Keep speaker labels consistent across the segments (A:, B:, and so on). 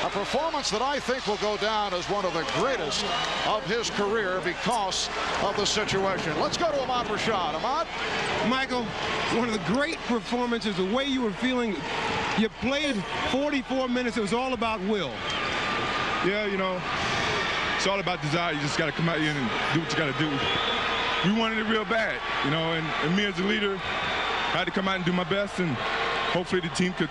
A: A performance that I think will go down as one of the greatest of his career because of the situation. Let's go to Ahmad Rashad. Ahmad?
B: Michael, one of the great performances, the way you were feeling. You played 44 minutes. It was all about will.
C: Yeah, you know, it's all about desire. You just got to come out here and do what you got to do. We wanted it real bad, you know, and, and me as a leader, I had to come out and do my best, and hopefully the team could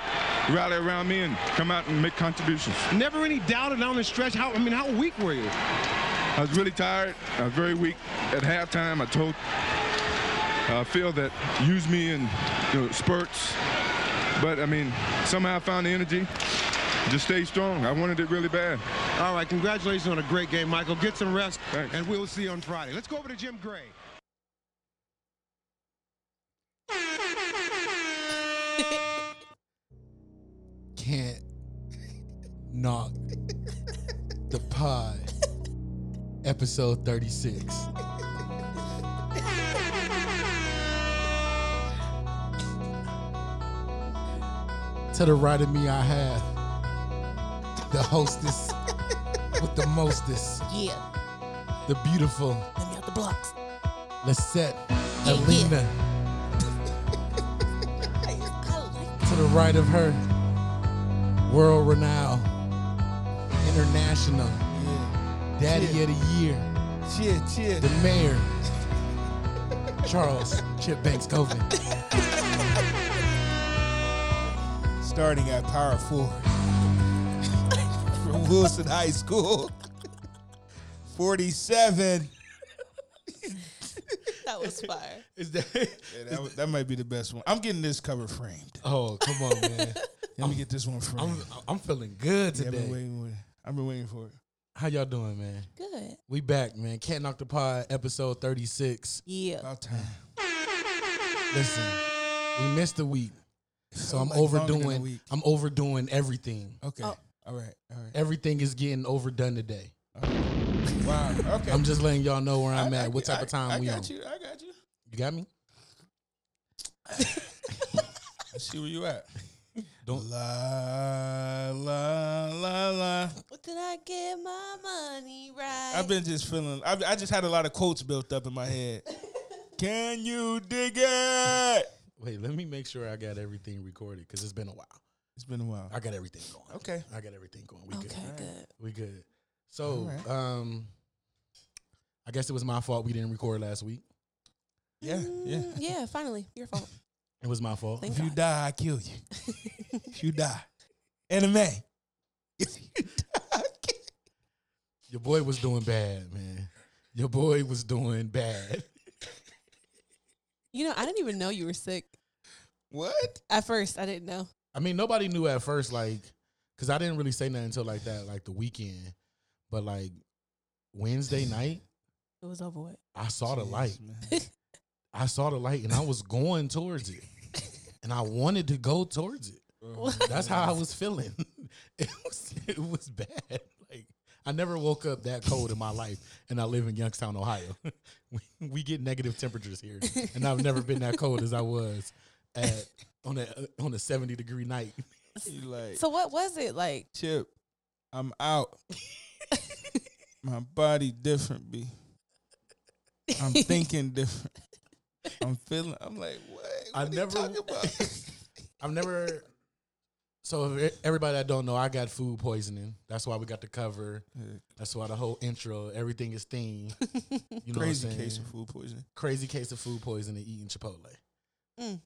C: rally around me and come out and make contributions.
B: Never any doubted down the stretch. How I mean, how weak were you?
C: I was really tired. I was very weak. At halftime, I told uh, Phil that use me in you know, spurts. But, I mean, somehow I found the energy. Just stay strong. I wanted it really bad.
B: All right, congratulations on a great game, Michael. Get some rest,
C: Thanks.
B: and we'll see you on Friday. Let's go over to Jim Gray.
D: can't knock the pod. Episode 36. to the right of me, I have the hostess with the mostest,
E: Yeah,
D: the beautiful
E: let me out the blocks.
D: Lisette
E: Yeah,
D: Alina.
E: I like
D: To the right of her, world renowned, international, daddy of the year.
F: Cheer, cheer.
D: the mayor, Charles Chip Banks Coven.
F: Starting at Power Four from Wilson High School. 47.
E: that was fire.
D: Is that?
F: Yeah, that, was- that might be the best one. I'm getting this cover framed.
D: Oh, come on, man.
F: Let me get this one framed.
D: I'm I'm feeling good
F: Yeah, I've been
D: today.
F: waiting. with- I've been waiting for it.
D: How y'all doing, man?
E: Good.
D: We back, man. Can't knock the pod, episode thirty six.
E: Yeah.
F: About time.
D: Listen, we missed a week, so I'm
F: Like longer than a
D: overdoing.
F: week.
D: I'm overdoing everything.
F: Okay.
E: Oh.
F: All right. All right.
D: Everything is getting overdone today.
F: Wow. Okay.
D: I'm just letting y'all know where I'm
F: I-
D: at,
F: I-
D: what type
F: I-
D: of time
F: I
D: we on.
F: got you. I got you.
D: You got me?
F: I see where you at.
D: Don't-
F: La la la la.
E: Well, could I get my money right?
F: I've been just feeling. I, I just had a lot of quotes built up in my head. Can you dig it?
D: Wait, let me make sure I got everything recorded because it's been a while.
F: It's been a while.
D: I got everything going.
F: Okay.
D: I got everything going. We
E: okay,
D: good.
E: good.
D: We good. So,
F: Alright.
D: um, I guess it was my fault we didn't record last week.
F: Yeah, yeah.
E: Mm, yeah, finally. Your fault.
D: It was my fault.
E: Thank
F: If you
E: God.
F: die, I kill you. if you die, anime. If you die, I kill
D: Your boy was doing bad, man. Your boy was doing bad.
E: You know, I didn't even know you were sick.
F: you. What?
E: At first, I didn't know.
D: I mean, nobody knew at first, like, because I didn't really say nothing until like that, like the weekend. But like Wednesday night,
E: It was over with.
D: I saw the
F: Jeez,
D: light.
F: man.
D: I saw the light, and I was going towards it, and I wanted to go towards it. That's how I was feeling. It was it was bad. Like I never woke up that cold in my life, and I live in Youngstown, Ohio. we, we get negative temperatures here, and I've never been that cold as I was at on a on a seventy degree night.
F: You like
E: So what was it like?
F: Chip? I'm out. My body different, B. I'm thinking different. I'm feeling. I'm like, what? what
D: I
F: are you
D: never-
F: talking about.
D: I've never. So if e- everybody that don't know, I got food poisoning. That's why we got the cover. That's why the whole intro, everything is themed. You know,
F: Crazy
D: what I'm saying?
F: case of food poisoning.
D: crazy case of food poisoning, eating Chipotle.
E: mm,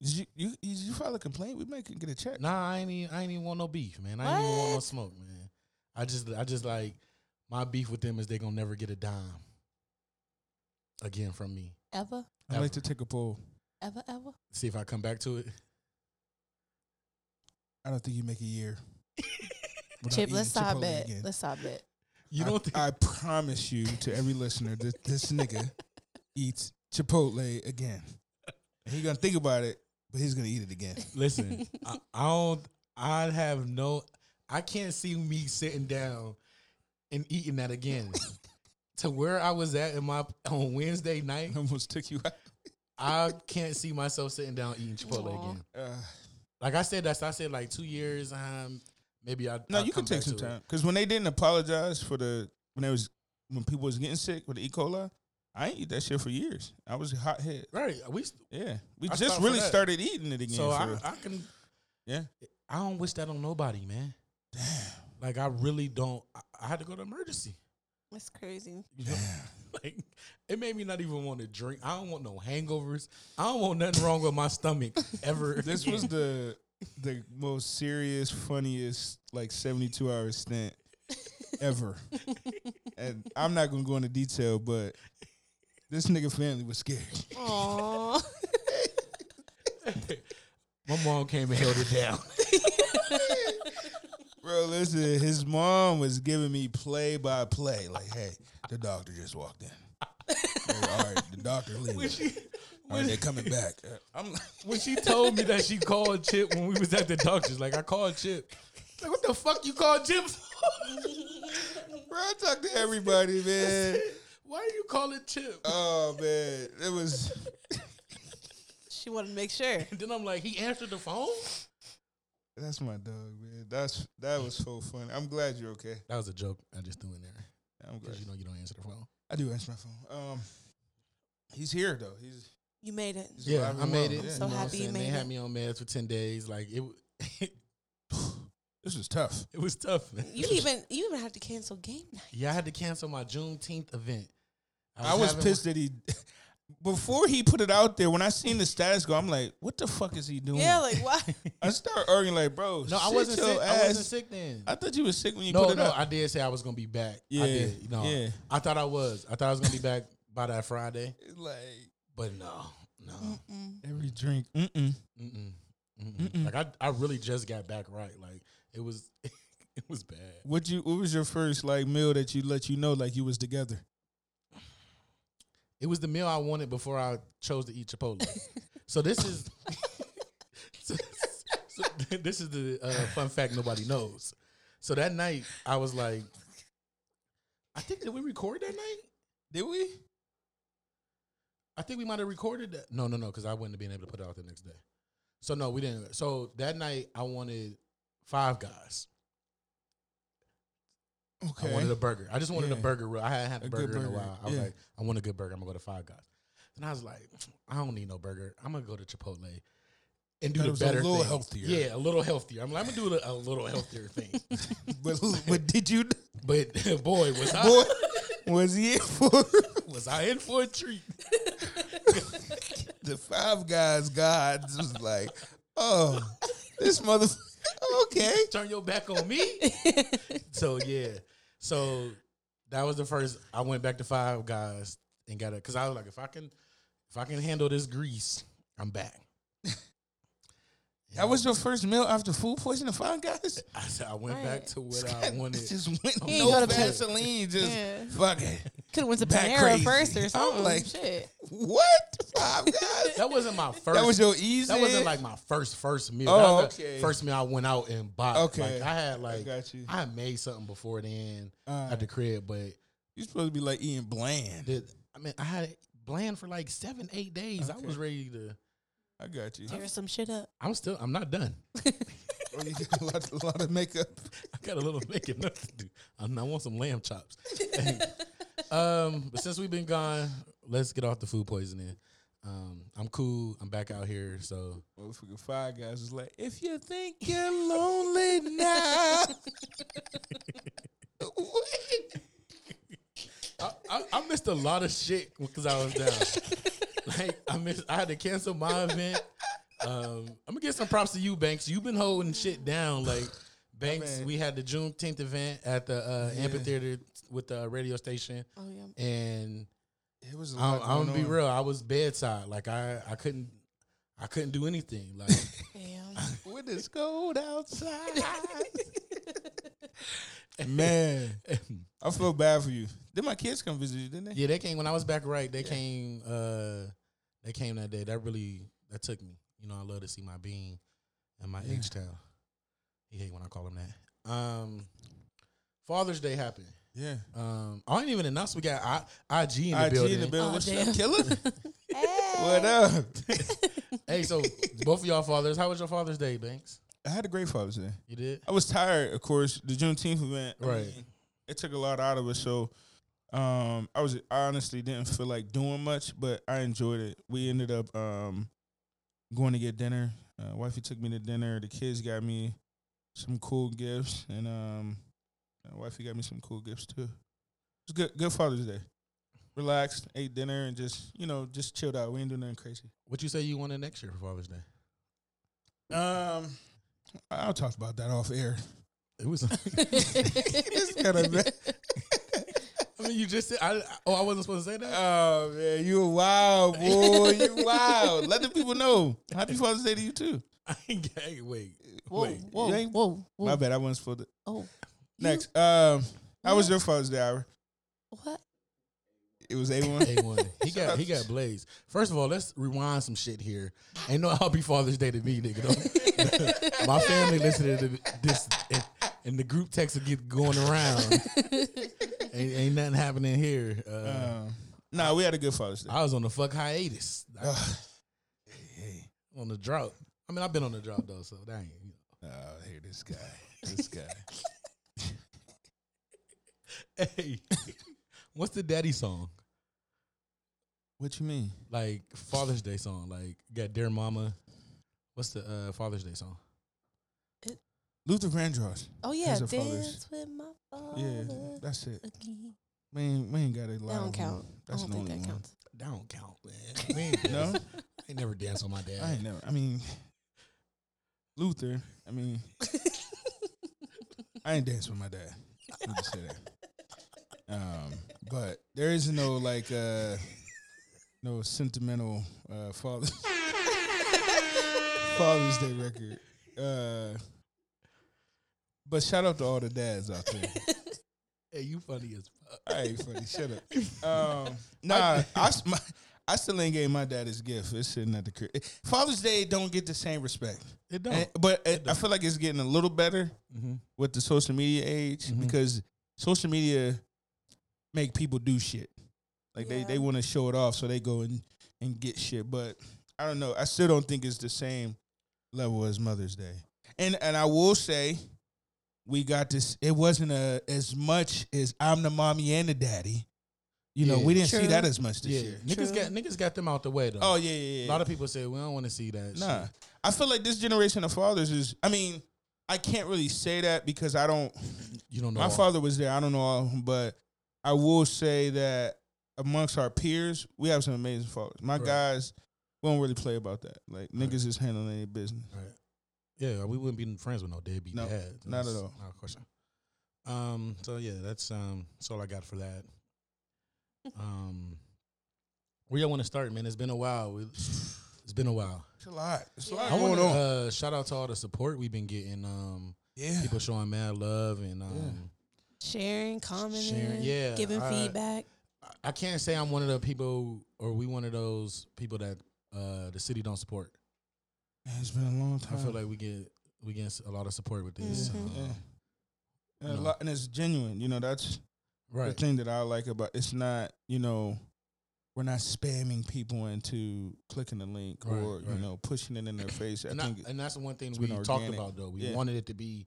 F: Did you, you did you file a complaint? We might get a check.
D: Nah, I ain't even, I ain't even want no beef, man. I ain't even want no
E: What?
D: smoke, man. I just I just like my beef with them is they gonna never get a dime again from me.
E: Ever,
F: I'd like to take a poll.
E: ever, ever?
D: See if I come back to it.
F: I don't think you make a year. without
E: Chip,
F: eating
E: let's stop
F: Chipotle
E: it.
F: again.
E: Let's stop it.
D: You
F: I,
D: don't think
F: I promise you to every listener that this nigga eats Chipotle again. And he gonna think about it, but he's gonna eat it again.
D: listen, I, I don't I have no I can't see me sitting down and eating that again. to where I was at in my on Wednesday night,
F: It almost took you out.
D: I can't see myself sitting down eating Chipotle
E: Aw.
D: again.
F: Uh,
D: Like I said, that's I said like two years, um, Maybe I
F: No,
D: I'll
F: you
D: come
F: can take
D: back
F: some
D: to it.
F: time because when they didn't apologize for the when they was when people was getting sick with the E. coli, I ain't eat that shit for years. I was a hot head.
D: Right. uh, We so
F: Yeah, we
D: I stopped
F: just
D: for
F: really
D: that.
F: started eating it again. for
D: I,
F: real.
D: I can
F: yeah,
D: I don't wish that on nobody, man. Damn. Like I really don't. I, I had to go to emergency.
E: That's crazy.
D: You know? Like it made me not even want to drink. I don't want no hangovers. I don't want nothing wrong with my stomach ever.
F: this was the the most serious, funniest like seventy two hour stint ever. and I'm not gonna go into detail, but this nigga family was scared.
E: Aww.
D: my mom came and held it down.
F: Bro, listen, his mom was giving me play by play. Like, hey, the doctor just walked in. Hey, all right, the doctor leaving. All right, they coming back. Uh, I'm like,
D: when she told me that she called Chip when we was at the doctor's, like I called Chip. Like what the fuck you called Chip? for?
F: bro, I talked to everybody, man.
D: Why are you calling Chip?
F: Oh man, it was.
E: she wanted to make sure.
D: and then I'm like, he answered the phone.
F: That's my dog, man. That's that was so funny. I'm glad you're okay.
D: That was a joke I just threw in there
F: I'm glad.
D: because you know you don't answer the phone.
F: I do answer my phone. Um, he's here though. He's,
E: You made it.
F: he's
D: Yeah,
F: alive
D: I
F: and
D: made
F: well.
D: it.
E: I'm so
D: You know what
E: happy you
D: saying?
E: made
D: They
E: it.
D: had me on meds for ten days. Like it, w-
F: This is tough.
D: it was tough. Man.
E: You even you even had to cancel game night.
D: Yeah, I had to cancel my Juneteenth event.
F: I was
D: having-
F: pissed that he. Before he put it out there, when I seen the status go, I'm like, "What the fuck is he doing?"
E: Yeah, like why?
F: I start arguing like, "Bro,
D: No, I wasn't sick. I wasn't sick then.
F: I thought you was sick when you
D: no,
F: put it
D: no,
F: out.
D: I did say I was gonna be back.
F: Yeah,
D: I did. No,
F: yeah.
D: I thought I was. I thought I was gonna be back by that Friday,
F: like
D: but no, no,
F: every drink. Mm-mm.
D: mm-mm, mm-mm. like I, I really just got back right. Like it was, it was bad.
F: What you? What was your first like meal that you let you know like you was together?
D: It was the meal I wanted before I chose to eat Chipotle. so this is, so, so this is the uh, fun fact nobody knows. So that night I was like, I think did we record that night?
F: Did we?
D: I think we might have recorded that. No, no, no, because I wouldn't have been able to put it out the next day. So no, we didn't. So that night I wanted Five Guys.
F: Okay.
D: I wanted a burger. I just wanted a
F: Yeah.
D: burger. real- I hadn't had a,
F: A good
D: burger, in a
F: burger,
D: while. I was
F: yeah.
D: like, I want a good burger. I'm gonna go to Five Guys. And I was like, I don't need no burger. I'm gonna go to Chipotle and do
F: Thought it
D: the
F: was a
D: better,
F: little
D: things.
F: healthier.
D: Yeah, a little healthier. I'm like, I'm gonna do a, a little healthier thing.
F: but, but did you?
D: But boy, was I
F: Boy, was he in for
D: was I in for a treat?
F: the Five Guys? God was like, oh, this mother. Okay.
D: Turn your back on me. so yeah, so that was the first. I went back to Five Guys and got it because I was like, if I can, if I can handle this grease, I'm back.
F: That was your first meal after food poisoning. Five Guys.
D: I, said, I went back
E: Right.
D: to what I wanted.
F: just went
E: He
F: no
E: go to
F: Vaseline. Just
E: Yeah.
F: fuck it.
E: Could have went to
F: Back crazy.
E: Panera first
F: I'm
E: or something.
F: like-
E: Shit.
F: What? Five Guys.
D: That wasn't my first.
F: That was your easy.
D: That wasn't like my first first meal.
F: Oh,
D: That was the
F: okay.
D: First meal I went out and bought.
F: Okay.
D: Like I had like I,
F: got you.
D: had made something before then
F: Alright.
D: at the crib, but
F: you supposed to be like eating bland.
D: the, I mean I had it bland for like seven eight days. I was ready to.
F: I got you.
E: Tear some shit up.
D: I'm still. I'm not done.
F: Oh, you got a lot, a lot of makeup.
D: I got a little making up to do. I, I want some lamb chops. um, but since we've been gone, let's get off the food poisoning. Um, I'm cool. I'm back out here. So
F: Motherfucking five guys was like, if you think you're lonely now, What?
D: I, I, I missed a lot of shit because I was down. like I missed, I had to cancel my event. Um, I'm gonna give some props to you, Banks. You've been holding shit down. Like Banks,
F: man.
D: we had the Juneteenth event at the uh, amphitheater with the radio station,
E: Oh yeah.
D: and
F: it was. A
D: I'm,
F: lot
D: I'm gonna
F: going
D: be
F: on.
D: real. I was bedside. Like I, I couldn't, I couldn't do anything. Like
E: Damn.
F: When it's cold outside, man, I feel bad for you. Then my kids come visit you, didn't they?
D: yeah, they came when I was back. Right, they came. Uh, they came that day. That really that took me. You know, I love to see my bean and my H town. He hate when I call him that. Um, Father's Day happened.
F: Yeah.
D: Um, I ain't even announced we got I, IG in the
F: IG
D: building.
F: in the building.
E: Oh,
F: What's
E: damn.
F: up, killer? What up?
D: Hey, so both of y'all fathers, how was your Father's Day, Banks?
F: I had a great Father's Day.
D: You did?
F: I was tired, of course. The Juneteenth event, I
D: Right.
F: mean, it took a lot out of us, so um, I was I honestly didn't feel like doing much, but I enjoyed it. We ended up um, going to get dinner. Uh, wifey took me to dinner. The kids got me some cool gifts, and um, uh, wifey got me some cool gifts too. It was good. Good Father's Day. Relaxed, ate dinner, and just you know just chilled out. We didn't do nothing crazy.
D: What you say you wanted next year for Father's Day?
F: Um, I'll talk about that off air.
D: It was.
F: It's kinda bad.
D: I mean, you just said. I, I- oh, I wasn't supposed to say that.
F: Oh man, you wild boy, you wild. Let the people know. Happy Father's Day to you too.
D: I ain't. Hey, wait.
E: Whoa,
D: Wait.
E: whoa,
F: you ain't-
E: whoa, whoa.
F: My bad, I wasn't supposed to.
E: Oh,
F: Next, um, how was
E: Yeah.
F: your Father's Day hour?
E: what?
F: It was A one.
D: Day one. He got he got blazed. First of all, let's rewind some shit here. Ain't no happy Father's Day to me, nigga. Don't- My family listening to this, and, and the group text will get going around. ain't, ain't nothing happening here. Uh,
F: Um, nah, we had a good Father's Day.
D: I was on the fuck hiatus. I-
F: Ugh.
D: on the drought. I mean, I've been on the drought though, so that ain't. You know.
F: Oh, here this guy, this guy.
D: Hey, what's the daddy song?
F: What you mean?
D: Like Father's Day song? Like got dear mama. What's the uh, Father's Day song?
F: Luther Vandross.
E: Oh yeah,
F: These are
E: dance
F: fathers.
E: with my father.
F: Yeah, that's it.
E: again.
F: We ain't, we ain't got a lot.
E: Oh. That don't count.
F: That's
E: I don't
F: the only
E: think that
F: one.
E: counts.
D: That don't count, man. We ain't
F: No,
D: danced. I ain't never danced on my dad.
F: I ain't never. I mean, Luther. I mean, I ain't danced with my dad. Let me just say that. Um, but there is no like uh, no sentimental uh, father Father's Day record. Uh, but shout out to all the dads out there.
D: Hey, you funny as fuck.
F: All right, funny. Shut up. Um, nah, I, s- my- I still ain't gave my dad his gift. It's sitting at the crib. Father's Day don't get the same respect,
D: It don't.
F: And- but it, I feel like it's getting a little better
D: Mhm.
F: with the social media age
D: Mhm.
F: because social media make people do shit. Like they,
E: Yeah.
F: they want to show it off, so they go and, and get shit. But I don't know. I still don't think it's the same level as Mother's Day. And and I will say, we got this. It wasn't a as much as I'm the mommy and the daddy. You know,
D: Yeah.
F: we didn't see
E: True.
F: that as much this
D: Yeah,
F: year.
D: niggas
E: True.
D: got niggas got them out the way though.
F: Oh yeah, yeah, yeah.
D: a lot of people say we don't want to see that.
F: Nah,
D: shit.
F: I feel like this generation of fathers is. I mean, I can't really say that because I don't.
D: you don't know.
F: My father was there. I don't know all of them, but I will say that amongst our peers, we have some amazing fathers. My
D: Right.
F: guys, we don't really play about that. Like niggas is handling their business.
D: Right. Yeah, we wouldn't be friends with no deadbeat
F: No,
D: dad.
F: not at
D: That's
F: all.
D: Not a question. Um. So yeah, that's um. That's all I got for that. Um. Where y'all want to start, man? It's been a while. We- It's been a while.
F: It's a lot. It's a lot
D: I want
F: going
D: to
F: on.
D: uh, shout out to all the support we've been getting. Um,
F: yeah.
D: people showing mad love and um,
E: Sharing, commenting,
D: yeah,
E: giving
D: I-
E: feedback.
D: I I can't say I'm one of the people or we one of those people that uh, the city don't support.
F: Man, it's been a long
D: I
F: time.
D: feel like we get we get a lot of support with this.
E: Mhm.
D: Uh,
F: Yeah. And, a
D: No.
F: lot, and it's genuine. You know, that's the
D: Right.
F: thing that I like about it's not, you know, we're not spamming people into clicking the link
D: Right,
F: or,
D: right.
F: you know, pushing it in their face. I
D: And, I-
F: think, it-
D: and that's the one thing
F: it's
D: we
F: been
D: talked
F: organic.
D: about though. We
F: Yeah.
D: wanted it to be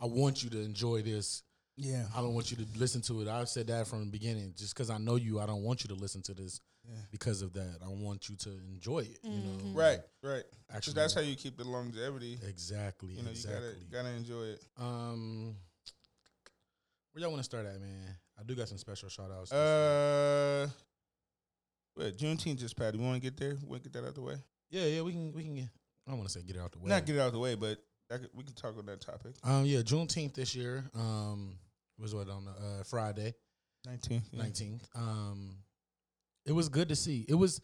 D: I want you to enjoy this.
F: yeah.
D: I don't want you to listen to it. I've said that from the beginning. Just because I know you, I don't want you to listen to this
F: Yeah.
D: because of that. I want you to enjoy it. You know,
F: Right, right.
D: Actually,
F: Because that's how you keep the longevity.
D: exactly,
F: You know,
D: exactly.
F: you gotta gotta enjoy it.
D: Um, where y'all want to start at, man? I do got some special shout outs.
F: Uh, wait, Juneteenth just passed. You want to get there? We want to get that out the way?
D: yeah, yeah, we can, we can. Get, I don't want to say get it out the way.
F: Not get it out the way, but I could, we can talk on that topic.
D: um, yeah, Juneteenth this year. Um, was what on uh, Friday,
F: Nineteen.
D: nineteenth. Um, it was good to see. It was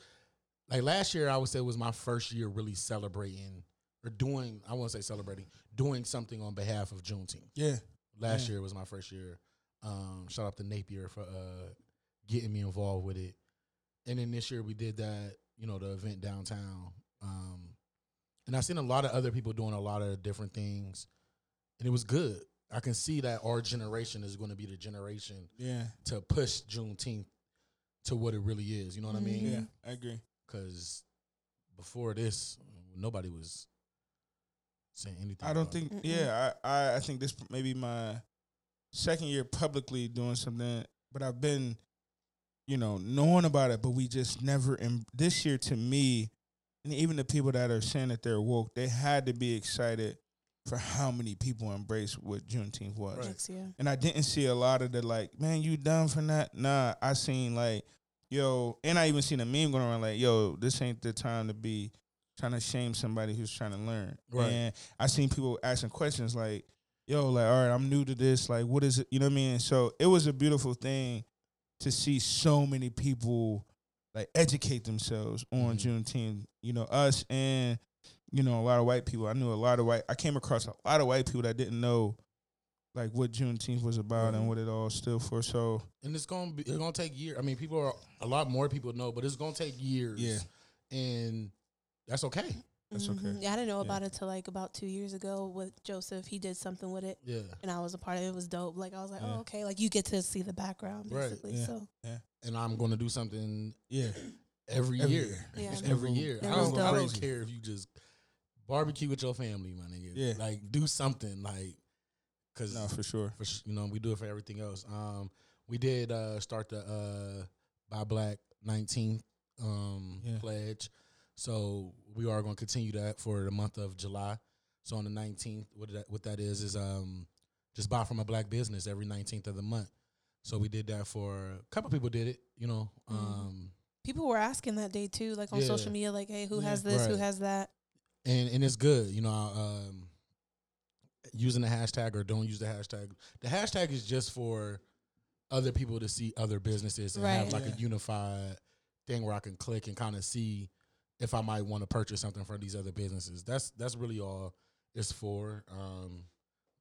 D: like last year. I would say was my first year really celebrating or doing. I won't say celebrating, doing something on behalf of Juneteenth.
F: Yeah.
D: Last
F: Yeah.
D: year was my first year. Um, shout out to Napier for uh, getting me involved with it. And then this year we did that, you know, the event downtown. Um, and I seen a lot of other people doing a lot of different things, and it was good. I can see that our generation is going to be the generation
F: Yeah.
D: to push Juneteenth to what it really is. You know what I mean?
F: Mm-hmm. Yeah. I agree.
D: Because before this, nobody was saying anything.
F: I don't
D: about it.
F: think.
E: Mm-mm.
F: Yeah, I, I I think this may be my second year publicly doing something, but I've been, you know, knowing about it, but we just never. And this year, to me, and even the people that are saying that they're woke, they had to be excited for how many people embraced what Juneteenth was.
E: Next year.
F: And I didn't see a lot of the like, man, you dumb for that. Nah, I seen like, yo, and I even seen a meme going around like, yo, this ain't the time to be trying to shame somebody who's trying to learn.
D: Right.
F: And I seen people asking questions like, yo, like, all right, I'm new to this. Like, what is it? You know what I mean? So it was a beautiful thing to see so many people like educate themselves on Juneteenth. You know, us and you know a lot of white people. I knew a lot of white. I came across a lot of white people that didn't know like what Juneteenth was about
D: Mm-hmm.
F: and what it all stood for. So
D: and it's gonna be it's gonna take years. I mean, people are a lot more people know, but it's gonna take years.
F: Yeah.
D: and that's okay.
F: That's okay.
E: Mhm. Yeah, I didn't know about it till like about two years ago with Joseph. He did something with it,
D: Yeah,
E: and I was a part of it. It was dope. Like I was like,
F: Yeah.
E: oh okay, like you get to see the background
D: Right,
E: basically.
F: yeah.
E: So
D: and I'm gonna do something
F: yeah,
D: every,
F: Every
D: year.
F: year.
E: Yeah.
D: It's every year.
E: That
D: I
E: was
D: don't, I don't
F: dope.
D: care if you just barbecue with your family, my nigga.
F: Yeah.
D: like do something like because
F: no, for sure.
D: for s- you know we do it for everything else. Um, we did uh start the uh by Black 19th um
F: Yeah.
D: pledge, so we are going to continue that for the month of July. So on the 19th, what that what that is is um just buy from a black business every 19th of the month. So we did that for a couple people did it, you know.
F: Mm-hmm.
E: Mhm.
D: Um,
E: people were asking that day too, like on
D: Yeah.
E: social media, like, hey, who
F: Yeah.
E: has this? Who
D: Right.
E: has that?
D: and and it's good, you know. Um, using the hashtag or don't use the hashtag. The hashtag is just for other people to see other businesses and have
E: Right.
D: like
F: Yeah.
D: a unified thing where I can click and kind of see if I might want to purchase something from these other businesses. That's that's really all it's for. Um,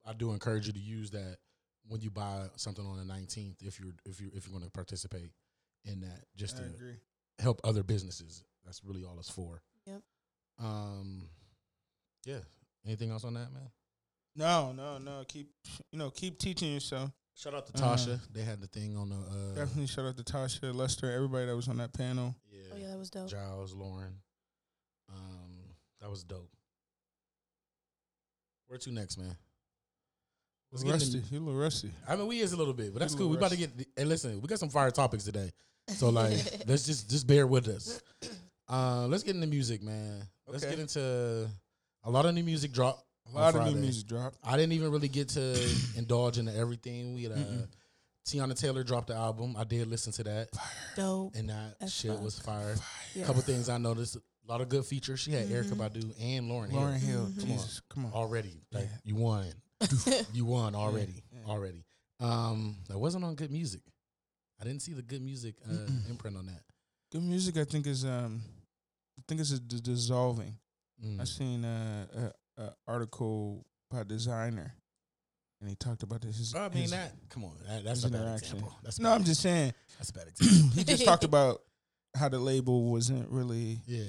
D: I do encourage you to use that when you buy something on the nineteenth if you're if you are if you're going to participate in that just to help other businesses. That's really all it's for.
E: Yep.
D: Um. Yeah. Anything else on that, man?
F: No, no, no. Keep you know, keep teaching yourself.
D: Shout out to
F: Uh,
D: Tasha. They had the thing on the. Uh,
F: Definitely shout out to Tasha, Lester, everybody that was on that panel.
E: Oh yeah,
D: yeah.
E: that was dope.
D: Giles, Lauren. Um, that was dope. Where to next, man? Let's get
F: rusty,
D: in
F: you a little rusty.
D: I mean, we is a little bit, but that's
F: Give
D: cool.
F: him
D: We
F: a
D: about to
F: rest.
D: get. Hey, listen, we got some fire topics today, so like, let's just just bear with us. Uh, let's get into music, man. Let's
F: Okay.
D: get into a lot of new music drop.
F: A lot
D: on
F: of new
D: Friday.
F: music dropped.
D: I didn't even really get to indulge into everything. We had uh,
F: Mm-mm.
D: Tiana Taylor dropped the album. I did listen to that,
E: dope.
D: and that
E: That's
D: shit
E: fire.
D: was fire.
E: Yeah.
D: A couple things I noticed. A lot of good features. She had Erica Badu and Lauren, Hill Mm-hmm.
F: Mm-hmm. Lauren Hill,
E: Mhm.
F: Jesus, come on.
D: already. Like
F: Yeah.
D: you won, you won already,
F: yeah.
D: already. Um, that wasn't on good music. I didn't see the good music uh, imprint on that.
F: Good music, I think is um, I think it's a d- dissolving.
D: Mm.
F: I seen uh, a, a article by a designer, and he talked about this. His,
D: Oh, I mean
F: his-
D: that. Come on, that, that's
F: his
D: a bad
F: interaction.
D: example. That's
F: No,
D: bad.
F: I'm just saying.
D: that's a bad example.
F: he just talked about how the label wasn't really,
D: yeah.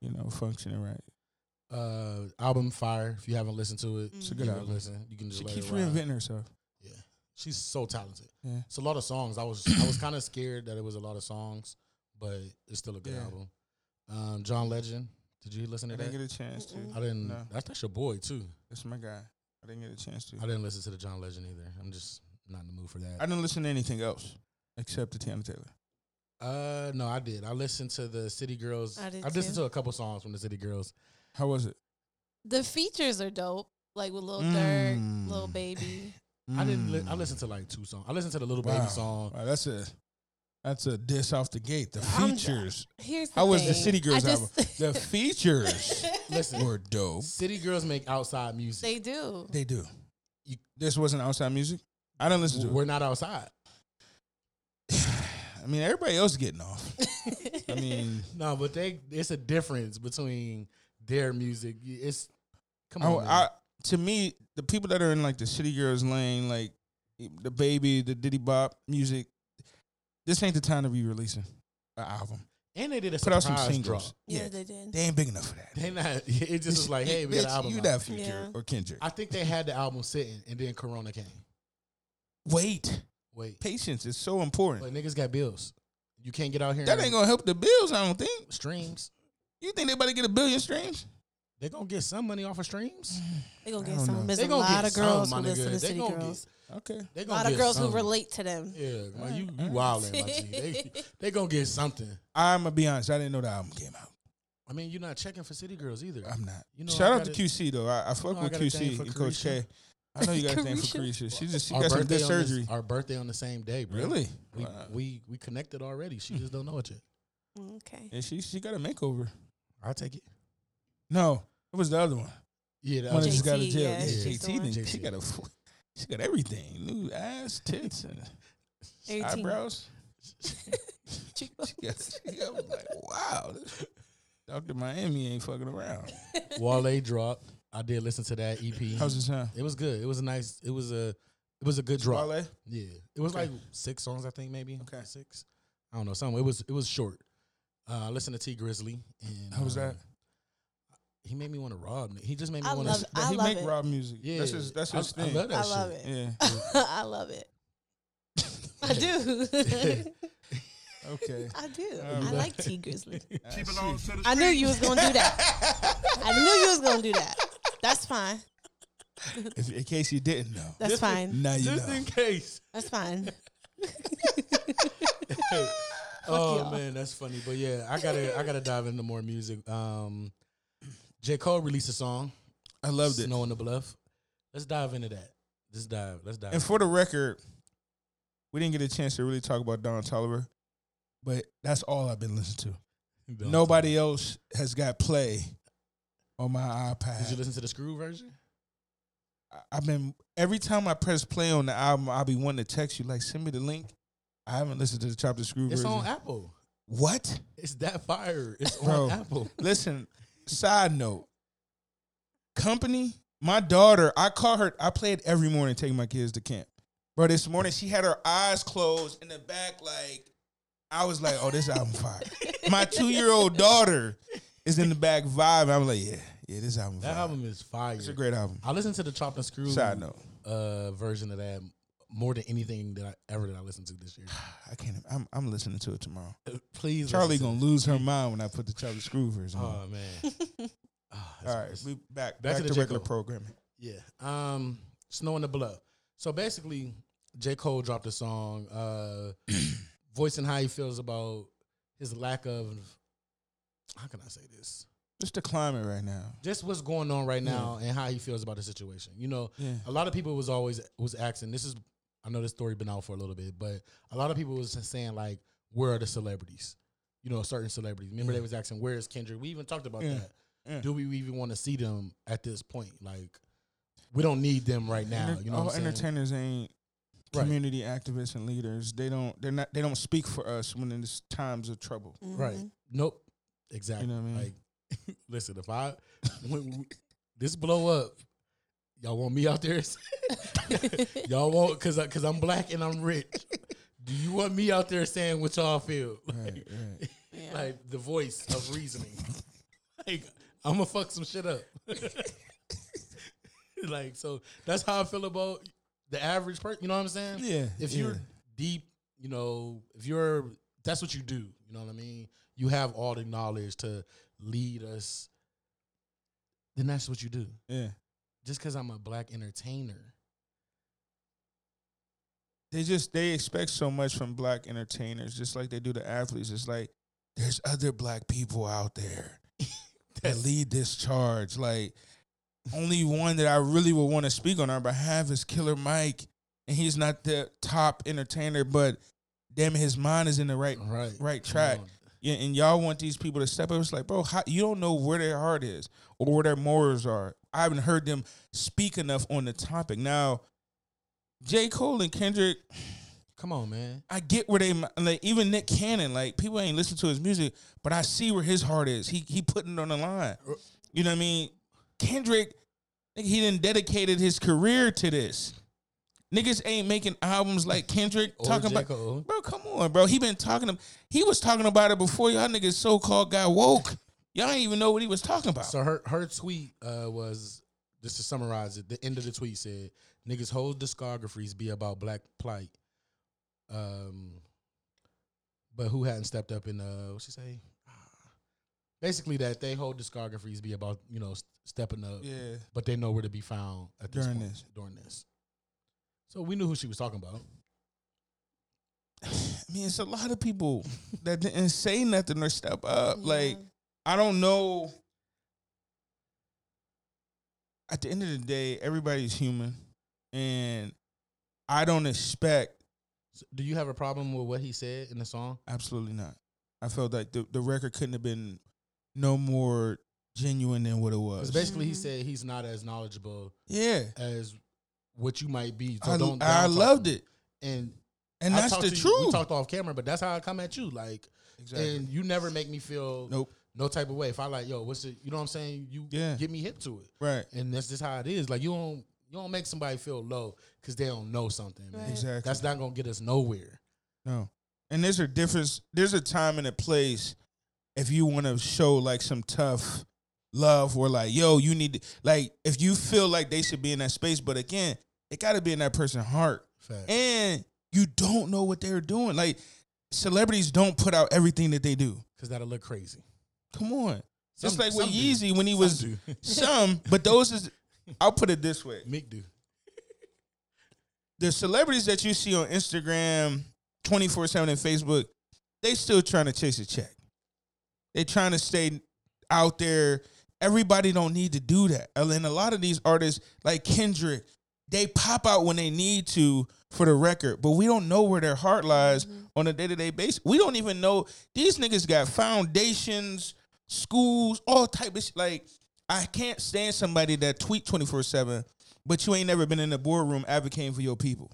F: you know, functioning right.
D: uh album Fire. If you haven't listened to it,
E: It's a
F: good
D: give it
F: album.
D: Listen, you can just
F: She
D: let
F: keeps
D: it ride.
F: reinventing herself.
D: Yeah, she's so talented.
F: Yeah.
D: It's a lot of songs. I was I was kind of scared that it was a lot of songs, but it's still a good
F: Yeah.
D: album. Um, John Legend. Did you listen
F: I
D: to
F: didn't
D: that?
F: get a chance to.
E: Mm-mm.
D: I didn't.
F: No.
D: That's that's your boy too.
F: That's my guy. I didn't get a chance to.
D: I didn't listen to the John Legend either. I'm just not in the mood for that.
F: I didn't listen to anything else except to Tiana Taylor.
D: uh, no, I did. I listened to the City Girls.
E: I did
D: listened
E: too.
D: to a couple songs from the City Girls.
F: How was it?
E: the features are dope. Like with Lil
F: Mm.
E: Durk, Lil Baby.
D: I didn't. Li-
F: Mm.
D: I listened to like two songs. I listened to the Little
F: Wow.
D: Baby song.
F: Wow, that's a that's a diss off the gate. The
E: I'm-
F: features.
E: Here's the
F: How was the
E: thing.
F: City Girls
E: I
F: album?
E: just-
F: The features
D: Listen,
F: were dope.
D: City Girls make outside music.
E: they do.
F: They do. You, this wasn't outside music. I didn't listen to
D: We're
F: it.
D: not outside.
F: I mean, everybody else getting off. I mean,
D: No, but they it's a difference between their music. It's come
F: I,
D: on.
F: Oh, I, to me, the people that are in like the City Girls lane, like e, the baby, the Diddy Bop music, this ain't the time to be releasing an album.
D: man. and they did a
F: Put out some
D: surprise drop.
F: singles.
E: yeah, they did.
F: They ain't big enough for that.
D: They not. It just was like, hey, we got an
F: Bitch,
D: album.
F: You
D: out.
F: not Future
E: Yeah.
F: or Kendrick.
D: I think they had the album sitting, and then Corona came.
F: Wait,
D: Wait,
F: patience is so important.
D: but niggas got bills. You can't get out here.
F: that
D: and
F: ain't gonna help the bills. I don't think.
D: streams.
F: You think they about to get a billion streams?
D: They're gonna get some money off of streams.
E: They gonna get
F: don't
E: some.
F: know.
E: There's
D: They
E: a
D: gonna
E: lot
D: get
E: of girls
D: some,
E: who
D: my
E: listen
D: nigga.
E: to
D: They
E: City
D: gonna
E: girls.
D: get-
F: Okay.
D: They
E: A
D: gonna
E: lot of
D: get
E: girls
D: some.
E: who relate to them.
D: Yeah, man, you, you wilding, my G. They, they gonna get something.
F: I'm gonna be honest. I didn't know the album came out.
D: I mean, you're not checking for city girls either.
F: I'm not.
D: You know,
F: Shout
D: I
F: out to
D: got it-
F: QC though. I, I fuck
D: know I
F: with
D: got a thing
F: QC
D: for
F: and Coach
D: Carisha.
F: K. I know you got a thing for
E: Carisha?
F: Carisha. She just she
D: Our
F: got some
D: birthday,
F: good
D: on this-
F: surgery.
D: our birthday on the same day, bro.
F: Really?
D: We,
F: Wow.
D: we we connected already. She just don't know it yet.
E: Mm, Okay.
F: And she she got a makeover.
D: I'll take it.
F: No, it was the other one.
D: Yeah, that was
F: One that just
E: JT,
F: got out of jail.
E: yeah,
F: Yeah,
D: she's
E: the
F: JT.
E: one.
F: then She got a full- she got everything. New ass, tits, and
E: Everything.
F: eyebrows.
E: Cheekbones.
F: Yeah, she got- I was like, wow. this- Dr. Miami ain't fucking around.
D: Wale dropped. I did listen to that E EP.
F: How's it sound?
D: It was good. It was a nice. It was a. It was a good drop.
F: Wale?
D: Yeah, it was
F: Okay.
D: like six songs, I think maybe.
F: Okay.
D: six. I don't know. Something. It was. It was short. Uh, I listened to T Grizzly. And
F: How was
D: um,
F: that?
D: He made me want to rob. He just made me
E: I
D: want
E: love
D: to.
E: it. I
F: he
E: love
F: make
E: it.
F: rock music.
D: Yeah,
F: That's his, that's
D: I-
F: his
D: I,
F: thing.
D: love that
E: I
D: shit.
E: love it.
F: yeah.
E: I love it. I do.
F: Okay.
E: I do. I
F: right.
E: like T Grizzly.
C: She belongs to the
E: I knew you was gonna do that. I knew you was gonna do that. That's fine.
F: If, in case you didn't know,
E: That's fine.
F: now you
D: Just
F: know.
D: in case.
E: That's fine.
D: oh
E: y'all.
D: man, that's funny. But yeah, I gotta I gotta dive into more music. Um, J Cole released a song.
F: I loved it.
D: Snow on the Bluff. Let's dive into that. Let's dive. Let's dive.
F: And for the record, we didn't get a chance to really talk about Don Tolliver, but that's all I've been listening to.
D: Don't-
F: Nobody else has got play on my iPad.
D: Did you listen to the Screw version?
F: I- I've been every time I press play on the album, I'll be wanting to text you like, send me the link. I haven't listened to the Chopper Screw
D: It's
F: version.
D: on Apple.
F: what?
D: It's that fire. It's
F: Bro.
D: on Apple.
F: Listen, side note. Company, my daughter, I call her, I play it every morning taking my kids to camp. Bro, this morning she had her eyes closed in the back, like I was like, oh, this album fire. my two-year-old daughter is in the back vibe. I'm like, yeah, yeah, this album
D: That
F: fire.
D: album is fire.
F: It's a great album.
D: I listened to the Chopped and Screw
F: Side note.
D: uh version of that more than anything that I ever that I listened to this year.
F: I can't I'm I'm listening to it tomorrow.
D: Please,
F: Charlie
D: listen
F: gonna lose her mind when I put the Charlie Screw version
D: to- Oh
F: on.
D: man. Ah, it's-
F: All right,
D: it's-
F: we back
D: back
F: back,
D: to
F: to,
D: the J.
F: regular
D: Cole.
F: programming.
D: Yeah. Um, Snow in the Bluff. So basically, J. Cole dropped a song, uh, voicing how he feels about his lack of how can I say this?
F: Just the climate right now.
D: Just what's going on right now and how he feels about the situation. You know,
F: Yeah.
D: a lot of people was always was asking, this is I know this story been out for a little bit, but a lot of people was just saying like, where are the celebrities? You know, certain celebrities. Remember they was asking, where is Kendrick? We even talked about
F: Yeah.
D: that.
F: Yeah.
D: Do we even want to see them at this point? Like, we don't need them right now.
F: Enter- oh,
D: You know,
F: all
D: what I'm saying?
F: entertainers ain't
D: Right.
F: community activists and leaders. They don't. They're not. They don't speak for us when it's times of trouble.
D: Right. Nope. Exactly.
F: You know what I mean?
D: Like, listen, if I when we- this blow up, y'all want me out there? y'all want because because I'm black and I'm rich. Do you want me out there saying what y'all feel?
F: Right, right.
E: Yeah.
D: Like the voice of reasoning. like I'm gonna fuck some shit up. like so that's how I feel about the average person. You know what I'm saying?
F: Yeah,
D: If
F: yeah.
D: you're deep, you know, if you're that's what you do. You know what I mean? You have all the knowledge to lead us. Then that's what you do.
F: Yeah.
D: Just because I'm a black entertainer,
F: They just they expect so much from black entertainers, just like they do the athletes. It's like there's other black people out there that lead this charge. Like only one that I really would want to speak on our behalf is Killer Mike, and he's not the top entertainer, but damn, it, his mind is in the right
D: right?
F: right
D: Come
F: track.
D: on.
F: Yeah, and y'all want these people to step up. It's like, bro, how, you don't know where their heart is or where their morals are. I haven't heard them speak enough on the topic. Now, J. Cole and Kendrick,
D: Come on, man.
F: I get where they like. Even Nick Cannon, like people ain't listen to his music, but I see where his heart is. He he putting it on the line.
D: Uh,
F: You know what I mean? Kendrick, nigga, he didn't dedicated his career to this. Niggas ain't making albums like Kendrick
D: Or
F: talking
D: J.
F: about.
D: Cole.
F: Bro, come on, bro. He been talking. To, he was talking about it before y'all niggas so called got woke. Y'all ain't even know what he was talking about.
D: So her her tweet uh, was just to summarize it. The end of the tweet said, "Niggas' whole discographies be about black plight, um, but who hadn't stepped up in uh, what she say? Ah. basically that they whole discographies be about you know s- stepping up,
F: Yeah.
D: but they know where to be found at this
F: During
D: point,
F: this.
D: During this, so we knew who she was talking about.
F: I mean, it's a lot of people that didn't say nothing or step up. Like,
E: Yeah.
F: I don't know. At the end of the day, everybody's human, and I don't expect
D: So do you have a problem with what he said in the song?
F: absolutely not. I felt like the the record couldn't have been no more genuine than what it
D: Because
F: was.
D: basically he
E: Mhm.
D: said he's not as knowledgeable
F: Yeah,
D: as what you might be. So
F: I,
D: don't, don't
F: I
D: talk
F: loved
D: to me.
F: it,
D: and
F: and
D: I
F: that's
D: talked
F: the
D: to you-
F: truth.
D: We talked off camera, but that's how I come at you. Like,
F: exactly.
D: and you never make me feel
F: nope.
D: no type of way. If I like, yo, what's it? You know what I'm saying? You
F: Yeah.
D: get me hip to it.
F: Right.
D: and that's just how it is. Like you don't you don't make somebody feel low because they don't know something. man.
E: Right.
F: Exactly.
D: That's not gonna get us nowhere.
F: No. And there's a difference. There's a time and a place if you want to show like some tough love or like, yo, you need to, like, if you feel like they should be in that space. But again, it got to be in that person's heart.
D: Fact.
F: And you don't know what they're doing. Like, celebrities don't put out everything that they do.
D: Because that'll look crazy.
F: Come on.
D: Some-
F: Just like with
D: some do.
F: Yeezy when he was
D: do.
F: some, but those is, I'll put it this way.
D: Mick do.
F: the celebrities that you see on Instagram, 24 7 and Facebook, they still trying to chase a check. They trying to stay out there. Everybody don't need to do that. And a lot of these artists, like Kendrick, they pop out when they need to for the record, but we don't know where their heart lies on a day to day basis. We don't even know these niggas got foundations, schools, all type of shit. Like, I can't stand somebody that tweet twenty four seven, but you ain't never been in the boardroom advocating for your people.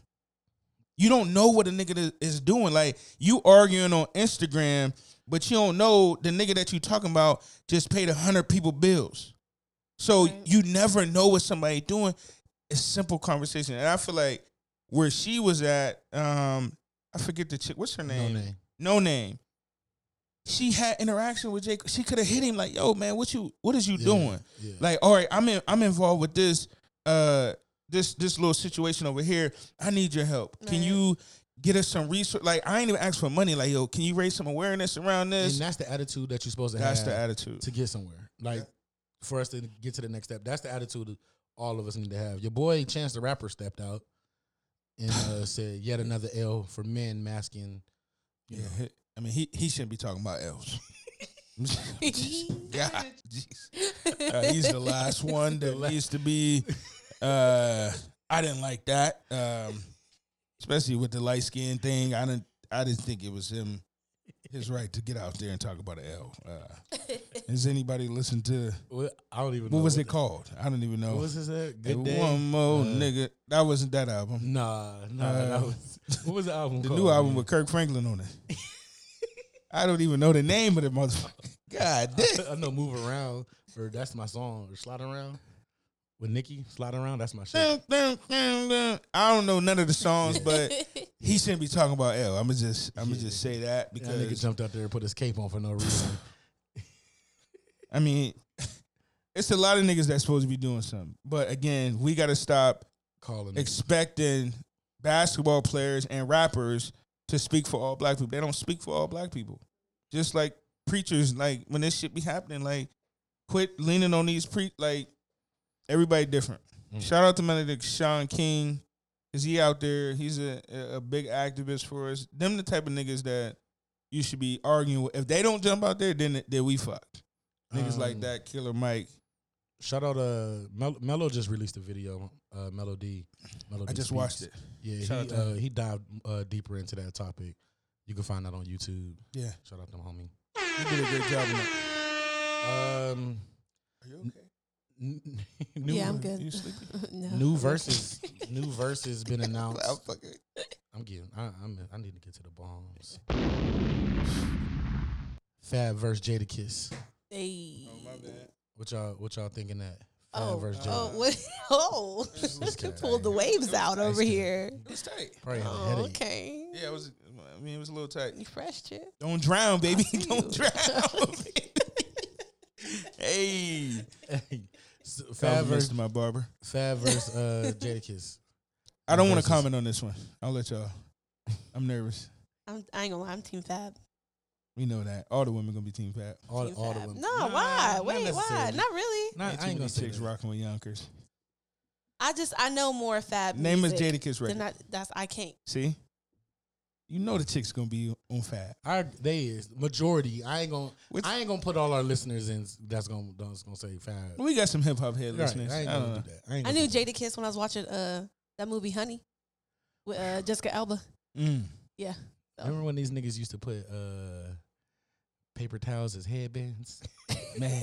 F: You don't know what a nigga is- is doing. Like you arguing on Instagram, but you don't know the nigga that you talking about just paid a hundred people bills. So you never know what somebody doing. It's simple conversation, and I feel like where she was at, um, I forget the chick. What's her
D: No name.
F: no name. She had interaction with Jake. She could have hit him like, "Yo, man, what you? What is you
D: Yeah,
F: doing?
D: yeah.
F: Like, all right, I'm in, I'm involved with this, uh, this this little situation over here. I need your help. Can
E: Right.
F: you get us some research? Like, I ain't even asked for money. Like, yo, can you raise some awareness
D: And
F: around this?
D: that's the attitude that you're supposed to
F: That's
D: have
F: the attitude.
D: to get somewhere. Like for us to get to the next step. That's the attitude that all of us need to have. Your boy Chance the Rapper stepped out and uh, said yet another L for men masking. You
F: Yeah,
D: know.
F: he- I mean, he he shouldn't be talking about elves. God, jeez. Uh, he's the last one that needs to be. Uh, I didn't like that, um, especially with the light skin thing. I didn't. I didn't think it was him. His right to get out there and talk about an L. Uh, has anybody listened to
D: Well, I don't even know
F: what was it
D: the-
F: called? I don't even know.
D: What was his uh, good
F: Hey,
D: day?
F: One more
D: Uh,
F: nigga. That wasn't that album.
D: Nah, nah.
F: Uh,
D: that was, what was the album?
F: The
D: called,
F: new album
D: man?
F: with Kirk Franklin on it. I don't even know the name of the motherfucker. God damn.
D: I know "Move Around" or "That's My Song" or "Slide Around" with Nicki. Slide around, that's my shit.
F: Dun, dun, dun, dun. I don't know none of the songs, but
E: Mm.
F: he shouldn't be talking about L. I'ma just I'ma
D: Yeah.
F: just say that
D: That nigga
F: because
D: jumped out there and put his cape on for no reason.
F: I mean it's a lot of niggas that's supposed to be doing something. But again, we gotta stop
D: Calling it.
F: Mm-hmm. expecting basketball players and rappers to speak for all black people. They don't speak for all black people. Just like preachers, like when this shit be happening, like quit leaning on these pre like everybody different.
D: Mm.
F: Shout out to my nigga Sean King, cause he out there. He's a a big activist for us. Them the type of niggas that you should be arguing with. If they don't jump out there, then then we fucked. Niggas like
D: Um,
F: that, Killer Mike.
D: Shout out uh Mel- Mello just released a video. Uh, Mello D. Mello
F: I
D: D
F: just
D: Speaks.
F: watched it.
D: Yeah,
F: Shout out
D: he
F: to
D: uh,
F: him.
D: he dived uh, deeper into that topic. You can find that on YouTube.
F: Yeah,
D: Shout out to my homie.
F: he did a good job. in that.
D: Um,
F: Are you okay?
D: n- n- new
E: yeah, I'm
F: You
E: good.
F: sleepy?
E: No. Oh,
D: new verses. new verses been announced.
F: I'm fucking.
D: I'm getting. I, I'm. I need to get to the bombs. Fab versus Jada Kiss.
E: Hey.
D: Oh, What y'all? What y'all thinking that? Fab
E: Oh,
D: versus Jada.
E: oh, what? Oh, pulled the waves out over
D: Ice cream.
E: here.
F: It was tight.
D: Probably had a
E: Oh,
D: headache.
E: okay.
F: Yeah, it was. I mean, it was a little tight.
E: You fresh, chick?
F: Don't drown, baby.
E: see
F: Don't
E: you.
F: drown. hey,
D: So, Fab
F: compliments
D: versus
F: to my barber.
D: Fab versus uh, Jada Kiss.
F: I don't want to
D: Versus-
F: comment on this one. I'll let y'all. I'm nervous.
E: I'm, I ain't gonna lie. I'm Team Fab.
F: We know that. All the women gonna be Team Fab.
D: All, the-
E: Team
D: all the
E: Fab.
D: women.
E: No,
D: Nah,
E: why?
D: not
E: Wait, why?
D: necessarily.
E: Not really.
D: Nah,
F: Ain't too
D: I ain't
F: many
D: gonna say
F: chicks
D: that.
F: rocking with Yonkers.
E: I just I know more Fab.
F: Name is
E: music
F: Jadakiss
E: than
F: record.
E: I, that's I can't.
F: See, you know the chick's gonna be on Fab.
D: Our they is majority. I ain't gonna.
F: Which-
D: I ain't gonna put all our listeners in. That's gonna. That's gonna say five.
F: We got some hip hop head
D: Right,
F: listeners.
D: I ain't
F: I don't
D: gonna
F: know.
D: do that. I, ain't
E: I
D: gonna
E: knew
D: do
E: Jadakiss when I was watching uh that movie Honey with uh, Jessica Alba.
F: Mm.
E: Yeah.
D: that. Remember when these niggas used to put uh, paper towels as headbands?
F: Man,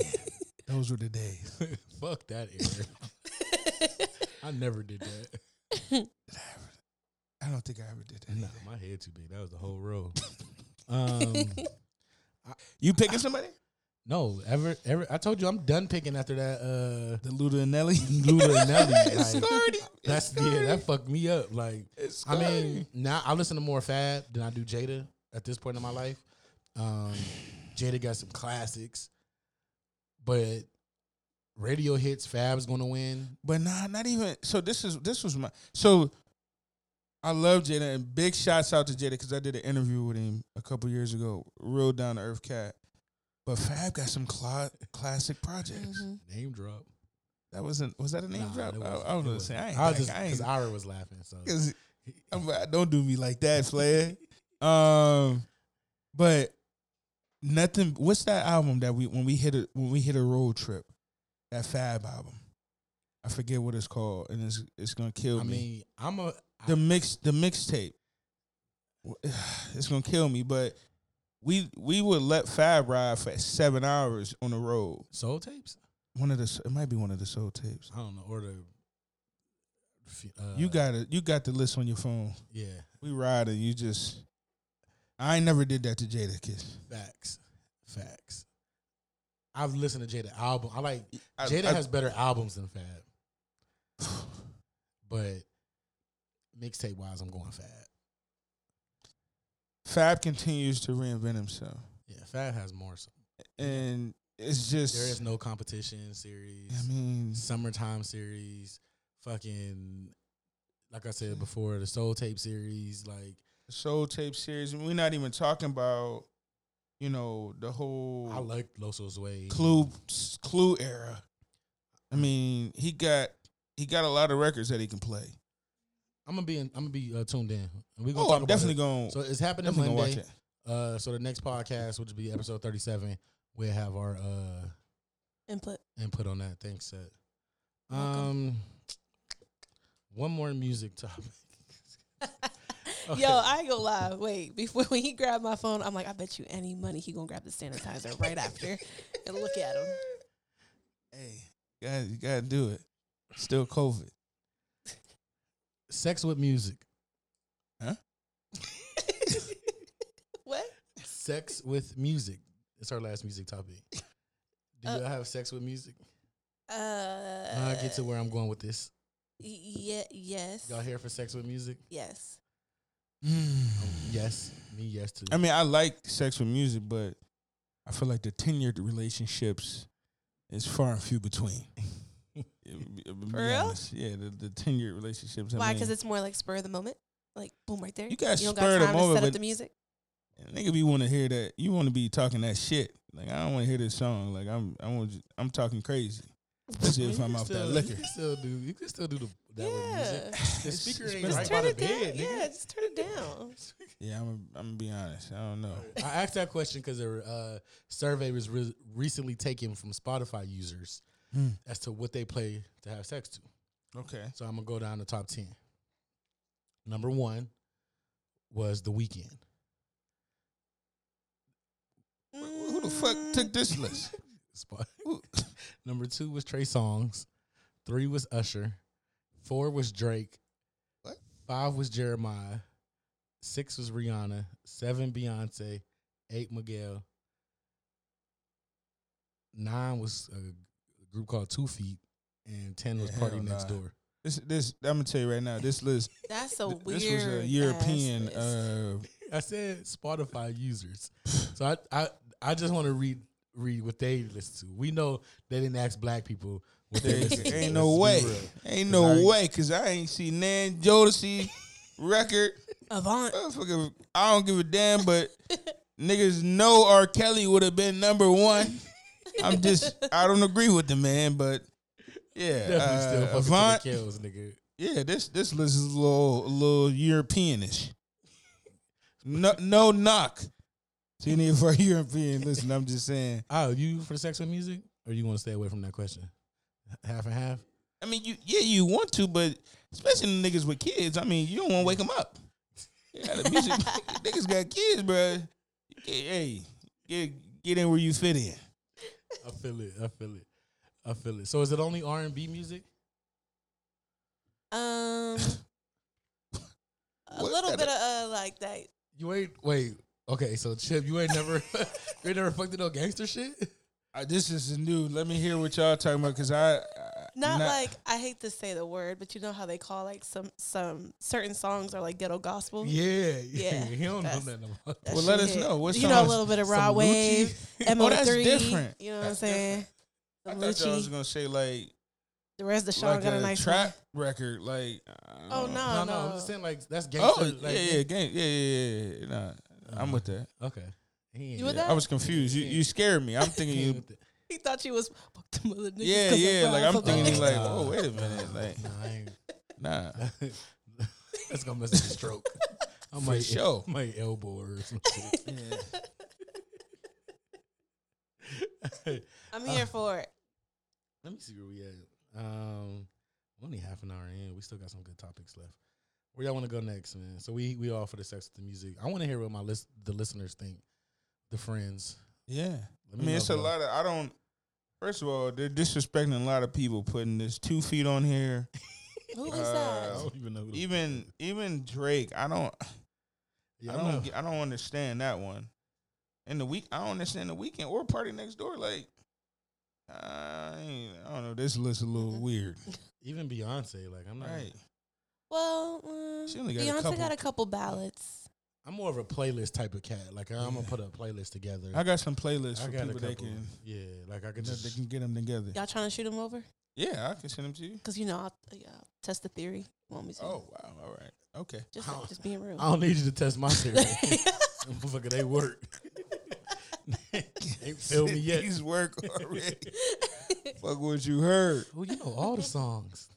F: those were the days.
D: Fuck that era. I never did that.
F: I don't think I ever did that.
D: Nah,
F: either.
D: my head too big. That was the whole row. Um,
F: You picking somebody?
D: no, ever, ever. I told you I'm done picking after that. Uh,
F: The Luda and Nelly.
D: Luda and Nelly.
F: It's
D: like,
F: Cardi.
D: that's
F: It's
D: yeah,
F: Cardi.
D: that fucked me up. Like,
F: It's
D: I mean,
F: Cardi.
D: now I listen to more Fab than I do Jada at this point in my life. Um, Jada got some classics, but radio hits. Fab's gonna win.
F: But nah, not even. So this is this was my so. I love Jada and big shouts out to Jada because I did an interview with him a couple years ago. Real down to earth cat, but Fab got some cla- classic projects.
E: Mhm.
D: Name drop.
F: That wasn't was that a name
D: Nah, it
F: drop? I,
D: wasn't.
F: I Mm-hmm. was
D: It
F: gonna
D: wasn't.
F: say I ain't.
D: I was
F: back.
D: just
F: I
D: because
F: ain't
D: Ira was laughing. So
F: 'cause I'm, I don't do me like that, Flair. um, but nothing. What's that album that we when we hit a when we hit a road trip? That Fab album. I forget what it's called, and it's it's gonna kill
D: I
F: me.
D: mean, I'm a. I-
F: the mix the mixtape. It's gonna kill me, but we we would let Fab ride for seven hours on the road.
D: soul tapes.
F: One of the it might be one of the soul tapes.
D: I don't know. Or the. Uh,
F: You got it. You got the list on your phone.
D: yeah
F: We riding. You just. I ain't never did that to Jada Kiss.
D: facts, facts. I've listened to Jada album. I like
F: I-
D: Jada
F: I-
D: has better albums than Fab, but mixtape wise, I'm going Fab.
F: Fab continues to reinvent himself,
D: Yeah, Fab has more. So.
F: and it's
D: There
F: just.
D: is no competition series,
F: I mean,
D: summertime series, fucking. Like I said before, the Soul Tape series, like
F: Soul Tape series. We're not even talking about, you know, the whole
D: I like Loso's Way.
F: Clue Clue era. I mean, he got he got a lot of records that he can play.
D: I'm gonna be in, I'm gonna be uh, tuned in. And we
F: Oh, I'm definitely
D: going.
F: going.
D: So
F: to
D: it's happening
F: definitely gonna
D: Monday.
F: watch it.
D: Uh, so the next podcast, which will be episode 37, we'll have our uh
E: Input.
D: input on that. Thanks, Seth.
E: welcome.
D: Um, one more music topic. Okay.
E: Yo, I ain't gonna lie. Wait, before when he grabbed my phone, I'm like, I bet you any money he gonna grab the sanitizer right after and look at him.
F: Hey, you gotta, you gotta do it. Still COVID.
D: sex with music.
E: what?
D: Sex with music. It's our last music topic. Do
E: Uh,
D: you have sex with music?
E: Uh,
D: Now I get to where I'm going with this.
E: y- yeah, yes,
D: Y'all here for sex with music? Um,
E: yes.
D: Mm. Yes, me yes too.
F: I mean, I like sex with music, but I feel like the tenured relationships is far and few between.
E: For real?
F: real? Yeah, the, the tenured relationships. I
E: Why?
F: mean,
E: Because it's more like spur of the moment. Like boom, right there.
F: You gotta
E: don't
F: spur the moment,
E: to set
F: but-
E: up the music.
F: nigga, be want to hear that. You want to be talking that shit. Like I don't want to hear this song. Like I'm, I want, I'm talking crazy. Let's see if I'm off that liquor.
D: You can still do. You can still do the that with music.
E: Yeah,
D: The
F: It's-
D: speaker
F: it's
D: ain't
F: been a
D: right
E: just
D: by
E: turn
D: the
E: it down.
D: bed. nigga.
E: yeah, just turn it down.
F: Yeah, I'm, I'm gonna be honest. I don't know.
D: I asked that question because a uh, survey was re- recently taken from Spotify users
F: Hmm.
D: as to what they play to have sex to.
F: Okay.
D: So I'm gonna go down the top ten. Number one was The Weeknd.
F: Wh- Who the fuck
E: Mm,
F: took this list?
D: Spot.
F: Who-
D: Number two was Trey Songz. Three was Usher. Four was Drake.
F: What?
D: Five was Jeremiah. Six was Rihanna. Seven Beyonce. Eight Miguel. Nine was a group called Two Feet, and ten was
F: Yeah,
D: Party
F: hell
D: Next
F: nah.
D: Door.
F: This, this, I'm gonna tell you right now. This list,
E: That's a
F: th-
E: weird.
F: this was a
E: ass
F: European.
E: list.
F: Uh,
D: I said Spotify users, so I I, I just want to read read what they listen to. We know they didn't ask black people what they listen to.
F: ain't no way.
D: Let's be real. 'Cause I
F: Ain't no
D: ain't-
F: way, cause I ain't seen Nan Jodeci record.
E: Avant.
F: Motherfucker, I don't give a damn, but Niggas know R. Kelly would have been number one. I'm just, I don't agree with the man, but yeah,
D: Definitely still
F: uh,
D: fucking to the
F: Avant-
D: kills, nigga.
F: yeah, this this list is a little a little Europeanish. No, no knock to any of our European. Listen, I'm just saying.
D: Oh, you for sex and music, or you want to stay away from that question? Half and half.
F: I mean, you yeah, you want to, but especially the niggas with kids. I mean, you don't want to wake them up. Yeah, the music, niggas got kids, bro. Hey, get get in where you fit in.
D: I feel it. I feel it. I feel it. So is it only R and B music?
E: Um, a
F: What
E: little
F: kinda-
E: bit of uh, like that.
D: You ain't wait. Okay, so Chip, you ain't never, you ain't never fucked with no gangster shit.
F: Uh, this is new. Let me hear what y'all talking about, cause I, I
E: Not like I hate to say the word, but you know how they call like some some certain songs are like ghetto gospel.
D: Yeah,
E: Yeah,
D: He don't know
E: that's-
D: nothing about.
E: That
F: Well,
E: shit
F: let us
E: hit.
F: know. What
E: you know a
F: songs?
E: little bit of
D: Some
E: raw
D: Lucci?
E: wave, MO3.
F: Oh, that's different.
E: You know what I'm
F: That's
E: saying?
F: I
E: Some
F: thought y'all was
E: Lucci.
F: gonna say like
E: The rest of the show
F: like
E: got a,
F: a,
E: nice
F: trap record, like uh,
E: one.
D: No,
E: Oh no,
D: no, I'm
E: no.
D: just saying like that's gangster.
F: Oh
D: like,
F: yeah, yeah, game, yeah, yeah, yeah, yeah. Nah, I'm with that.
D: Okay. He ain't
E: You with
D: yeah.
E: that?
F: I was confused. You you scared me. I'm thinking
D: He ain't
F: you.
D: with that.
E: He thought you was fuck them other niggas
F: Yeah,
E: 'cause I'm
F: yeah. Like
E: proud
F: I'm
E: of them.
F: thinking you
D: Nah,
F: like,
D: nah,
F: oh wait a minute, like
D: Nah, I ain't-
F: nah.
D: that's gonna mess up the stroke. I might
F: sure.
D: my elbow or something.
E: I'm here for it.
D: Let me see where we at. Um, we're only half an hour in. We still got some good topics left. Where y'all want to go next, man? So we we all for the sex with the music. I want to hear what my list the listeners think, the friends.
F: Yeah.
D: Let
F: I mean,
D: know
F: it's a
D: if y'all-
F: lot of. I don't. First of all, they're disrespecting a lot of people putting this two feet on here.
E: Who is
F: Uh,
D: I
E: that?
D: don't even know. who the-
F: Even even Drake, I don't.
D: yeah,
F: I don't. get- I don't understand that one. And the week, I don't understand the weekend or party next door. Like, I, ain't- I don't know. This list a little weird.
D: even Beyonce. Like I'm not.
F: Right.
E: Well, um,
F: She only got a
E: Beyonce
F: couple.
E: got a couple ballads.
D: I'm more of a playlist type of cat. Like I'm gonna put a playlist together.
F: I got some playlists
D: I
F: for
D: got a
F: people that
D: couple.
F: can
D: Yeah, like I could
F: that they
D: just.
F: can get them together.
E: Y'all trying to shoot him over?
F: Yeah, I can send them to you.
E: Cause you know I'll, yeah, I'll test the theory. Want me to?
F: Oh wow! All right. Okay.
E: just
D: how-
E: just being real.
D: I don't need you to test my theory. Motherfucker, they work. Ain't feel me yet.
F: These work already. Fuck what you heard.
D: Well, you know all the songs.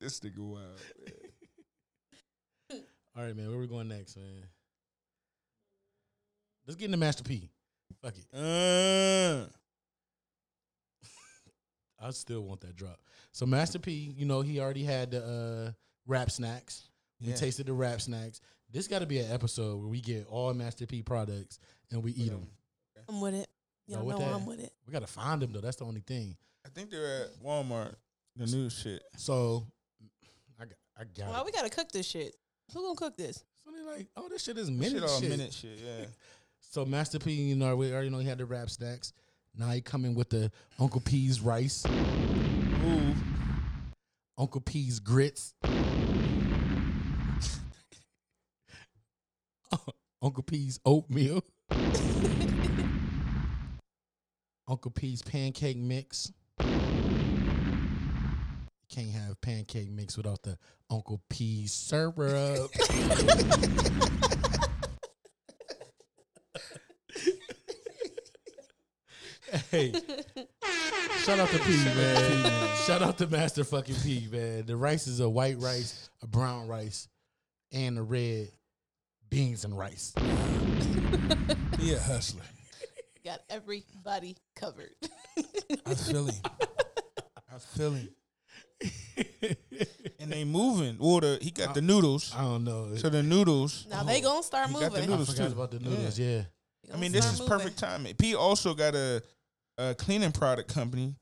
F: This nigga wild. man.
D: All right, man. Where we going next, man? Let's get into Master P. Fuck it.
F: Uh,
D: I still want that drop. So Master P, you know, he already had the uh, rap snacks. We
F: Yeah.
D: tasted the rap snacks. This got to be an episode where we get all Master P products and we eat them.
E: I'm with it.
D: No,
E: Y'all
D: what
E: know
D: that-
E: I'm with it.
D: We got to find them though. That's the only thing.
F: I think they're at Walmart. The new shit.
D: So I got, I got.
E: Why
D: it.
E: we gotta cook this shit? Who gonna cook this?
D: So they like, oh, this shit is
F: Minute
D: minute
F: shit
D: shit.
F: all minute shit. Yeah.
D: So Master P, you know, we already know he had the rap snacks. Now he coming with the Uncle P's rice,
F: Ooh.
D: Uncle P's grits, Uncle P's oatmeal, Uncle P's pancake mix. Can't have pancake mix without the Uncle P's syrup. hey, shout out to P, man. Shout out to Master fucking P, man. The rice is a white rice, a brown rice, and a red beans and rice.
F: He a hustler.
E: Got everybody covered.
F: I feel him. I feel him. And they moving. Well, the, he got the noodles.
D: I don't know.
F: So the noodles.
D: Oh.
E: now they gonna start
F: You got the
E: moving.
D: I
F: noodles
D: forgot
F: too.
D: about the noodles. Yeah.
E: They
F: I
E: gonna
F: mean, this
E: start
F: is
E: moving.
F: perfect timing. P also got a, a cleaning product company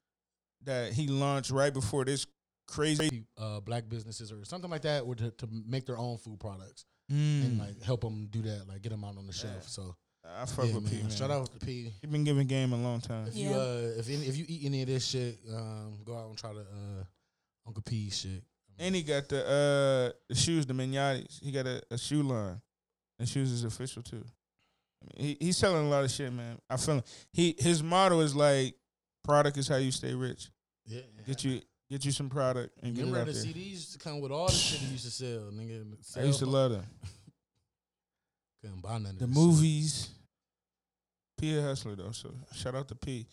F: that he launched right before this crazy.
D: Uh, black businesses or something like that, or to, to make their own food products and
F: Mm.
D: like help them do that, like get them out on the shelf.
F: Yeah.
D: So
F: I fuck
D: yeah,
F: with P.
D: man.
F: Man.
D: shout out to P.
F: He been giving game a long time.
D: If you
E: Yeah.
D: uh, if any, if you eat any of this shit, um, go out and try the uh, Uncle P shit.
F: And he got the uh the shoes, the Mignotis. He got a, a shoe line. And shoes is official too. I mean, he he's selling a lot of shit, man. I feel him. He his motto is like, product is how you stay rich.
D: Yeah,
F: Get you get you some product and get it
D: Remember
F: out
D: the
F: there.
D: CDs used to come with all the shit he used to sell, nigga.
F: I used to
D: Sell-
F: love them.
D: Couldn't buy none of
F: the
D: this
F: movies. P a hustler though, so shout out to P.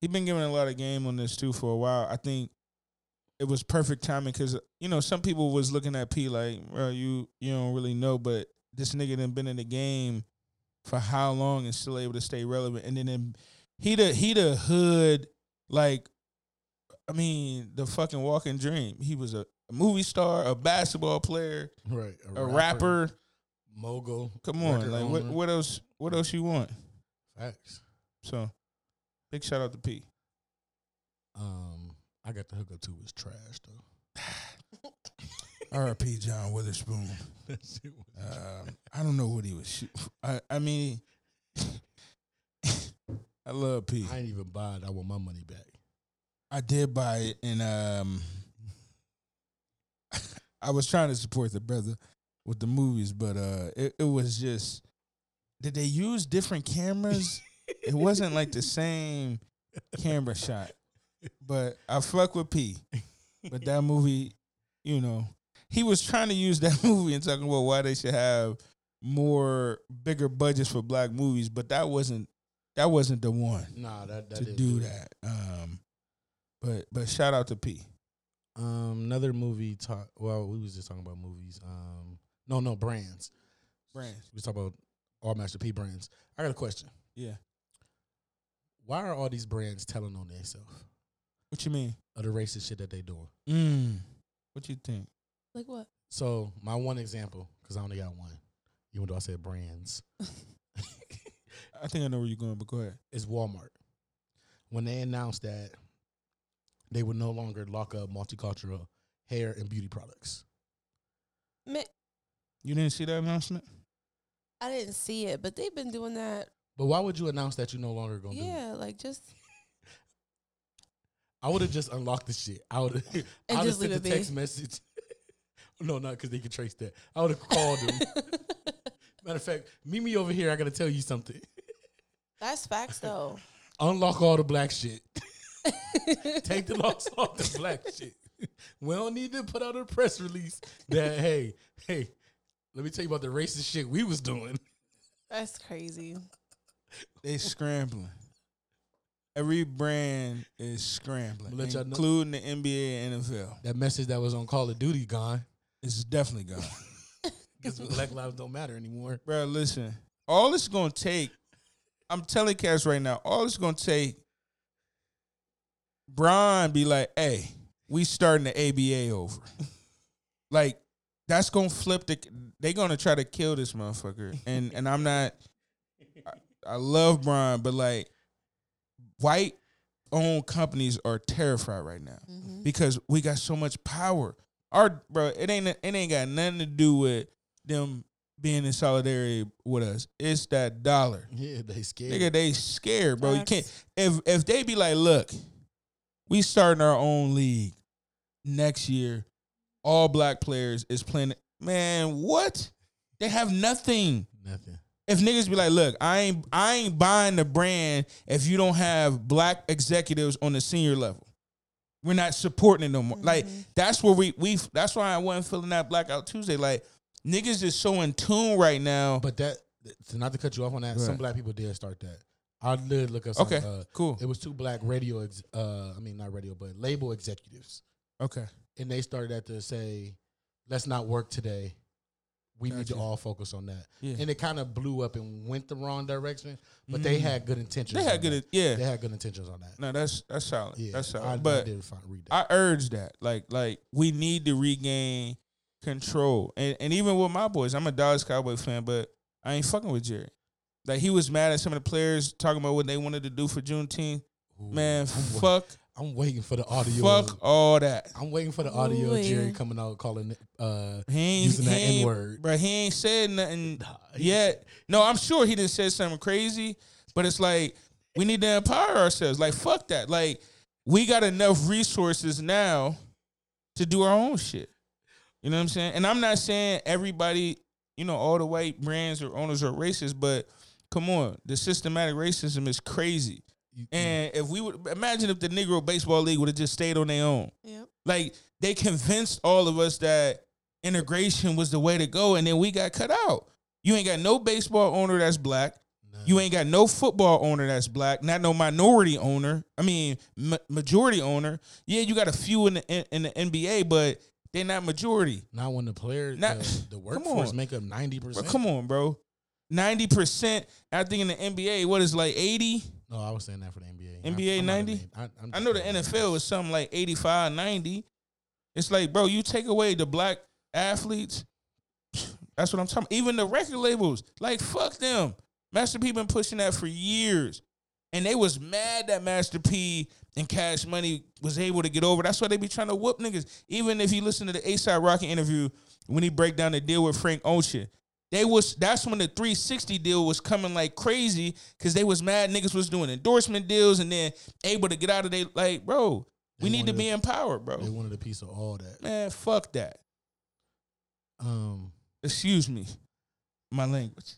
F: He been giving a lot of game on this too for a while. I think it was perfect timing because you know some people was looking at P like, bro, you you don't really know, but this nigga done been in the game for how long and still able to stay relevant, and then him- he the he the hood like, I mean the fucking walking dream. He was a movie star, a basketball player,
D: shit. Right.
F: a rapper.
D: mogul.
F: Come on,
D: record
F: like what
D: owner.
F: what else what else you want?
D: Facts.
F: So big shout out to P.
D: Um, I got the hookup to was trash though.
F: R.P. John Witherspoon.
D: that shit was
F: Um, I don't know what he was. Shoot- I I mean, I love P.
D: I ain't even buy it. I want my money back.
F: I did buy it, and um, I was trying to support the brother with the movies, but uh, it, it was just did they use different cameras? it wasn't like the same camera shot, but I fuck with P. But that movie, you know, he was trying to use that movie and talking about why they should have more bigger budgets for black movies, but that wasn't that wasn't the one
D: Nah, that, that
F: to
D: didn't
F: do
D: it.
F: that. Um, but but shout out to P.
D: Um, another movie talk. Well, we was just talking about movies. Um, no, no brands.
F: Brands.
D: We was talking about all Master P brands. I got a question.
F: Yeah.
D: Why are all these brands telling on themselves
F: What you mean?
D: of the racist shit that they doing?
F: Mm. What you think?
E: Like what?
D: So my one example, because I only got one, even though I said brands,
F: I think I know where you're going, but go ahead.
D: is Walmart. When they announced that they would no longer lock up multicultural hair and beauty products,
E: Ma-
F: You didn't see that announcement?
E: I didn't see it, but they've been doing that.
D: but why would you announce that you no longer gonna do it?
E: Yeah, like just
D: I would have just unlocked the shit. I would have. I would
E: And
D: have
E: just
D: sent a
E: leave it be.
D: text message. no, not because they could trace that. I would have called them. Matter of fact, meet me over here. I gotta tell you something.
E: that's facts though.
D: Unlock all the black shit. Take the locks off the black shit. We don't need to put out a press release that hey, hey, let me tell you about the racist shit we was doing.
E: That's crazy.
F: They scrambling. Every brand is scrambling,
D: Let y'all know-
F: including the NBA and NFL.
D: That message that was on Call of Duty gone.
F: It's definitely gone.
D: Because black lives don't matter anymore.
F: Bro, listen. All it's gonna take, I'm telling cats right now, all it's gonna take, Brian be like, hey, we starting the ABA over. like, that's gonna flip the they gonna try to kill this motherfucker. And and I'm not I, I love Brian, but like white owned companies are terrified right now
E: Mm-hmm.
F: because we got so much power. Our bro, it ain't it ain't got nothing to do with them being in solidarity with us. It's that dollar.
D: Yeah, they scared.
F: Nigga, they scared, bro. You can't
E: Facts.
F: if if they be like, look, we starting our own league next year. All black players is playing. Man, what? They have nothing.
D: Nothing.
F: If niggas be like, look, I ain't I ain't buying the brand if you don't have black executives on the senior level. We're not supporting it no more. Like that's where we we that's why I wasn't feeling that blackout Tuesday. Like niggas is so in tune right now.
D: But that to not to cut you off on that, some
F: Right.
D: black people did start that. I did look up. Some,
F: Okay,
D: uh,
F: cool.
D: It was two black radio, ex- uh, I mean not radio, but label executives,
F: okay.
D: and they started that to say, "Let's not work today. We need to
F: Gotcha.
D: all focus on that."
F: Yeah.
D: And it kind of blew up and went the wrong direction, but they had good intentions.
F: Mm. They had
D: on
F: good e,
D: that.
F: yeah.
D: They had good intentions on that.
F: No, that's that's solid.
D: Yeah,
F: that's solid.
D: I, I
F: but
D: did find, read that.
F: I urge that. Like like we need to regain control. And and even with my boys, I'm a Dallas Cowboy fan, but I ain't fucking with Jerry. Like he was mad at some of the players talking about what they wanted to do for Juneteenth.
D: Ooh,
F: Man,
D: I'm wait-
F: fuck
D: I'm waiting for the audio.
F: fuck all that.
D: I'm waiting for the audio.
E: Ooh,
D: Jerry
E: yeah.
D: coming out calling it, uh,
F: He ain't,
D: using
F: he
D: that
F: ain't-
D: N word.
F: Bro, he ain't said nothing
D: he-
F: yet. No, I'm sure he didn't say something crazy, but it's like we need to empower ourselves. Like fuck that. Like we got enough resources now to do our own shit. You know what I'm saying? And I'm not saying everybody, you know, all the white brands or owners are racist, but come on, the systematic racism is crazy.
D: You-
F: And if we would imagine if the Negro Baseball League would have just stayed on their own.
E: Yep.
F: Like they convinced all of us that integration was the way to go, and then we got cut out. You ain't got no baseball owner that's black. You ain't got no football owner that's black, not no minority owner. I mean, ma- majority owner. Yeah, you got a few in the in, in the NBA, but they're not majority.
D: Not when the player,
F: Not-
D: the, the
F: come
D: workforce
F: on.
D: make up ninety
F: Bro,
D: percent.
F: come on, bro. Ninety percent. I think in the NBA, what is it, like eighty?
D: No, I was saying that for the NBA. I-
F: NBA
D: I'm not a
F: 90?
D: name. I, I'm
F: I
D: just
F: know the
D: saying.
F: NFL is something like 85, 90. It's like, bro, you take away the black athletes. That's what I'm talking. Even the record labels, like fuck them. Master P been pushing that for years, and they was mad that Master P and Cash Money was able to get over. That's why they be trying to whoop niggas. Even if you listen to the A Side Rocky interview when he break down the deal with Frank Ocean, they was that's when the 360 deal was coming like crazy because they was mad niggas was doing endorsement deals and then able to get out of they like, bro, we
D: They
F: need to
D: wanted-
F: be empowered,
D: They
F: bro.
D: wanted a piece of all that.
F: Man, fuck that.
D: Um,
F: Excuse me, my language.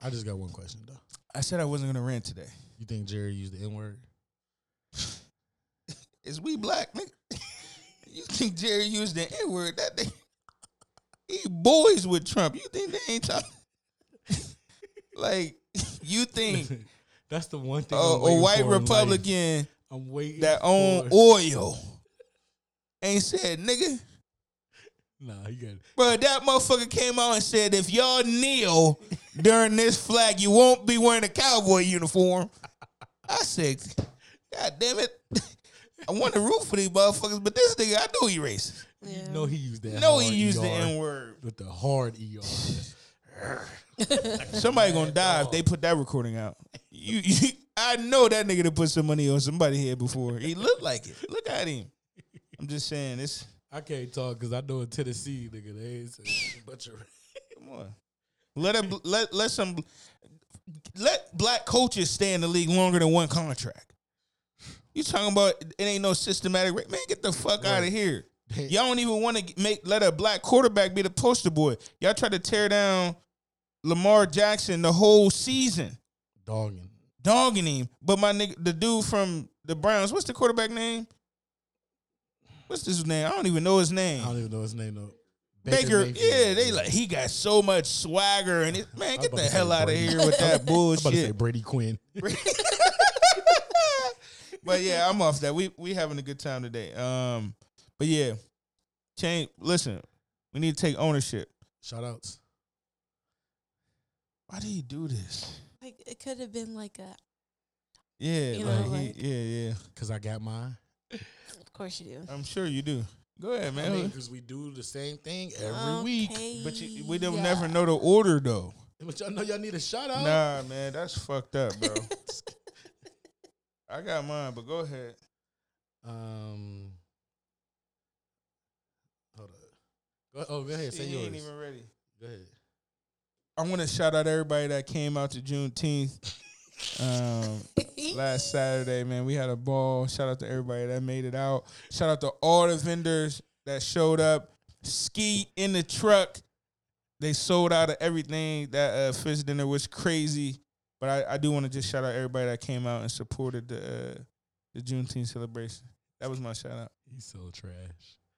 D: I just got one question though.
F: I said I wasn't gonna rant today.
D: You think Jerry used the N word?
F: Is we black, nigga? you think Jerry used the N word that day? He boys with Trump. You think they ain't talking? like, you think
D: That's the one
F: a,
D: thing. I'm
F: a
D: waiting
F: white
D: for in life.
F: Republican?
D: I'm waiting
F: that
D: for-
F: own oil. Ain't said, nigga.
D: Nah, you got it.
F: Bro, that motherfucker came out and said, if y'all kneel during this flag, you won't be wearing a cowboy uniform. I said, God damn it. I want to root for these motherfuckers, but this nigga, I know he racist.
E: Yeah.
D: No, he used that.
F: No,
D: hard
F: he used the
D: ER
F: N word.
D: with the hard er.
F: Somebody gonna die if they put that recording out. You, you, I know that nigga to put some money on somebody here before. He looked like it. Look at him. I'm just saying, it's
D: I can't talk because I know in Tennessee, nigga, they ain't say butcher.
F: Come on. Let a, let let some let black coaches stay in the league longer than one contract. You talking about it ain't no systematic rate. Man, get the fuck out of here. Y'all don't even want to make let a black quarterback be the poster boy. Y'all tried to tear down Lamar Jackson the whole season,
D: Dogging.
F: dogging him. But my nigga, the dude from the Browns, what's the quarterback name? What's his name? I don't even know his name.
D: I don't even know his name though.
F: Baker,
D: Mayfield.
F: yeah, they like he got so much swagger and it, man, get
D: about
F: the
D: to say
F: hell out of
D: Brady.
F: here with that
D: I'm about to say
F: bullshit.
D: Brady Quinn.
F: but yeah, I'm off that. We we having a good time today. Um, but yeah, change. Listen, we need to take ownership.
D: Shout outs.
F: Why do you do this?
E: Like it could have been like a.
F: Yeah,
E: You
F: like,
E: know,
F: he-
E: like-
F: yeah, yeah.
D: Cause I got mine.
E: Of course you do.
F: I'm sure you do. Go ahead,
D: I
F: man.
D: mean, cause we do the same thing every
F: Oh.
D: week.
E: Okay,
F: but you, we don't
E: yeah.
F: never know the order though.
D: But y'all know y'all need a shout out.
F: Nah, man, that's fucked up, bro. I got mine, but go ahead.
D: Um. Hold up. Go, oh, go ahead. Say
F: Shit, he
D: yours.
F: ain't even ready.
D: Go ahead.
F: I want to shout out everybody that came out to Juneteenth um, last Saturday, man. We had a ball. Shout out to everybody that made it out. Shout out to all the vendors that showed up. Ski in the truck. They sold out of everything. That uh, fish dinner was crazy. But I, I do want to just shout out everybody that came out and supported the uh, the Juneteenth celebration. That was my shout out.
D: He's so trash.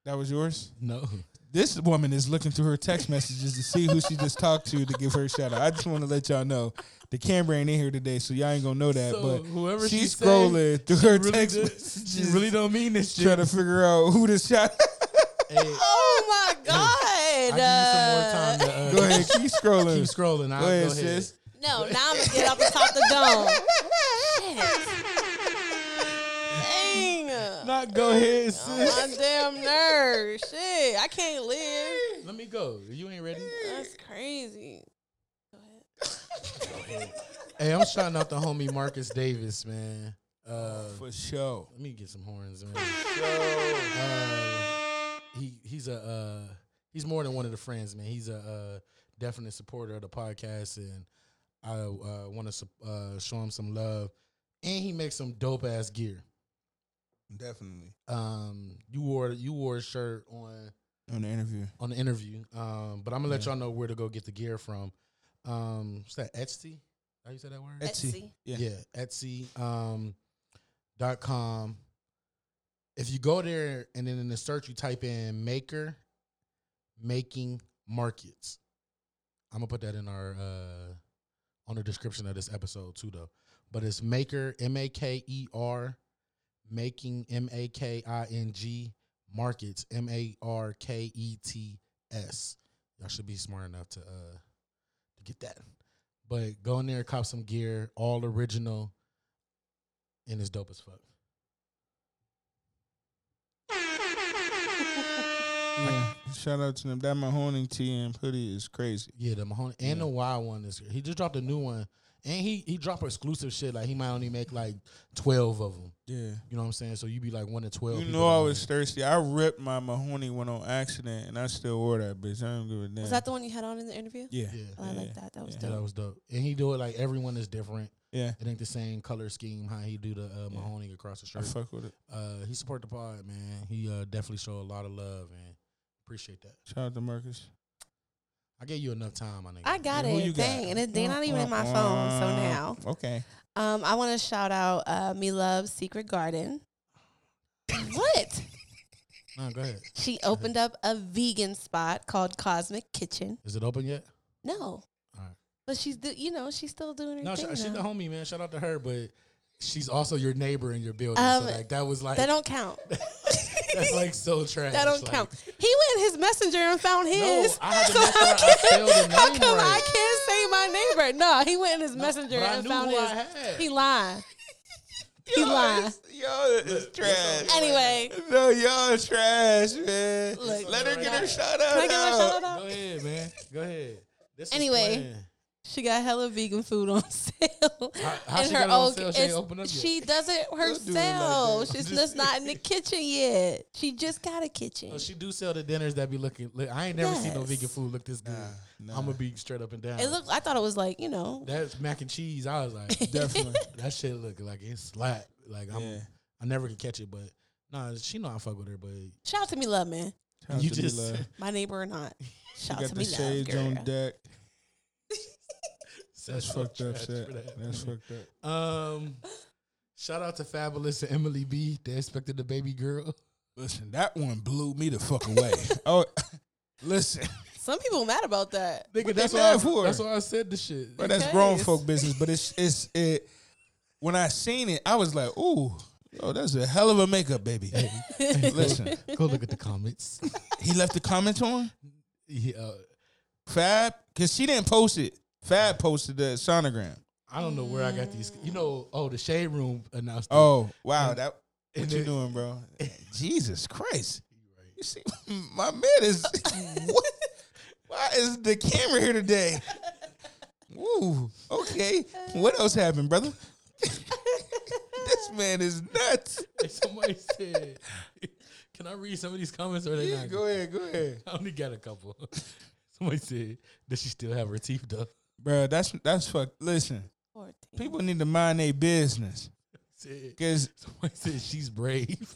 F: That was yours.
D: No.
F: This woman is looking through her text messages to see who she just talked to to give her a shout out. I just want to let y'all know the camera ain't in here today, so y'all ain't gonna know that.
D: So,
F: but
D: whoever
F: she's
D: she say,
F: scrolling through her
D: really
F: text
D: do-
F: messages,
D: she really don't mean this shit.
F: trying to figure out who to shout.
D: Hey,
E: Oh my
D: I give you some more time.
E: god!
D: To, uh,
F: go ahead, keep scrolling.
D: Keep scrolling. I'll
F: Go ahead,
D: go ahead.
F: sis.
E: No, now I'm gonna get up and top the dome. Shit. Dang. Oh,
D: Not go ahead, sis.
E: My damn nerve. Shit, I can't live.
D: Let me go. You ain't ready.
E: That's crazy. Go ahead.
D: Hey, I'm shouting out the homie Marcus Davis, man. Uh,
F: For sure.
D: let me get some horns, man. Uh, he he's a uh, he's more than one of the friends, man. He's a uh, definite supporter of the podcast, and I uh, want to uh, show him some love. And he makes some dope ass gear.
F: Definitely.
D: Um, you wore you wore a shirt on
F: On the interview.
D: on the interview, um, but I'm gonna let
F: Yeah.
D: y'all know where to go get the gear from. Um, what's that Etsy? How you say that word?
F: Etsy.
E: Etsy.
F: Yeah.
D: yeah, Etsy um, dot com. If you go there and then in the search you type in maker making markets, I'm gonna put that in our uh on the description of this episode too, though. But it's Maker M A K E R, making M A K I N G markets M A R K E T S. Y'all should be smart enough to uh to get that. But go in there, cop some gear, all original, and it's dope as fuck.
F: Yeah. Shout out to them. That Mahoning TM hoodie is crazy.
D: Yeah, the Mahoney and the Wild one is. He just dropped a new one, and he he dropped exclusive shit. Like he might only make like twelve of them.
F: Yeah.
D: You know what I'm saying? So you be like one to twelve.
F: You
D: people
F: know I
D: that
F: was
D: win.
F: thirsty. I ripped my Mahoney one on accident, and I still wore that bitch. I don't give a damn.
E: Was that the one you had on in the interview?
F: Yeah.
D: Yeah.
E: Oh, I like that. That was
D: Yeah, that
E: dope.
D: was dope. And he do it like everyone is different.
F: Yeah.
D: It ain't the same color scheme how he do the uh, Mahoney across the
F: I
D: shirt.
F: fuck with it.
D: Uh, he support the pod, man. He uh, definitely show a lot of love and appreciate that.
F: Shout out to Marcus.
D: I gave you enough time, my nigga.
E: I got
F: Who you
E: it.
F: got?
E: Dang. And it, they're not even in my
D: Uh-uh.
E: phone. So now.
F: Okay.
E: Um, I want to shout out uh, Me Love's Secret Garden. what?
D: No, go ahead.
E: She opened up a vegan spot called Cosmic Kitchen.
D: Is it open yet?
E: No.
D: Alright.
E: But she's, do, you know, she's still doing her
D: No, sh-
E: thing.
D: she's the
E: now.
D: homie, man. Shout out to her, but she's also your neighbor in your building.
E: Um,
D: so like that was like
E: that don't count.
D: that's like so trash.
E: That don't
D: like,
E: count. He went in his messenger and found
D: No,
E: his.
D: I had to
E: So
D: make sure
E: how
D: I spelled the
E: can- How
D: name
E: come I
D: right.
E: can't say my neighbor? No, he went in his messenger
D: but I
E: and
D: knew
E: found
D: who I
E: his.
D: had.
E: He lying. he lying.
F: Y'all is trash.
E: Anyway, can
F: No, y'all is trash, man.
E: Look.
F: Let her get her shout out.
E: I give her a shout
D: Go
E: out?
D: ahead, man. Go ahead. This is
E: Anyway.
D: planned.
E: She got hella vegan food on sale.
D: how she got it on sale? She ain't opened up yet.
E: she does it
F: do it like
E: herself.
F: that.
E: She's just not in the kitchen yet. She just got a kitchen.
D: Oh, she do sell the dinners that be looking. Look, I ain't never seen no
E: Yes.
D: vegan food look this good. I'm gonna be straight up and down.
E: it looked. I thought it was like you know.
D: That's mac and cheese. I was like,
F: Definitely.
D: that shit look like it's slap. Like I'm,
F: Yeah.
D: I never could catch it. But nah, she know I fuck with her. But
E: Shout out to me, love man.
F: Shout out
D: you
F: to me,
D: just
F: love.
E: My neighbor or not. Shout out
F: got
E: to
F: the
E: me, love
F: shades on
E: girl.
F: deck.
D: said
F: That's
D: so
F: fucked up
D: trash
F: shit.
D: for that.
F: That's fucked up.
D: Um, shout out to Fabulous and Emily B. They expected the baby girl.
F: Listen, that one blew me the fuck away. oh, listen,
E: Some people mad about that.
D: Nigga,
F: they
D: that's why.
F: mad
D: I,
F: for?
D: That's why I said the shit.
F: bro, that's
E: Okay.
F: grown folk business. But it's it's it. When I seen it, I was like, ooh, oh, that's a hell of a makeup, baby. listen,
D: Go look at the comments.
F: he left the comment on
D: yeah, uh,
F: Fab because she didn't post it. Fab posted the sonogram.
D: I don't know where I got these. You know, oh, the shade room announced. it.
F: Oh wow, that what
D: and
F: you
D: it-
F: doing, bro? Jesus Christ! You see, my man is what? Why is the camera here today? Ooh, okay. What else happened, brother? this man is nuts.
D: Like somebody said, can I read some of these comments or are they
F: Yeah,
D: not?
F: go ahead, go ahead,
D: I only got a couple. Somebody said, does she still have her teeth done?
F: bro. That's that's fuck. Listen,
E: 14.
F: people need to mind their business
D: Said,
F: because
D: somebody said she's brave.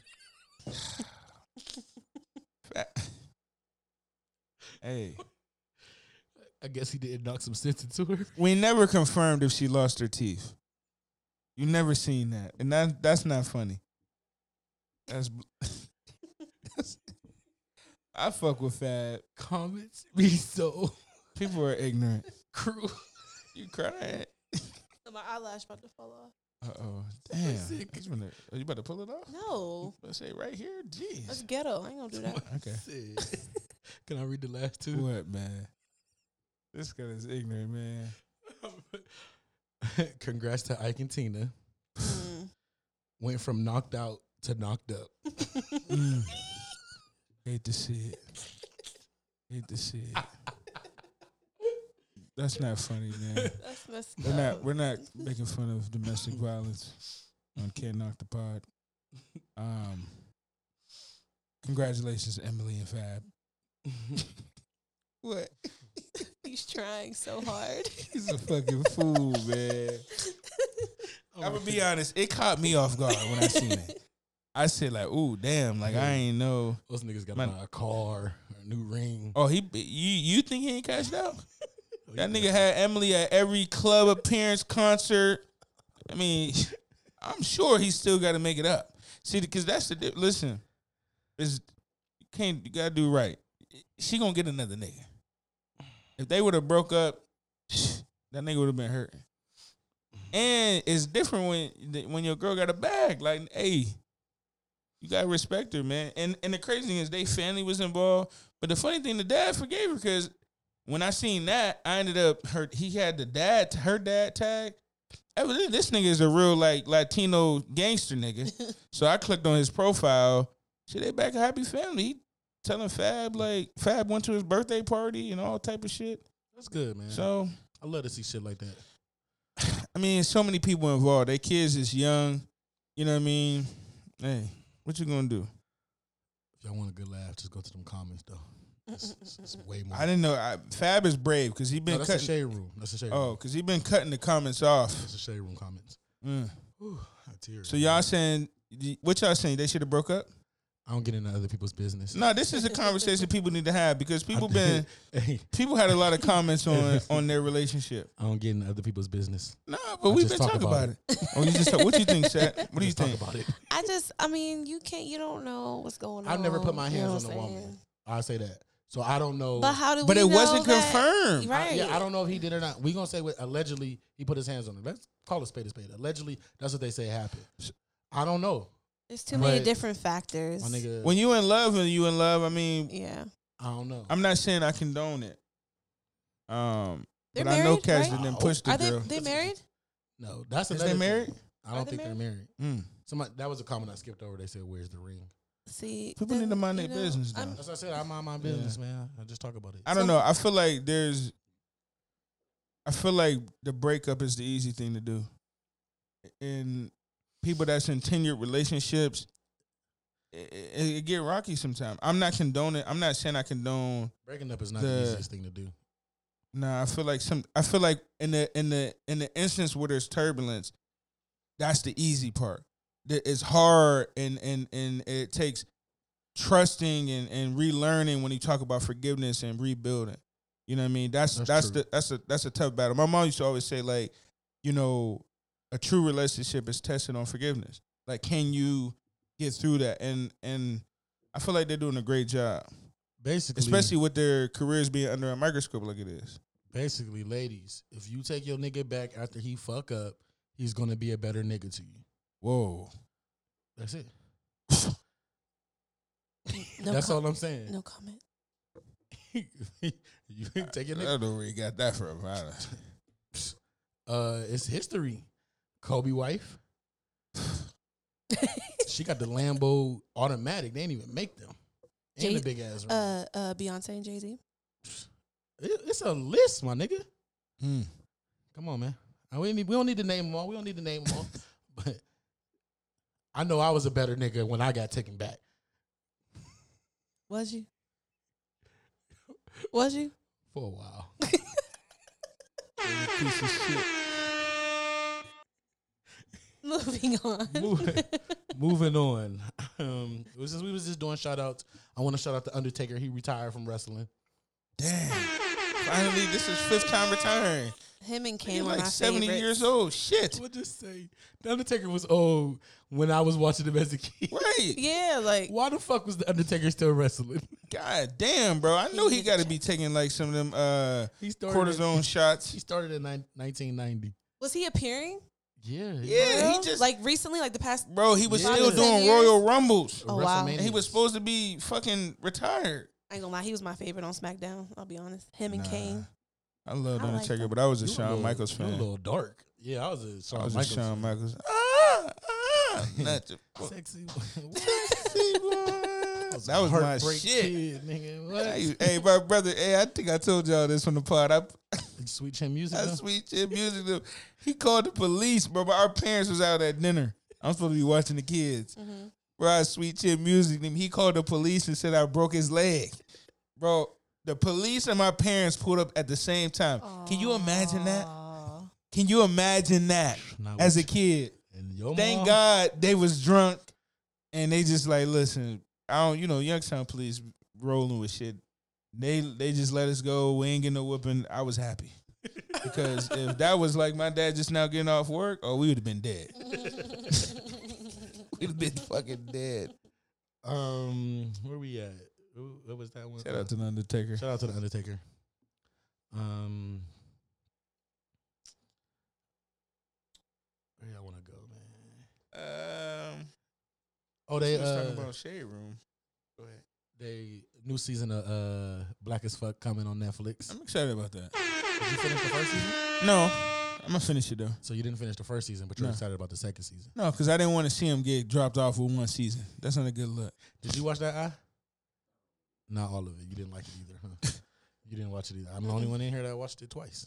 F: hey,
D: I guess he didn't knock some sense into her.
F: we never confirmed if she lost her teeth. You never seen that, and that that's not funny. That's, that's I fuck with Fab.
D: Comments be so
F: People are ignorant.
D: cruel.
F: You crying?
E: My eyelash about to fall off.
F: Uh oh. Damn.
D: Sick.
F: That's when it- Are oh, you about to pull it off?
E: No,
F: Let's say right here.
E: that's
F: Jeez.
E: ghetto. I ain't gonna do that.
F: Okay.
D: Said, can I read the last two?
F: What man? This guy is ignorant, man.
D: Congrats to Ike and Tina.
E: Mm.
D: Went from knocked out to knocked up.
F: Hate to see it. Hate to see it. That's not funny, man.
E: That's messed
F: We're
E: up.
F: not. We're not making fun of domestic violence on Can't Knock the Pod. Um. Congratulations, Emily and Fab. What?
E: He's trying so hard.
F: He's a fucking fool, man. I'm gonna be honest. It caught me off guard when I seen it. I said like, "Ooh, damn!" Like I ain't know.
D: Those niggas got
F: Man.
D: a car, a new ring.
F: Oh, he you you think he ain't cashed out? That nigga had Emily at every club appearance, concert. I mean, I'm sure he still got to make it up. See, because that's the di- listen. Is you can't you gotta do right. She gonna get another nigga. If they would have broke up, that nigga would have been hurt. And it's different when when your girl got a bag. Like, hey, you gotta respect her, man. And and the crazy thing is, they family was involved. But the funny thing, the dad forgave her because when I seen that, I ended up her. He had the dad, her dad tag. Evidently, this nigga is a real like Latino gangster nigga. so I clicked on his profile. Shit, they back a happy family. He telling Fab like Fab went to his birthday party and all type of shit.
D: That's good, man.
F: So
D: I love to see shit like that.
F: I mean, so many people involved. Their kids is young. You know what I mean? Hey, what you gonna do?
D: If y'all want a good laugh, just go to them comments though. It's, it's- it's way more.
F: I didn't know. I, Fab is brave because he
D: no,
F: been
D: that's a
F: cutting.
D: shade room. That's a shade.
F: Oh,
D: room.
F: because he been cutting the comments off.
D: that's a shade room comments.
F: Mm.
D: Whew, I tear.
F: So y'all saying what y'all saying? They should have broke up.
D: I don't get into other people's business.
F: No, this is a conversation people need to have because people been
D: hey,
F: people had a lot of comments on on their relationship.
D: I don't get into other people's business.
F: Nah, but we've
D: just
F: been
D: talk
F: talking
D: about
F: about, it. Oh, you just talk, what you think, Seth? What do you
D: Let's talk
F: think?
D: about it?
E: I just, I mean, you can't, you don't know what's going on.
D: I've never put my
E: you know
D: hands
E: what
D: on a
E: I'm
D: woman.
E: saying?
D: I say that. So I don't know.
E: But how do
F: But
E: we
F: it
E: know
F: wasn't
E: that-
F: confirmed.
D: I-
E: Right.
D: yeah, I don't know if he did or not. We gonna say what allegedly he put his hands on her. Let's call a spade a spade. Allegedly, that's what they say happened. I don't know,
E: There's too many
D: But-
E: different factors.
D: my nigga.
F: When you in love and you in love, I mean,
E: yeah.
D: I don't know.
F: I'm not saying I condone it. Um,
E: They're
F: but I know
E: married,
F: cats
E: right?
F: that didn't push the
E: Are
F: girl.
E: they, they married?
D: no, that's
F: Is
D: another.
F: they
D: thing.
F: married?
D: I don't
E: they
D: think they're married.
F: Mm.
D: Somebody that was a comment I skipped over. They said, "Where's the ring?"
E: See,
F: People need to mind
E: you
F: their
E: know,
F: business,
E: I'm-
D: That's what I said. I mind my business, man. I just talk about it.
F: I don't know. I feel like there's. I feel like the breakup is the easy thing to do. And people that's in tenured relationships, it, it, it get rocky sometimes. I'm not condoning. I'm not saying I condone.
D: Breaking up is not
F: The-
D: the easiest thing to do.
F: Nah, I feel like some. I feel like in the in the in the instance where there's turbulence, that's the easy part. That It's hard and and and it takes trusting and and relearning when you talk about forgiveness and rebuilding. You know what I mean? That's that's,
D: That's true.
F: the that's a that's a tough battle. My mom used to always say like, you know, a true relationship is tested on forgiveness. Like, can you get through that? And and I feel like they're doing a great job,
D: Basically,
F: especially with their careers being under a microscope like it is.
D: basically, ladies, if you take your nigga back after he fuck up, he's gonna be a better nigga to you.
F: Whoa.
D: That's it.
E: No
D: That's
E: com-
D: all I'm saying.
E: No comment.
D: you take your
F: I
D: nigga
F: don't know where you got that from. I don't-
D: Uh, it's history. Kobe wife. she got the Lambo automatic. They didn't even make them. And
E: Jay-
D: the big ass ring.
E: Uh, uh, Beyonce and Jay Z.
D: It- it's a list, my nigga. Come on, man. Uh, We, need, we don't need to name them all. We don't need to name them all. but I know I was a better nigga when I got taken back.
E: Was you? Was you?
D: For a while.
E: Moving on.
D: Move- Moving on. Um, it was just, we was just doing shout outs. I want to shout out to Undertaker. He retired from wrestling.
F: Finally, this is fifth time retiring.
E: Him and Cam
F: He's
E: are
F: like
E: my
F: 70
E: favorites.
F: years old. Shit.
D: We'll just say the Undertaker was old when I was watching him as a kid.
F: Right.
E: Yeah, like
D: Why the fuck was the Undertaker still wrestling?
F: God damn, bro. I knew he got to be taking like some of them uh,
D: He started.
F: cortisone
D: He
F: shots.
D: started in nine- 1990.
E: was he appearing?
D: Yeah.
F: Yeah,
E: Well,
F: he just.
E: like recently, like the past.
F: bro, he was
D: Yeah.
F: still doing
E: Years.
F: Royal Rumbles.
E: Oh, wow.
F: And he was supposed to be fucking retired.
E: I ain't gonna lie, he was my favorite on SmackDown. I'll be honest. Him and
F: Nah.
E: Kane.
F: I love
E: I like
F: Undertaker,
E: that.
F: but I was a
D: You
F: Shawn
D: little-
F: Michaels
D: you A
F: fan.
D: little dark. Yeah, I was a Shawn
F: I was a
D: Michaels.
F: Shawn Michaels. Ah, ah, not your-
D: Sexy.
F: Sexy boy. That was my
D: Heartbreak
F: shit.
D: Kid, nigga.
F: Hey,
D: What?
F: hey, my brother. Hey, I think I told y'all this from the pod. I,
D: Sweet Chin Music.
F: I
D: huh?
F: sweet shit music. to- He called the police, bro. But our parents was out at dinner. I'm supposed to be watching the kids.
D: Mm-hmm.
F: Bro, I sweet shit music. to him. He called the police and said I broke his leg. Bro, the police and my parents pulled up at the same time. Can you imagine that?
E: Aw.
F: Can you imagine that
D: Not
F: as a
D: with
F: kid?
D: And your
F: Thank
D: mom-
F: God they was drunk and they just like, listen, I don't, you know, Youngstown police rolling with shit. They they just let us go. We ain't getting no whooping. I was happy because if that was like my dad just now getting off work, oh, we would have been dead. We'd have been fucking dead.
D: Um, where we at? Who- What was that one?
F: Shout out to the Undertaker.
D: Shout out to the Undertaker. Um, where y'all want to go, man?
F: Um,
D: Oh, they
F: we was talking
D: uh,
F: about shade room. Go ahead.
D: they new season of uh Black as Fuck coming on Netflix.
F: I'm excited about that.
D: Did you finish the first season?
F: No, I'm gonna finish it though.
D: So you didn't finish the first season, but you're
F: No.
D: excited about the second season.
F: No, because I didn't want to see him get dropped off with one season. That's not a good look.
D: Did you watch that? Eye? Not all of it. You didn't like it either, huh? you didn't watch it either. I'm the only one in here that watched it twice.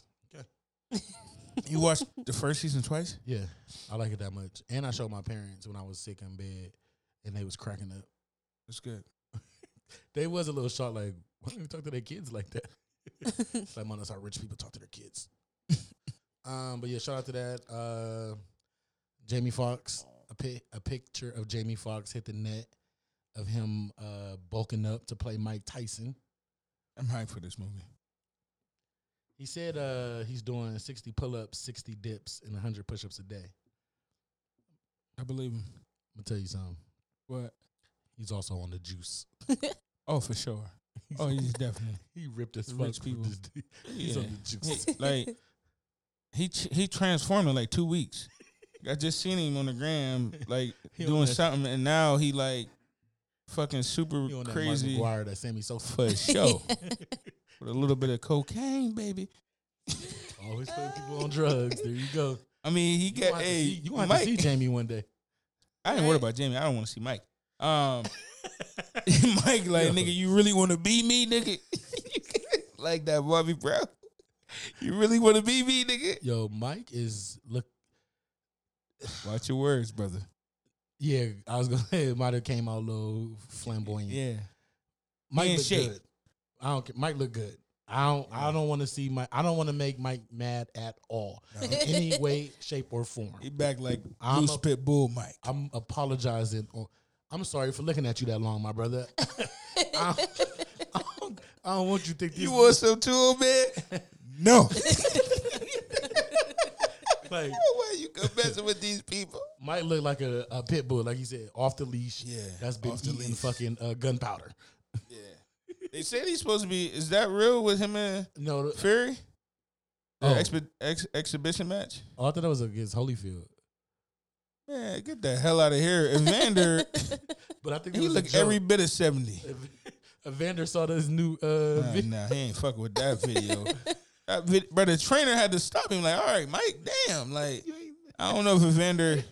F: You watched the first season twice?
D: Yeah, I like it that much. And I showed my parents when I was sick in bed, and they was cracking up.
F: That's good.
D: They was a little shocked, like, why do you talk to their kids like that? It's like, man, that's how rich people talk to their kids. um, but yeah, shout out to that. Uh, Jamie Foxx, a, pi- a picture of Jamie Foxx hit the net of him uh, bulking up to play Mike Tyson.
F: I'm hyped for this movie.
D: He said uh, he's doing 60 pull ups, 60 dips, and 100 push ups a day. I'm
F: I believe him.
D: going to tell you something.
F: What?
D: He's also on the juice.
F: Oh, for sure. Oh, he's definitely
D: He ripped his
F: The
D: fuck
F: rich
D: with
F: people.
D: this dude. He's on
F: Yeah.
D: the juice.
F: He- like he ch- he transformed in like two weeks. I just seen him on the gram like
D: He on
F: doing
D: that-
F: something, and now he like fucking super
D: He on that Mark
F: crazy
D: McGuire, that Sammy Sosa.
F: for show with a little bit of cocaine, baby.
D: Always putting people on drugs. There you go.
F: I mean, he
D: You
F: got
D: want
F: a
D: to see, you gonna have
F: Mike.
D: to see Jamie one day.
F: I ain't worried about Jamie. I don't want to see Mike. Um, Mike, like nigga, you really want to be me, nigga? like that, Bobby Brown. You really want to be me, nigga?
D: Yo, Mike is look.
F: Watch your words, brother.
D: Yeah, I was gonna. It might have came out a little flamboyant.
F: Yeah.
D: Mike
F: He in
D: look
F: shape.
D: good. I don't. care. Mike look good. I don't. I don't want to see Mike. I don't want to make Mike mad at all in any way, shape, or form.
F: He back like
D: I'm
F: loose
D: a-
F: pit bull, Mike.
D: I'm apologizing. on- I'm sorry for looking at you that long, my brother. I, don't- I don't, I don't want you to think this
F: You want some too, man? No.
D: like
F: Why you come messing with these people?
D: Might look like a, a pit bull, like you said, off the leash.
F: Yeah,
D: that's been
F: off the
D: eating
F: leash.
D: fucking uh, gunpowder.
F: Yeah. They said he's supposed to be. Is that real with him and
D: No,
F: Fury? The
D: Oh.
F: expi- ex- exhibition match.
D: oh, I thought that was against Holyfield,
F: Man, get the hell out of here, Evander.
D: but I think it
F: he
D: was a
F: look
D: joke.
F: every bit of seventy.
D: Evander saw this new uh,
F: Nah,
D: vid-
F: nah, he ain't fucking with that video. That vid- but the trainer had to stop him. Like, all right, Mike, damn. Like, I don't know if Evander.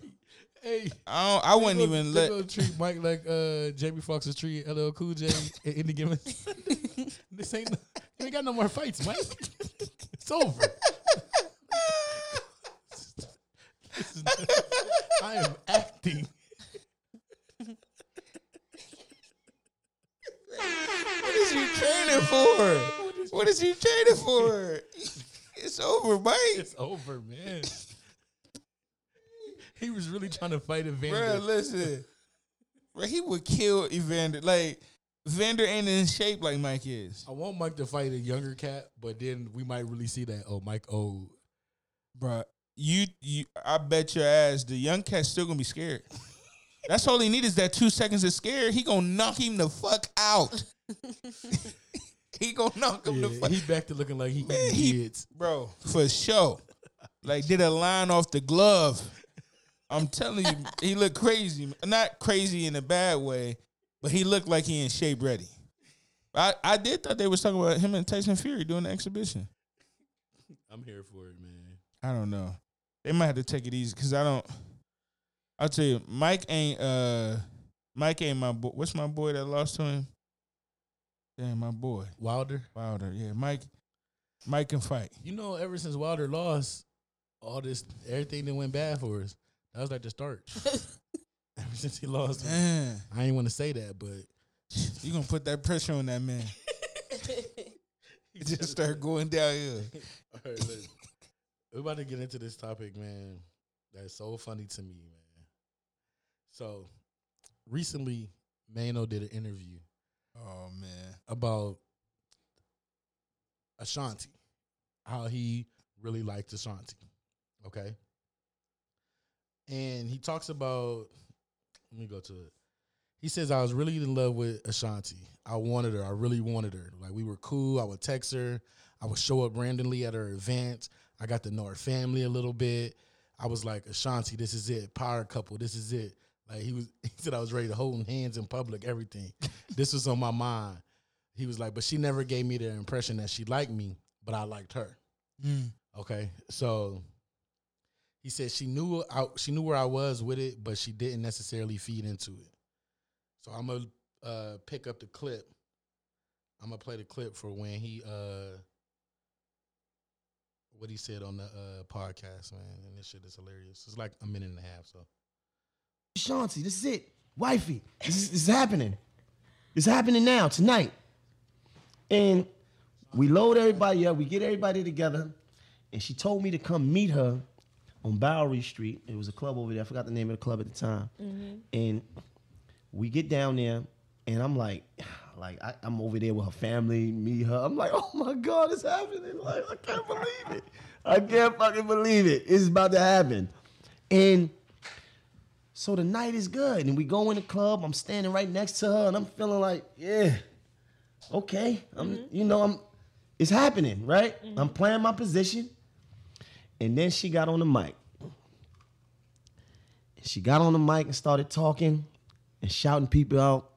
D: Hey,
F: I don't, I wouldn't
D: they gonna-
F: even
D: they
F: let.
D: gonna treat Mike like uh, Jamie Foxx is treat LL Cool J in any given. this ain't you ain't got no more fights, Mike. it's over. This is- I am acting.
F: What is you training for? What is you training for? It's over, Mike.
D: It's over, man. he was really trying to fight Evander.
F: Bro, listen. Bro, he would kill Evander. Like, Vander ain't in shape like Mike is.
D: I want Mike to fight a younger cat, but then we might really see that. Oh, Mike old.
F: Bro, you, you, I bet your ass the young cat's still gonna be scared. That's all he needs is that two seconds of scare. He gonna knock him the fuck out. he gonna knock him
D: Yeah,
F: the fuck.
D: he back to looking like he
F: Man,
D: eating
F: he-
D: kids.
F: bro, for sure. Like did a line off the glove. I'm telling you, he looked crazy. Not crazy in a bad way, but he looked like he in shape ready. I, I did thought they was talking about him and Tyson Fury doing the exhibition.
D: I'm here for it, man.
F: I don't know. They might have to take it easy because I don't. I'll tell you, Mike ain't uh Mike ain't my boy. What's my boy that lost to him? Damn, my boy
D: Wilder.
F: Wilder. Yeah, Mike. Mike can fight.
D: You know, ever since Wilder lost, all this everything that went bad for us. That was like the start. ever since he lost,
F: Man,
D: I ain't want to say that, but
F: you gonna put that pressure on that man? It just start going downhill.
D: All right, look. We're about to get into this topic, man. That's so funny to me, man. So recently, Mano did an interview
F: Oh man,
D: about Ashanti, how he really liked Ashanti. Okay. And he talks about, let me go to it. He says, I was really in love with Ashanti. I wanted her. I really wanted her. Like, we were cool. I would text her. I would show up randomly at her events. I got to know her family a little bit. I was like, Ashanti, this is it. Power couple, this is it. Like he was, he said I was ready to hold hands in public, everything. this was on my mind. He was like, but she never gave me the impression that she liked me, but I liked her. Mm. Okay, so he said she knew I, she knew where I was with it, but she didn't necessarily feed into it. So I'm gonna uh, pick up the clip. I'm gonna play the clip for when he uh, what he said on the uh, podcast, man. And this shit is hilarious. It's like a minute and a half. So
G: Shanti, this is it. Wifey, this is, this is happening. It's happening now, tonight. And we load everybody up, we get everybody together, and she told me to come meet her on Bowery Street. It was a club over there. I forgot the name of the club at the time. And we get down there, and I'm like, like I, I'm over there with her family, me, her. I'm like, oh my God, it's happening. Like, I can't believe it. I can't fucking believe it. It's about to happen. And so the night is good, and we go in the club. I'm standing right next to her, and I'm feeling like, yeah, okay. I'm, you know, I'm. It's happening, right? I'm playing my position, and then she got on the mic. She got on the mic and started talking, and shouting people out.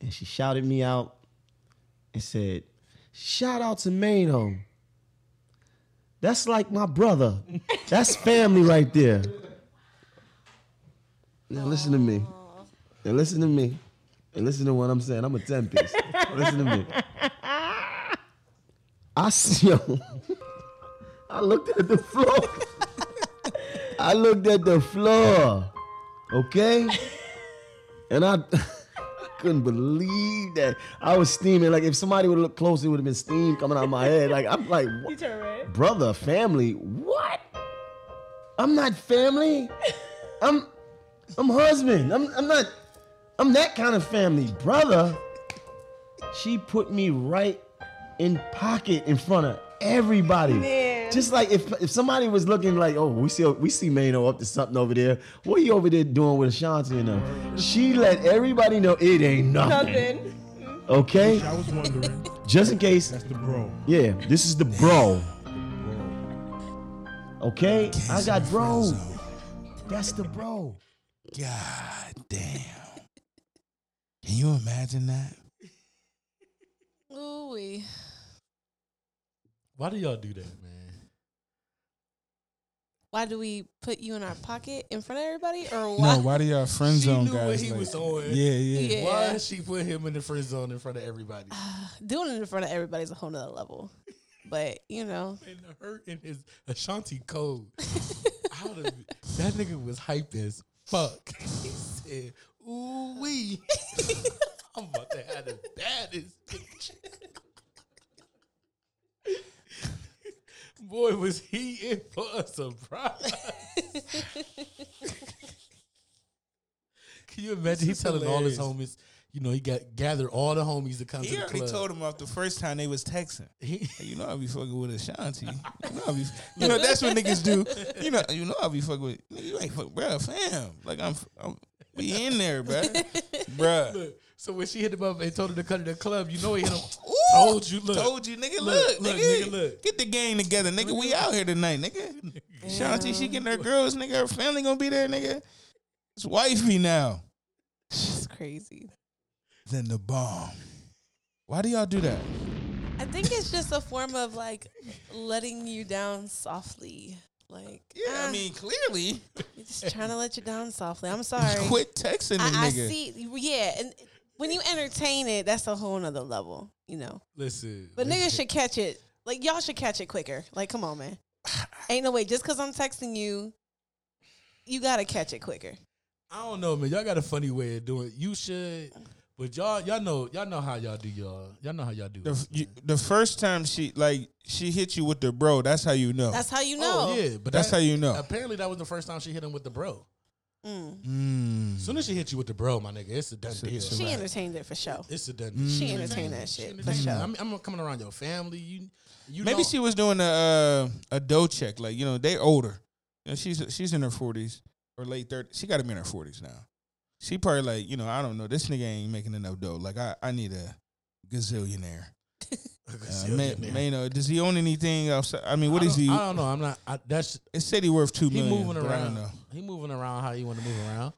G: And she shouted me out, and said, "Shout out to Mano. That's like my brother. That's family right there." Now listen to me. Now listen to me. And listen to what I'm saying. I'm a 10 piece. listen to me. I see yo, I looked at the floor. I looked at the floor. Okay? And I couldn't believe that. I was steaming. Like if somebody would have looked close, it would have been steam coming out of my head. Like I'm like, what?
H: turned red.
G: brother, family, what? I'm not family. I'm I'm husband. I'm I'm not I'm that kind of family, brother. She put me right in pocket in front of everybody.
H: Man.
G: Just like if if somebody was looking like, oh, we see we see Mano up to something over there. What you over there doing with Ashanti and them? She let everybody know it ain't nothing.
H: Nothing.
G: Okay?
I: I was wondering.
G: Just in case.
I: That's the bro.
G: Yeah, this is the bro. Okay? I got bro. That's the bro.
F: God damn. Can you imagine that?
E: Ooh wee.
D: why do y'all do that, man?
E: Why do we put you in our pocket in front of everybody, or why?
F: No, Oh, why do y'all friend
D: She
F: zone
D: knew
F: guys?
D: what he
F: like-
D: was on.
F: Yeah, yeah.
E: Yeah.
D: Why did she put him in the friend zone in front of everybody?
E: Doing it in front of everybody is a whole nother level. But you know,
D: And her in his Ashanti code. I would've- that nigga was hyped as fuck. He said, "Ooh wee, I'm about to have the baddest bitch." Boy, was he in for a surprise! Can you imagine? He's telling all his homies, you know, he got gathered all the homies to come
F: He
D: to the
F: already
D: club.
F: told him off the first time they was texting.
D: He-
F: You know I be fucking with Ashanti. You know, I be, you know that's what niggas do. You know, you know I be fucking with. Nigga, you like fuck, bruh, fam. Like I'm, I'm we in there, bruh. bruh.
D: so when she hit him up and told him to come to the club, you know he hit him. told you, look,
F: Told you, nigga.
D: Look,
F: Look,
D: look,
F: nigga,
D: nigga, look.
F: Get the gang together, nigga. We out here tonight, nigga. Ashanti, she getting her girls, nigga. Her family gonna be there, nigga. It's wifey now.
E: it's crazy.
F: Then the bomb. Why do y'all do that?
E: I think it's just a form of like letting you down softly. Like,
F: Yeah,
E: ah,
F: I mean, clearly,
E: you're just trying to let you down softly. I'm sorry.
F: quit texting the
E: I, I
F: nigga.
E: see. Yeah, and when you entertain it, that's a whole nother level, you know.
D: Listen,
E: But
D: listen.
E: niggas should catch it. Like y'all should catch it quicker. Like, come on, man. Ain't no way. Just because I'm texting you, you gotta catch it quicker.
D: I don't know, man. Y'all got a funny way of doing. It. You should, but y'all, y'all know, y'all know how y'all do y'all. Y'all know how y'all do.
F: The,
D: it.
F: f- you, the first time she like she hit you with the bro, that's how you know.
E: That's how you know.
D: Oh yeah, but
F: That's
D: that-
F: how you know.
D: Apparently, that was the first time she hit him with the bro.
E: Mm,
F: Hmm.
D: As soon as she hit you with the bro, my nigga, it's a done deal.
E: She entertained it for sure.
D: It's a done.
F: Mm.
E: She entertained that shit for
D: deal.
E: sure.
D: I'm, I'm coming around your family. You, you
F: Maybe
D: know-
F: she was doing a uh, a dough check, like you know they older. You know, she's she's in her forties or late thirties. She got to be in her forties now. She probably like you know I don't know this nigga ain't making enough dough. Like I I need a gazillionaire. Uh, Ma- Mano, does he own anything outside? I mean, what
D: I
F: is
D: don't-
F: he?
D: I don't know. I'm not. I, that's
F: It said he worth two
D: he
F: million.
D: moving
F: but I don't
D: around.
F: know.
D: He moving around how you want to move around.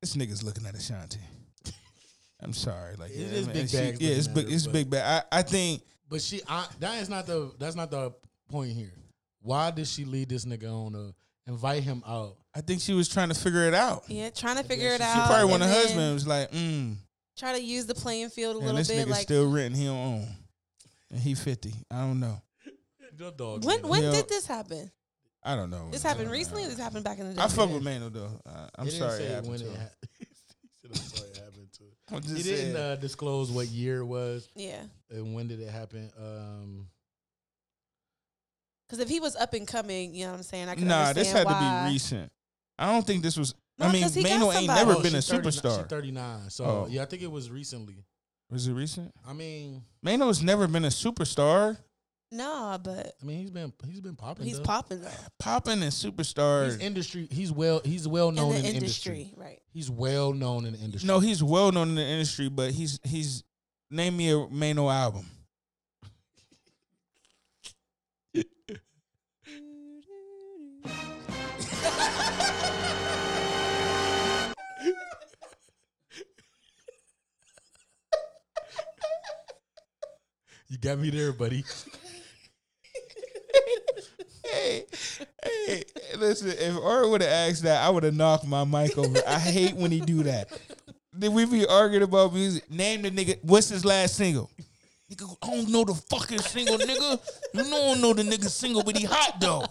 F: This nigga's looking at Ashanti. I'm sorry, like
D: It
F: yeah,
D: is
F: man,
D: Big
F: she-
D: Bag's
F: yeah, it's
D: looking at
F: big,
D: her,
F: it's
D: but-
F: big bag. I, I think
D: But she, I, that is not the. That's not the point here. Why did she lead this nigga on to invite him out?
F: I think she was trying to figure it out. She
E: Yeah, trying to figure it out.
D: Oh,
F: probably
E: and
F: when her
E: then
F: husband was like, mm,
E: Try to use the playing field a
F: and
E: little
F: this
E: bit.
F: nigga's
E: Like
F: still renting, he don't own, and he fifty. I don't know.
D: The dog.
E: when when
F: Yeah.
E: did this happen?
F: I don't know.
E: This happened recently. or This happened back in the day.
F: I fuck with Mano though. I, I'm
D: He didn't
F: sorry.
D: say
F: It happened
D: when
F: to
D: it
F: him.
D: hap- he said, "I'm sorry it happened to him."
F: I'm
D: He
F: just
D: didn't
F: saying.
D: uh, disclose what year it was
E: Yeah,
D: and when did it happen. Um,
E: because if he was up and coming, you know what I'm saying. I can
F: nah,
E: understand
F: this had
E: why.
F: to be recent. I don't think this was. I
E: No,
F: mean,
E: 'cause he got
F: Mano ain't
E: somebody.
F: never
E: Oh,
F: been a
D: she's 39
F: superstar.
D: She's 39. So
F: Oh.
D: yeah, I think it was recently.
F: Was it recent?
D: I mean,
F: Mano's never been a superstar.
E: Nah, but
D: I mean, he's been he's been popping.
E: he's
D: though.
E: popping though
F: Popping and superstar.
D: He's industry. He's well. He's well
E: in
D: known
E: the
D: in the
E: industry,
D: industry.
E: right?
D: He's well known in the industry.
F: No, he's well known in the industry, but he's he's name me a Mano album.
D: you got me there, buddy.
F: Hey, hey, listen, if Art would have asked that, I would have knocked my mic over. I hate when he do that. Then we be arguing about music. Name the nigga. What's his last single? Nigga, I don't know the fucking single, nigga. You know I don't know the nigga single, but he hot though.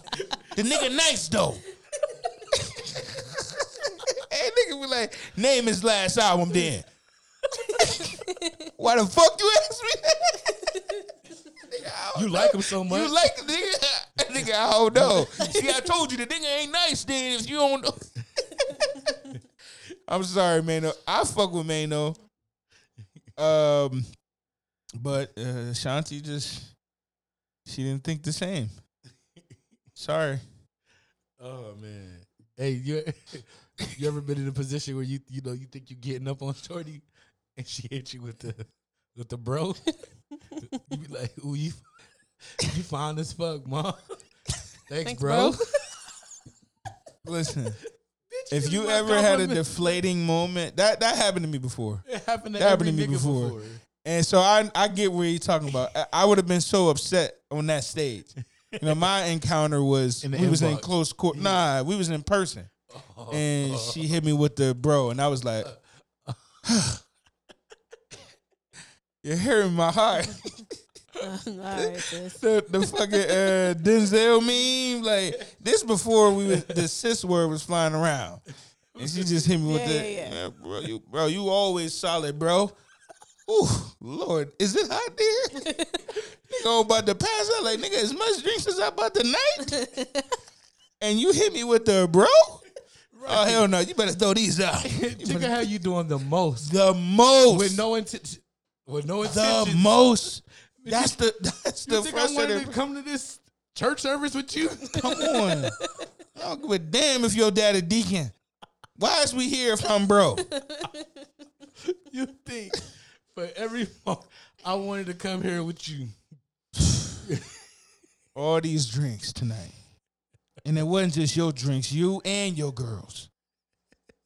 F: The nigga nice though. hey, nigga, be like, name his last album then. Why the fuck you ask me? that? Nigga, I don't
D: You
F: know.
D: like him so much.
F: You like nigga, nigga? I don't know. See, I told you the nigga ain't nice. Then if you don't know, I'm sorry, Mano. I fuck with Mano. Um, but uh, Shanti just she didn't think the same. Sorry,
D: oh man. Hey, you you ever been in a position where you you know you think you getting up on shorty and she hit you with the with the bro? you be like, ooh, you you fine as fuck, mom. Thanks,
E: Thanks,
D: bro.
E: bro.
F: listen.
D: you
F: If
D: just
F: you
D: want
F: ever had a
D: compliment.
F: deflating moment, that that happened to me before.
D: It happened to
F: That happened
D: every
F: to me
D: nigga
F: before.
D: before.
F: And so I I get where you're talking about. I, I would have been so upset on that stage. You know, my encounter was
D: In
F: we
D: the
F: was in
D: inbox. Mm.
F: close court. Nah, we was in person, and she hit me with the bro, and I was like, "You're hearing my heart."
E: All right, sis.
F: the, the fucking uh, Denzel meme, like this before we was, the cis word was flying around, and she just hit me with
E: Yeah,
F: the
E: yeah, yeah.
F: "Man, bro, you bro, you always solid, bro. Ooh, Lord, is it hot there? Go about to pass out like nigga. As much drinks as I bought tonight, and you hit me with the bro. Oh hell no! You better throw these out.
D: Think of how you doing the most
F: the most
D: with no intent. With no
F: the
D: intention.
F: most. That's the that's the
D: you think I wanted
F: frustrating.
D: to come to this church service with you?
F: Come on. I don't give a damn if your dad a deacon. Why is we here if I'm bro?
D: you think for every month I wanted to come here with you?
F: All these drinks tonight. And it wasn't just your drinks, you and your girls.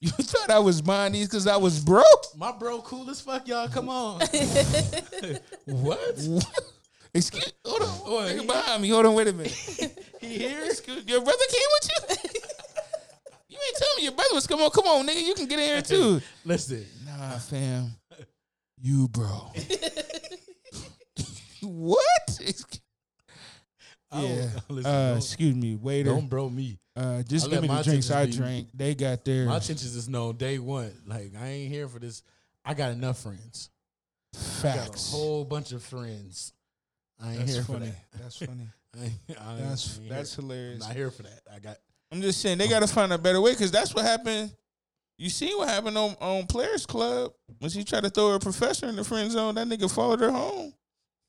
F: You thought I was buying these because I was broke?
D: My bro, cool as fuck, y'all. Come on. what?
F: Excuse hold on.
D: What?
F: Nigga behind me. Hold on, wait a minute.
D: He here?
F: Excuse, your brother came with you? You ain't telling me your brother was come on, come on, nigga. You can get in here too.
D: Listen,
F: Nah, fam. You bro. what? Excuse-
D: I don't-
F: Yeah.
D: listen,
F: Uh,
D: don't-
F: excuse me, waiter.
D: don't bro me.
F: Uh, just
D: I
F: give
D: let
F: me the
D: my
F: drinks I
D: attention be-
F: drank. They got their
D: My intentions is known day one. Like I ain't here for this. I got enough friends. I got a
F: facts.
D: whole bunch of friends. I ain't
F: that's
D: here
F: funny.
D: for
F: That's funny.
D: that. I ain't, I ain't-
F: That's
D: I ain't
F: that's
D: here. I'm
F: hilarious.
D: not here for that. I got
F: I'm just saying they got to find a better way because that's what happened. You see what happened on, on Players Club when she tried to throw her professor in the friend zone. That nigga followed her home.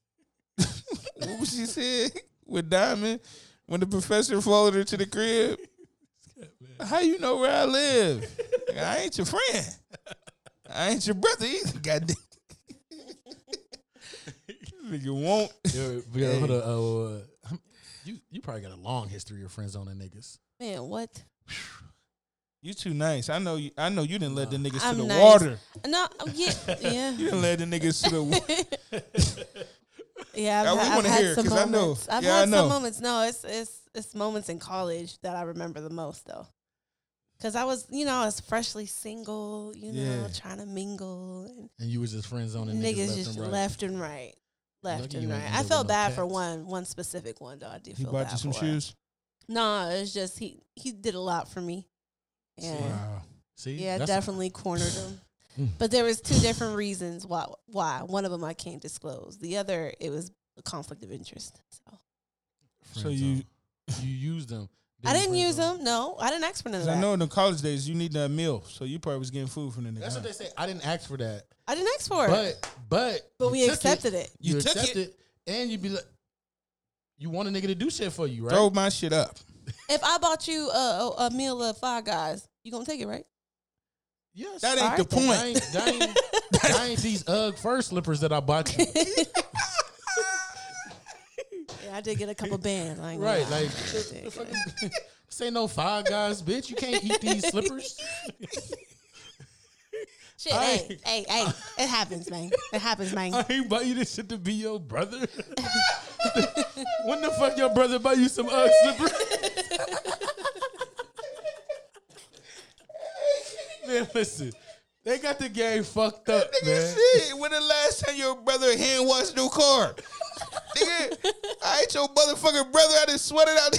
F: what was she said with Diamond when the professor followed her to the crib? How you know where I live? Like, I ain't your friend. I ain't your brother either. Goddamn. Nigga won't.
D: Yo, we gotta put a, uh, uh, you you probably got a long history of friend zoning niggas.
E: Man, what?
F: You too nice. I know. You, I know you didn't let the niggas
E: I'm
F: to the
E: nice.
F: water.
E: No, yeah, yeah,
F: You didn't let the niggas to the. wa-
E: yeah. I've,
F: Yeah, we
E: I've
F: wanna
E: had
F: hear it,
E: some
F: 'cause I know.
E: moments. have
F: Yeah, I
E: had
F: know.
E: some moments. No, it's it's it's moments in college that I remember the most though, because I was you know I was freshly single, you
F: Yeah.
E: know, trying to mingle, and
D: And you was just friend zoning niggas,
E: niggas
D: left
E: just
D: and right.
E: left and right, left
D: Lucky
E: and
D: you ain't
E: right.
D: end
E: I
D: up
E: felt
D: with no
E: bad for
D: cats.
E: one one specific one though. I do
F: He
E: feel
F: bought
E: bad
F: you some
E: for.
F: shoes.
E: No, it's just he he did a lot for me. Yeah.
D: Wow. See,
E: Yeah,
D: That's-
E: definitely cornered
F: Mm.
E: him. but there was two different reasons why why. One of them I can't disclose. The other it was a conflict of interest. So
D: friend
F: So you-
D: zone. you used them.
E: I didn't
D: friend
E: use
D: zone.
E: them. No, I didn't ask for none of
F: 'Cause I
E: that.
F: know in the college days you need that meal, so you probably was getting food from the nigga.
D: That's
F: huh?
D: what they say. I didn't ask for that,
E: I didn't ask for it.
D: but but
E: But
D: you
E: we
D: took
E: accepted it.
D: You,
F: You took
D: accept it. and you be like, you want a nigga to do shit for you, right?
F: Throw my shit up.
E: if I bought you a, a, a meal of Five Guys, you gonna take it, right?
D: Yes,
F: That ain't
D: All
F: the
D: then.
F: point.
D: That ain't, that ain't- that ain't these UGG fur slippers that I bought you.
E: Yeah, I did get a couple bands. I ain't gonna
D: Right,
E: lie.
D: like
E: Did get-
D: this ain't no five guys, bitch. You can't eat these slippers.
E: shit.
D: I
E: Hey,
D: ain't-
E: hey, hey! It happens, man. It happens, man.
D: I ain't buy you this shit to be your brother. when the fuck your brother buy you some UGG slippers? man, listen, they got the game fucked up, man.
F: Shit, when the last time your brother hand washed your car? Nigga, I ain't your motherfucking brother. I done sweated out.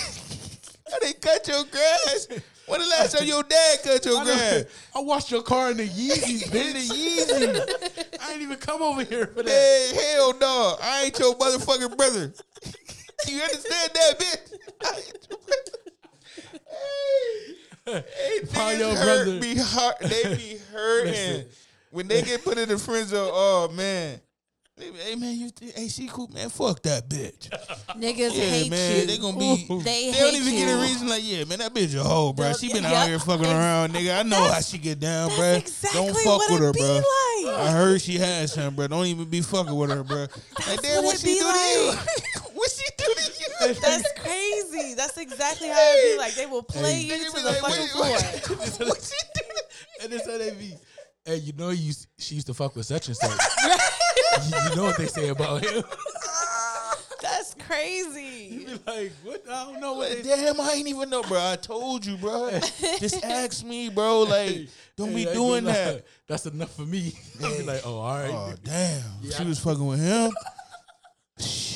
F: I done cut your grass. When the last time your dad cut your
D: I,
F: grass?
D: done- I washed your car in the Yeezys, bitch. Yeezys. I ain't even come over here for that.
F: Hey, hell no. I ain't your motherfucking brother. You understand that, bitch? I ain't your brother. Hey,
D: Find your
F: niggas hurt,
D: brother.
F: Be hurt. They be hurting.
D: Listen.
F: when they get put in the friend zone, oh, man. They be, Hey, man, you th- hey, she cool, man. Fuck that bitch.
E: Niggas
F: Yeah,
E: hate
F: man.
E: you.
F: They gonna be.
E: They
F: They,
E: hate
F: don't even
E: you.
F: get a reason. Like, yeah, man, that bitch a hoe, bro.
E: They'll-
F: She been
E: yeah,
F: out here fucking
E: ex-
F: around, nigga. I know how
E: that's-
F: she get down,
E: that's
F: bro.
E: exactly
F: don't fuck
E: what
F: with
E: it
F: her,
E: be
F: bro.
E: like.
F: I heard she had some, bro. Don't even be fucking with her, bro. like, damn,
E: what
F: what
E: it
F: she
E: be
F: do
E: like.
F: to you? what she do to you?
E: That's crazy. That's exactly how it be. Like they will play you
F: Nigga
E: to
F: be
E: the
F: like,
E: fucking
F: what-
E: floor.
F: what- what she do to you?
D: And that's how they be. Hey, you know you she used to fuck with such and such. you, you know what they say about him.
E: That's crazy.
D: Be like, what? I don't know what
F: Like,
D: they
F: Damn, I ain't even know, bro. I told you, bro. Just ask me, bro. Like, don't
D: Hey,
F: be
D: I ain't
F: doing
D: gonna lie.
F: that.
D: That's enough for me. I'll be like, oh, all right.
F: Oh damn, she was fucking with him. Shh.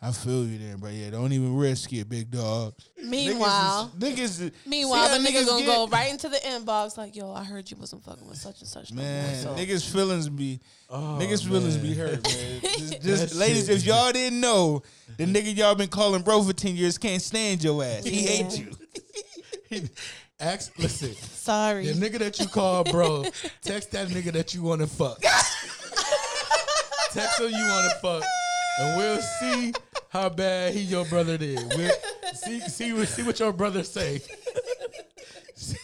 F: I feel you there, but yeah, don't even risk it, big dog.
E: Meanwhile,
F: niggas, is- niggas is- see
E: meanwhile,
F: how
E: the nigga gonna
F: get-
E: go right into the inbox like, "Yo, I heard you wasn't fucking with such and such." no more,
F: Man,
E: so-
F: niggas feelings be,
E: Oh,
F: niggas feelings be hurt, man. Just, just-
D: That
F: ladies,
D: shit
F: if y'all didn't know, the nigga y'all been calling bro for ten years can't stand your ass. He
E: Yeah.
F: hate you.
D: Ask, listen, the
E: sorry.
D: nigga that you call bro, text that nigga that you want to fuck. text him you want to fuck, and we'll see how bad he your brother did. We'll see, see, see what your brother say. see,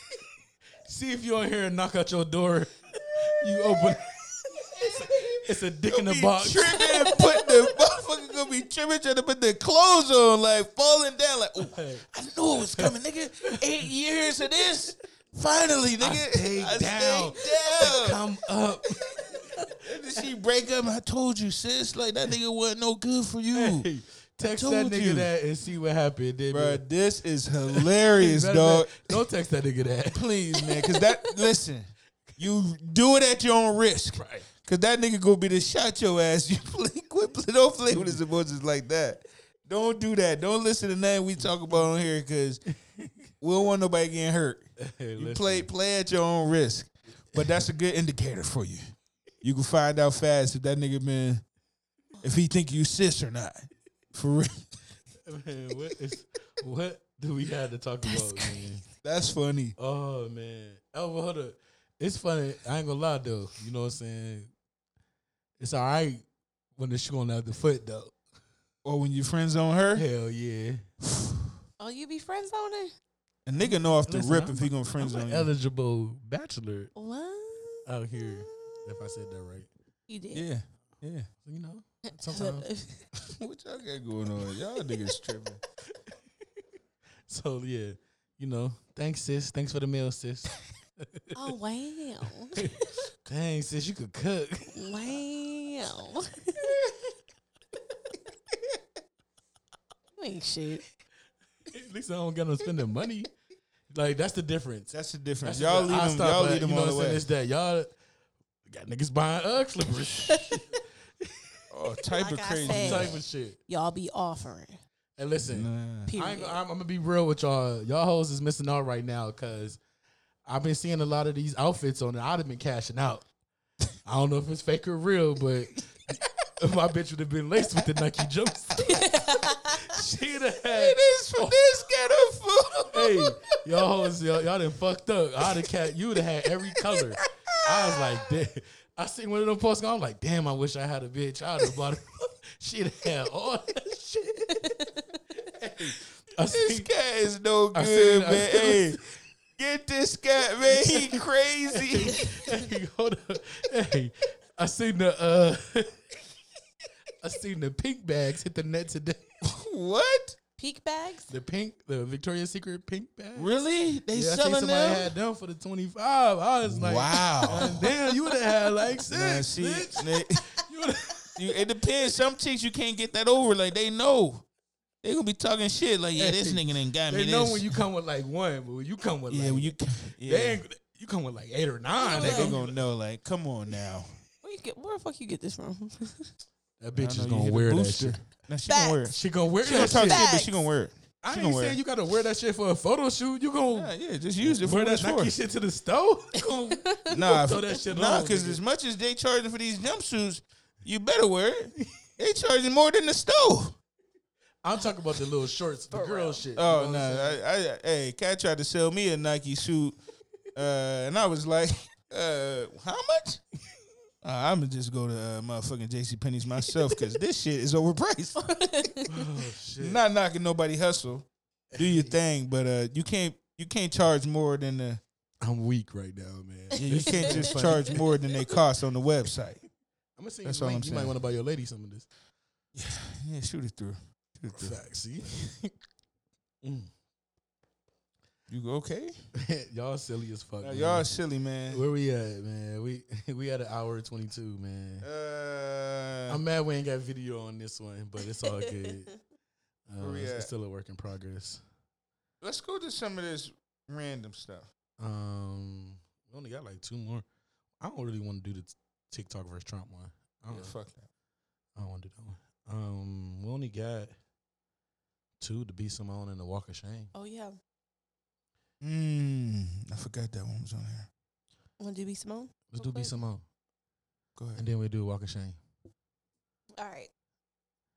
D: see if you on here and knock out your door. You open. It's a, it's a dick in the
F: Be
D: box.
F: tripping, put the motherfucker gonna be tripping, trying to put their clothes on, like falling down, like. "Ooh, I knew it was coming, nigga. Eight years of this. Finally, nigga.
D: I stayed
F: I
D: down.
F: stayed down.
D: Come up.
F: And then she break up. I told you, sis. Like that nigga wasn't no good for you.
D: Hey, text
F: told
D: that nigga
F: you.
D: that and see what happened. Then
F: Bro,
D: be-
F: this is hilarious,
D: Matter of
F: dog.
D: fact, Don't text that nigga that.
F: Please, man. Cause that listen, you do it at your own risk.
D: Right.
F: Cause that nigga gonna be the shot your ass. You play, quit, play- don't play with his emotions like that. Don't do that. Don't listen to nothing we talk about on here, cause we don't want nobody getting hurt.
D: Hey,
F: You
D: listen.
F: play play at your own risk, but that's a good indicator for you. You can find out fast if that nigga been, if he think you sis or not. For real,
D: Man, what, is, what do we have to talk about, man?
F: that's funny.
D: Oh man. Oh, well, hold up. It's funny. I ain't gonna lie though. You know what I'm saying? It's all right when the shoe on the other foot though.
F: Or when your friends on her,
D: Hell yeah.
E: Oh, you be friend zoning?
F: a nigga know off the
D: Listen,
F: rip
D: I'm
F: if he
D: a-
F: gonna friends
D: I'm
F: on
D: an
F: you.
D: eligible bachelor
E: What?
F: Uh,
D: out here. If I said that right,
E: You did.
F: yeah, yeah.
D: you know. Sometimes.
F: what y'all got going on? Y'all niggas tripping.
D: So yeah, you know. Thanks, sis. Thanks for the meal, sis.
E: oh wow,
D: Dang, sis, you could cook.
E: wow. you ain't shit.
D: At least I don't got no spending money. Like that's the difference.
F: That's the difference.
D: That's
F: y'all
D: the-
F: leave
D: I
F: them.
D: stop
F: Y'all
D: at,
F: leave them
D: you know
F: on
D: what I'm
F: the
D: saying,
F: way.
D: It's that y'all got niggas buying Ugg slippers
F: Oh, type of
E: Like I
F: crazy.
E: said.
D: type of shit.
E: Y'all be offering.
D: And listen, I
E: Period.
D: ain't, I'm, I'm gonna be real with y'all. Y'all hoes is missing out right now because I've been seeing a lot of these outfits on it. I'd have been cashing out. I don't know if it's fake or real, but my bitch would have been laced with the Nike jumpsuit. She'd have had.
F: This for this kind of food.
D: Hey, y'all hoes, y'all, y'all done fucked up. I'd have cat. You would have had every color. I was like, damn. I seen one of them posts. and I'm like, damn. I wish I had a bitch. I'd have bought. her. She'd have had all that shit. Hey, I
F: This
D: seen-
F: guy is no
D: I
F: good,
D: seen- I
F: man.
D: seen-
F: hey, get this guy, man. He crazy.
D: hey, hold up. Hey, I seen the uh, I seen the pink bags hit the net today.
F: what?
E: Peak bags?
D: The pink, the Victoria's Secret pink bags.
F: Really? They
D: Yeah, I seen
F: selling
D: somebody
F: them?
D: had them for the twenty five. I was like,
F: wow.
D: damn, you would have had like
F: Nah,
D: six.
F: see,
D: bitch.
F: they-
D: You would've-
F: you, it depends. Some chicks you can't get that over. Like they know. They gonna be talking shit. Like yeah, this
D: Hey,
F: nigga done got me.
D: they know
F: this.
D: when you come with like one, but when you come with
F: yeah,
D: like,
F: when you yeah.
D: they ain't, you come with like eight or nine.
F: They
D: They
F: gonna
D: gonna,
F: gonna know, like, come on now.
E: Where you get where the fuck you get this from?
D: that
F: I
D: bitch
F: know
D: is
F: you
D: gonna
F: hit a
D: wear that
F: booster.
D: shit.
F: No, she gonna wear it.
E: Facts.
D: She gonna wear
F: She gonna
D: that
F: talk
D: shit.
E: Facts.
F: shit, but she gonna wear it.
D: I
F: She
D: ain't
F: gonna wear
D: saying
F: it.
D: you gotta wear that shit for a photo shoot. You gonna
F: Yeah, yeah, just use it for
D: Wear
F: what
D: that
F: it's for.
D: Nike shit to the stove. Go
F: Nah,
D: throw
F: if-
D: that shit
F: nah,
D: on,
F: because
D: nigga.
F: as much as they charging for these jumpsuits, you better wear it. They charging more than the store.
D: I'm talking about the little shorts, the girl shit.
F: Oh no! I, I, hey, Cat tried to sell me a Nike suit, uh, and I was like, uh, "How much?" Uh, I'm gonna just go to uh, motherfucking J.C. Penney's myself because this shit is overpriced. Not knocking nobody hustle, do your thing, but uh, you can't you can't charge more than the
D: I'm weak right now, man.
F: you can't just charge more than they cost on the website.
D: I'm gonna say
F: That's
D: you,
F: all
D: might,
F: I'm
D: you might
F: saying.
D: want to buy your lady some of this.
F: Yeah, shoot it through. Shoot it through.
D: Fact, see,
F: You go, okay?
D: y'all silly as fuck.
F: Now,
D: man.
F: y'all silly, man.
D: where we at, man? We we at an hour twenty two, man.
F: Uh,
D: I'm mad we ain't got video on this one, but it's all good.
F: Where
D: Um,
F: we
D: it's, it's
F: at?
D: still a work in progress.
F: let's go to some of this random stuff.
D: Um, we only got like two more. I don't really want to do the t- TikTok versus Trump one. I don't
F: Yeah,
D: know.
F: fuck that.
D: I don't want to do that one. Um, we only got two to be Simone and the Walk of Shame.
E: oh yeah.
F: Mm, I forgot that one was on there.
E: Wanna do B Simone?
D: Let's do be
E: Okay.
D: Simone,
F: Go
D: and
F: ahead.
D: then we do Walk of Shame.
E: All right.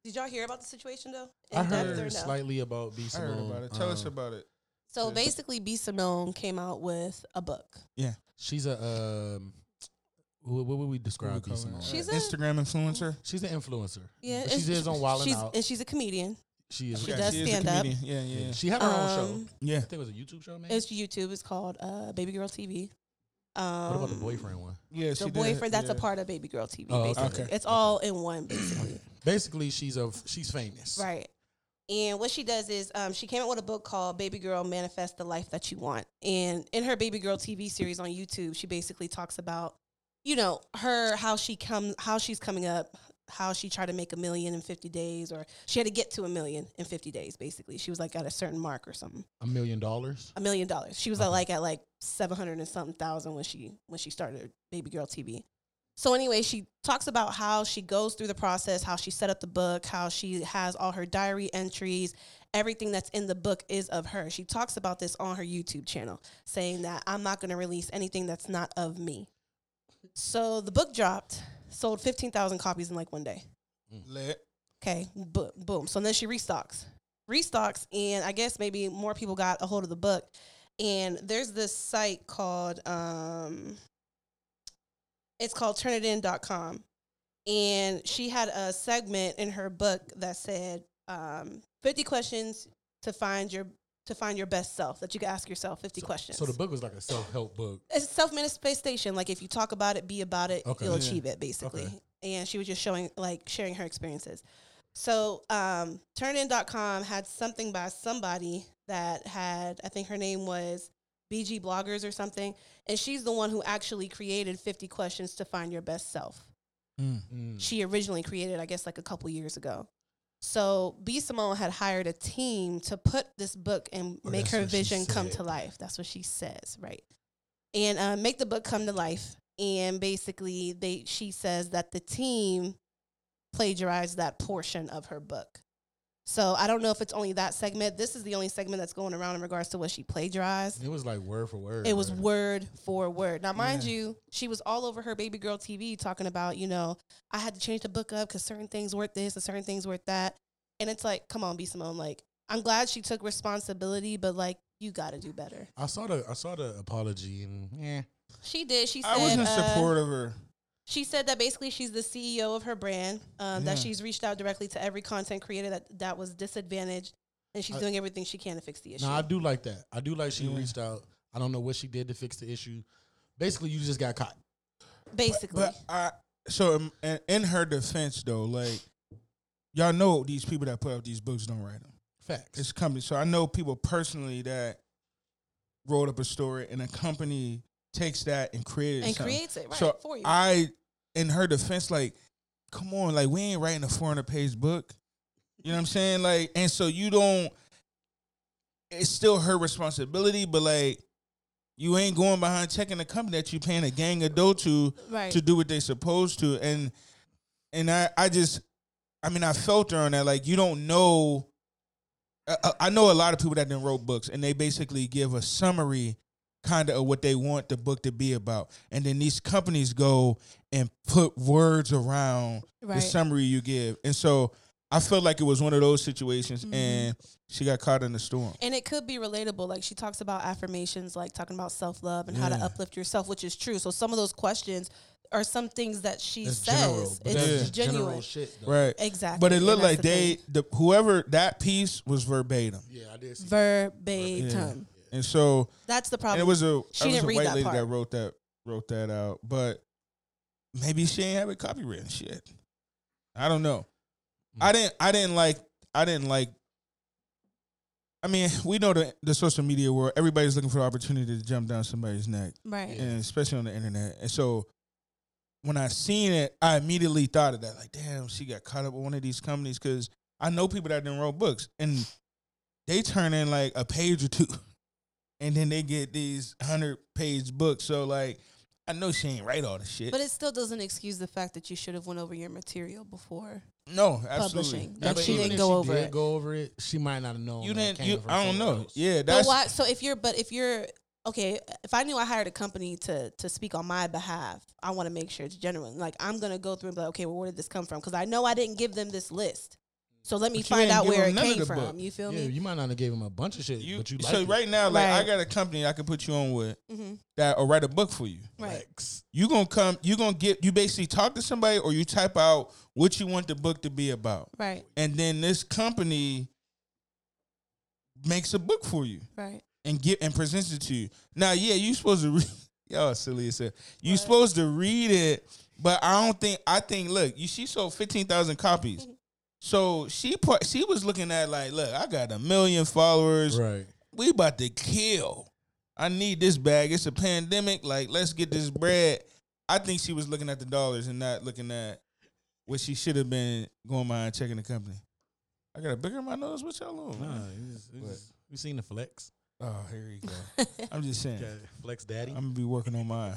E: Did y'all hear about the situation though?
D: I
E: In depth
D: heard
E: or no?
D: slightly about be
F: I
D: Simone.
F: heard about it. Tell us
D: Um,
F: about it.
E: So basically, B. Simone came out with a book.
D: She's a um, what, what would we describe B Simone?
E: She's
F: She's
E: a-
F: Instagram influencer.
D: She's an influencer.
E: Yeah,
D: But she
E: and
D: is on Wild 'N
E: she's,
D: Out.
E: And she's a comedian.
D: She is.
E: She
F: Yeah,
E: does
F: is a
E: stand up.
F: comedian. Yeah, yeah,
D: Yeah.
F: yeah.
D: She had her own show.
E: Um,
F: yeah.
D: I think it was a YouTube show, maybe.
E: It's YouTube. It's called uh, Baby Girl TV. Um,
D: what about the boyfriend one?
F: Yeah,
E: The
F: she did.
E: boyfriend. That's
F: Yeah.
E: a part of Baby Girl TV.
D: Oh, okay.
E: basically,
F: Okay.
E: it's all in one, basically.
D: Basically, she's a she's famous.
E: Right. And what she does is um, she came out with a book called Baby Girl Manifest the Life That You Want. And in her Baby Girl TV series on YouTube, she basically talks about, you know, her how she comes how she's coming up, how she tried to make a million in 50 days or she had to get to a million in 50 days basically. She was like at a certain mark or something.
D: A million dollars.
E: A million dollars. She was at like at like 700 and something thousand when she when she started Baby Girl TV. So anyway, she talks about how she goes through the process, how she set up the book, how she has all her diary entries, everything that's in the book is of her. She talks about this on her YouTube channel, saying that I'm not going to release anything that's not of me. So the book dropped, sold 15,000 copies in like one day.
F: Lit.
E: Okay, boom, boom. So then she restocks, restocks, and I guess maybe more people got a hold of the book. And there's this site called, um, it's called Turnitin.com, and she had a segment in her book that said um, 50 questions to find your to find your best self that you could ask yourself 50 questions.
D: So the book was like a self help book.
E: it's self manifestation. Like if you talk about it, be about it,
D: Okay.
E: you'll
D: Yeah.
E: achieve it. Basically,
D: Okay.
E: and she was just showing like sharing her experiences. So um, turnin.com had something by somebody that had I think her name was BG Bloggers or something, and she's the one who actually created 50 questions to find your best self.
D: Mm.
E: She originally created, I guess, like a couple years ago. So B Simone had hired a team to put this book and
D: Oh,
E: make
D: that's
E: her
D: what she
E: vision come
D: said.
E: to life. That's what she says, right? And uh, make the book come to life. And basically, they she says that the team plagiarized that portion of her book. So I don't know if it's only that segment. This is the only segment that's going around in regards to what she plagiarized.
D: It was like word for word.
E: It was
D: bruh.
E: word for word. Now, mind you, she was all over her baby girl TV talking about, you know, I had to change the book up because certain things weren't this and certain things weren't that. And it's like, come on, B Simone. Like, I'm glad she took responsibility, but like, you got to do better.
D: I saw the I saw the apology and yeah.
E: She did. She said,
F: I was in
E: uh,
F: support of her.
E: She said that basically she's the CEO of her brand, um, that
F: Yeah.
E: she's reached out directly to every content creator that, that was disadvantaged, and she's
D: I-
E: doing everything she can to fix the issue.
D: No, I do like that. I do like she
F: Yeah.
D: reached out. I don't know what she did to fix the issue. Basically, you just got caught.
E: basically.
F: But I so um, in, in her defense though, like y'all know these people that put out these books don't write them.
D: Facts.
F: It's company. So I know people personally that wrote up a story and a company takes that and created
E: and
F: something.
E: creates it right
F: so
E: for you.
F: I, in her defense, like, come on, like we ain't writing a four hundred page book. You know what I'm saying? Like, and so you don't. It's still her responsibility, but like, you ain't going behind checking the company that you paying a gang of dough to
E: right.
F: to do what they supposed to, and and I I just, I mean, I felt her on that. Like, you don't know. I- I, I know a lot of people that didn't wrote books, and they basically give a summary kind of what they want the book to be about. And then these companies go and put words around the
E: right.
F: summary you give. And so I felt like it was one of those situations
E: Mhm.
F: and she got caught in the storm.
E: And it could be relatable. Like she talks about affirmations, like talking about self love and how to
F: Yeah.
E: uplift yourself, which is true. So some of those questions are some things that she
D: That's
E: says.
D: general. But
E: it's
D: that's
F: Yeah.
D: just
E: genuine.
D: general shit. Though.
F: Right.
E: Exactly.
F: But it
E: and
F: looked
E: that's
F: like
E: the
F: they
E: thing.
F: the whoever that piece was verbatim.
D: Yeah, I did. See
E: verbatim.
F: And so
E: That's the
F: and
E: problem.
F: it was a
E: She
F: it was
E: didn't
F: a
E: read
F: white
E: that
F: lady that
E: part.
F: wrote that wrote that out. But maybe she ain't have it copywritten shit. I don't know. I didn't I didn't like I didn't like I mean, we know the the social media world, everybody's looking for the opportunity to jump down somebody's neck.
E: right.
F: and especially on the internet. And so when I seen it, I immediately thought of that. Like, damn, she got caught up with one of these companies because I know people that didn't wrote books and they turn in like a page or two, and then they get these hundred page books. So like, I know she ain't write all the shit.
E: But it still doesn't excuse the fact that you should have went over your material before.
F: no, absolutely.
E: publishing.
D: Yeah,
E: That
D: but
E: she
D: even
E: didn't
D: if
E: go over
D: did
E: it.
D: Go over it. She might not have known.
F: You
D: that it
F: didn't.
D: came
F: You,
D: from
F: I don't
D: somewhere
F: know.
D: else.
F: Yeah,
E: But
F: that's
E: why? So if you're, but if you're, okay, if I knew I hired a company to to speak on my behalf, I want to make sure it's genuine. Like I'm gonna go through and be like, okay, well, where did this come from? Because I know I didn't give them this list, so let me
F: But you
E: find
F: didn't
E: out
F: give
E: where
F: them
E: it
F: none of
E: came
F: the
E: from.
F: book.
E: You feel
D: Yeah,
E: me?
D: you might not have gave him a bunch of shit,
F: you.
D: but you
F: so
D: liked
F: right
D: it.
F: now, like I
E: Right.
F: got a company I can put you on with
E: mm-hmm.
F: that will write a book for you.
E: Right.
F: you gonna come you gonna get you basically talk to somebody or you type out what you want the book to be about
E: Right.
F: and then this company makes a book for you
E: Right.
F: and get and presents it to you now yeah you supposed to read y'all silly as hell you supposed to read it but i don't think i think look you she sold 15000
E: Mm-hmm.
F: copies so she part she was looking at like look i got a million followers
D: right?
F: we about to kill. I need this bag. It's a pandemic. Like, let's get this bread. I think she was looking at the dollars and not looking at what she should have been going behind checking the company. I got a bigger in my nose. What y'all on?
D: Nah,
F: man?
D: you seen the flex?
F: Oh, here you go. I'm just saying.
D: flex daddy.
F: I'm gonna be working on mine.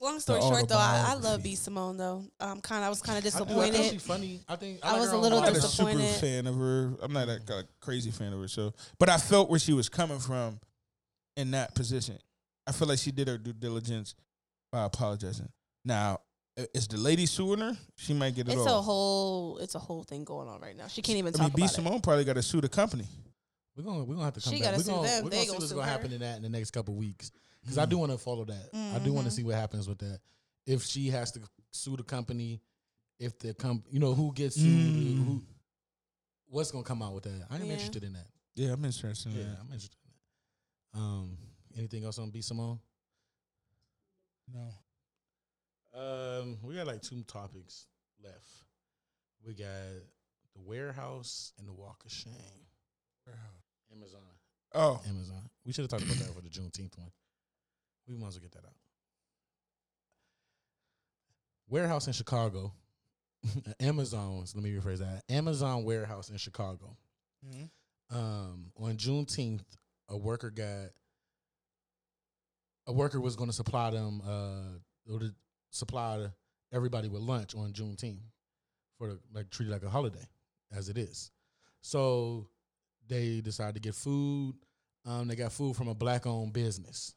E: Long story
F: The
E: short, though, I, I love
F: autobiography.
E: B Simone though. Um, kind of, I was kind of
D: I, do, I think
E: disappointed.
D: she's funny. I think
E: I
D: like
E: was
D: her
E: a
D: on
E: little
D: all
F: I'm not a
D: levels.
E: disappointed.
F: super fan of her. I'm not a, a crazy fan of her. So, but I felt where she was coming from in that position. I feel like she did her due diligence by apologizing. Now, i- is the lady suing her? She might get it
E: It's a
F: all.
E: whole, it's a whole thing going on right now. She can't even
F: I mean,
E: talk
F: B.
E: about it.
F: Simone probably got to sue the company.
D: We're gonna we're gonna have to come
E: She
D: back.
E: gotta
D: We're
E: sue
D: gonna,
E: them.
D: we're
E: They
D: gonna see
E: gonna
D: what's
E: sue
D: gonna
E: her. Mm-hmm.
D: happen in that in the next couple weeks because I do want to follow that. I do want to
E: Mhm.
D: see what happens with that. If she has to sue the company, if the comp, you know who gets sued,
F: Mm.
D: who, what's gonna come out with that? I am
E: Yeah.
D: interested in that.
F: Yeah, I'm interested. in
D: Yeah,
F: that.
D: I'm interested. In that. Um, anything else on B Simone?
F: No.
D: Um, we got like two topics. left. We got the warehouse and the walk of shame. Amazon.
F: Oh,
D: Amazon. We should have talked about that for the Juneteenth one. We might as well get that out. Warehouse in Chicago. Amazon's, let me rephrase that. Amazon warehouse in Chicago.
F: Mhm.
D: Um, on Juneteenth, a worker got a worker was gonna supply them uh or to supply everybody with lunch on Juneteenth for the like treat it like a holiday, as it is. So they decided to get food. Um, they got food from a black owned business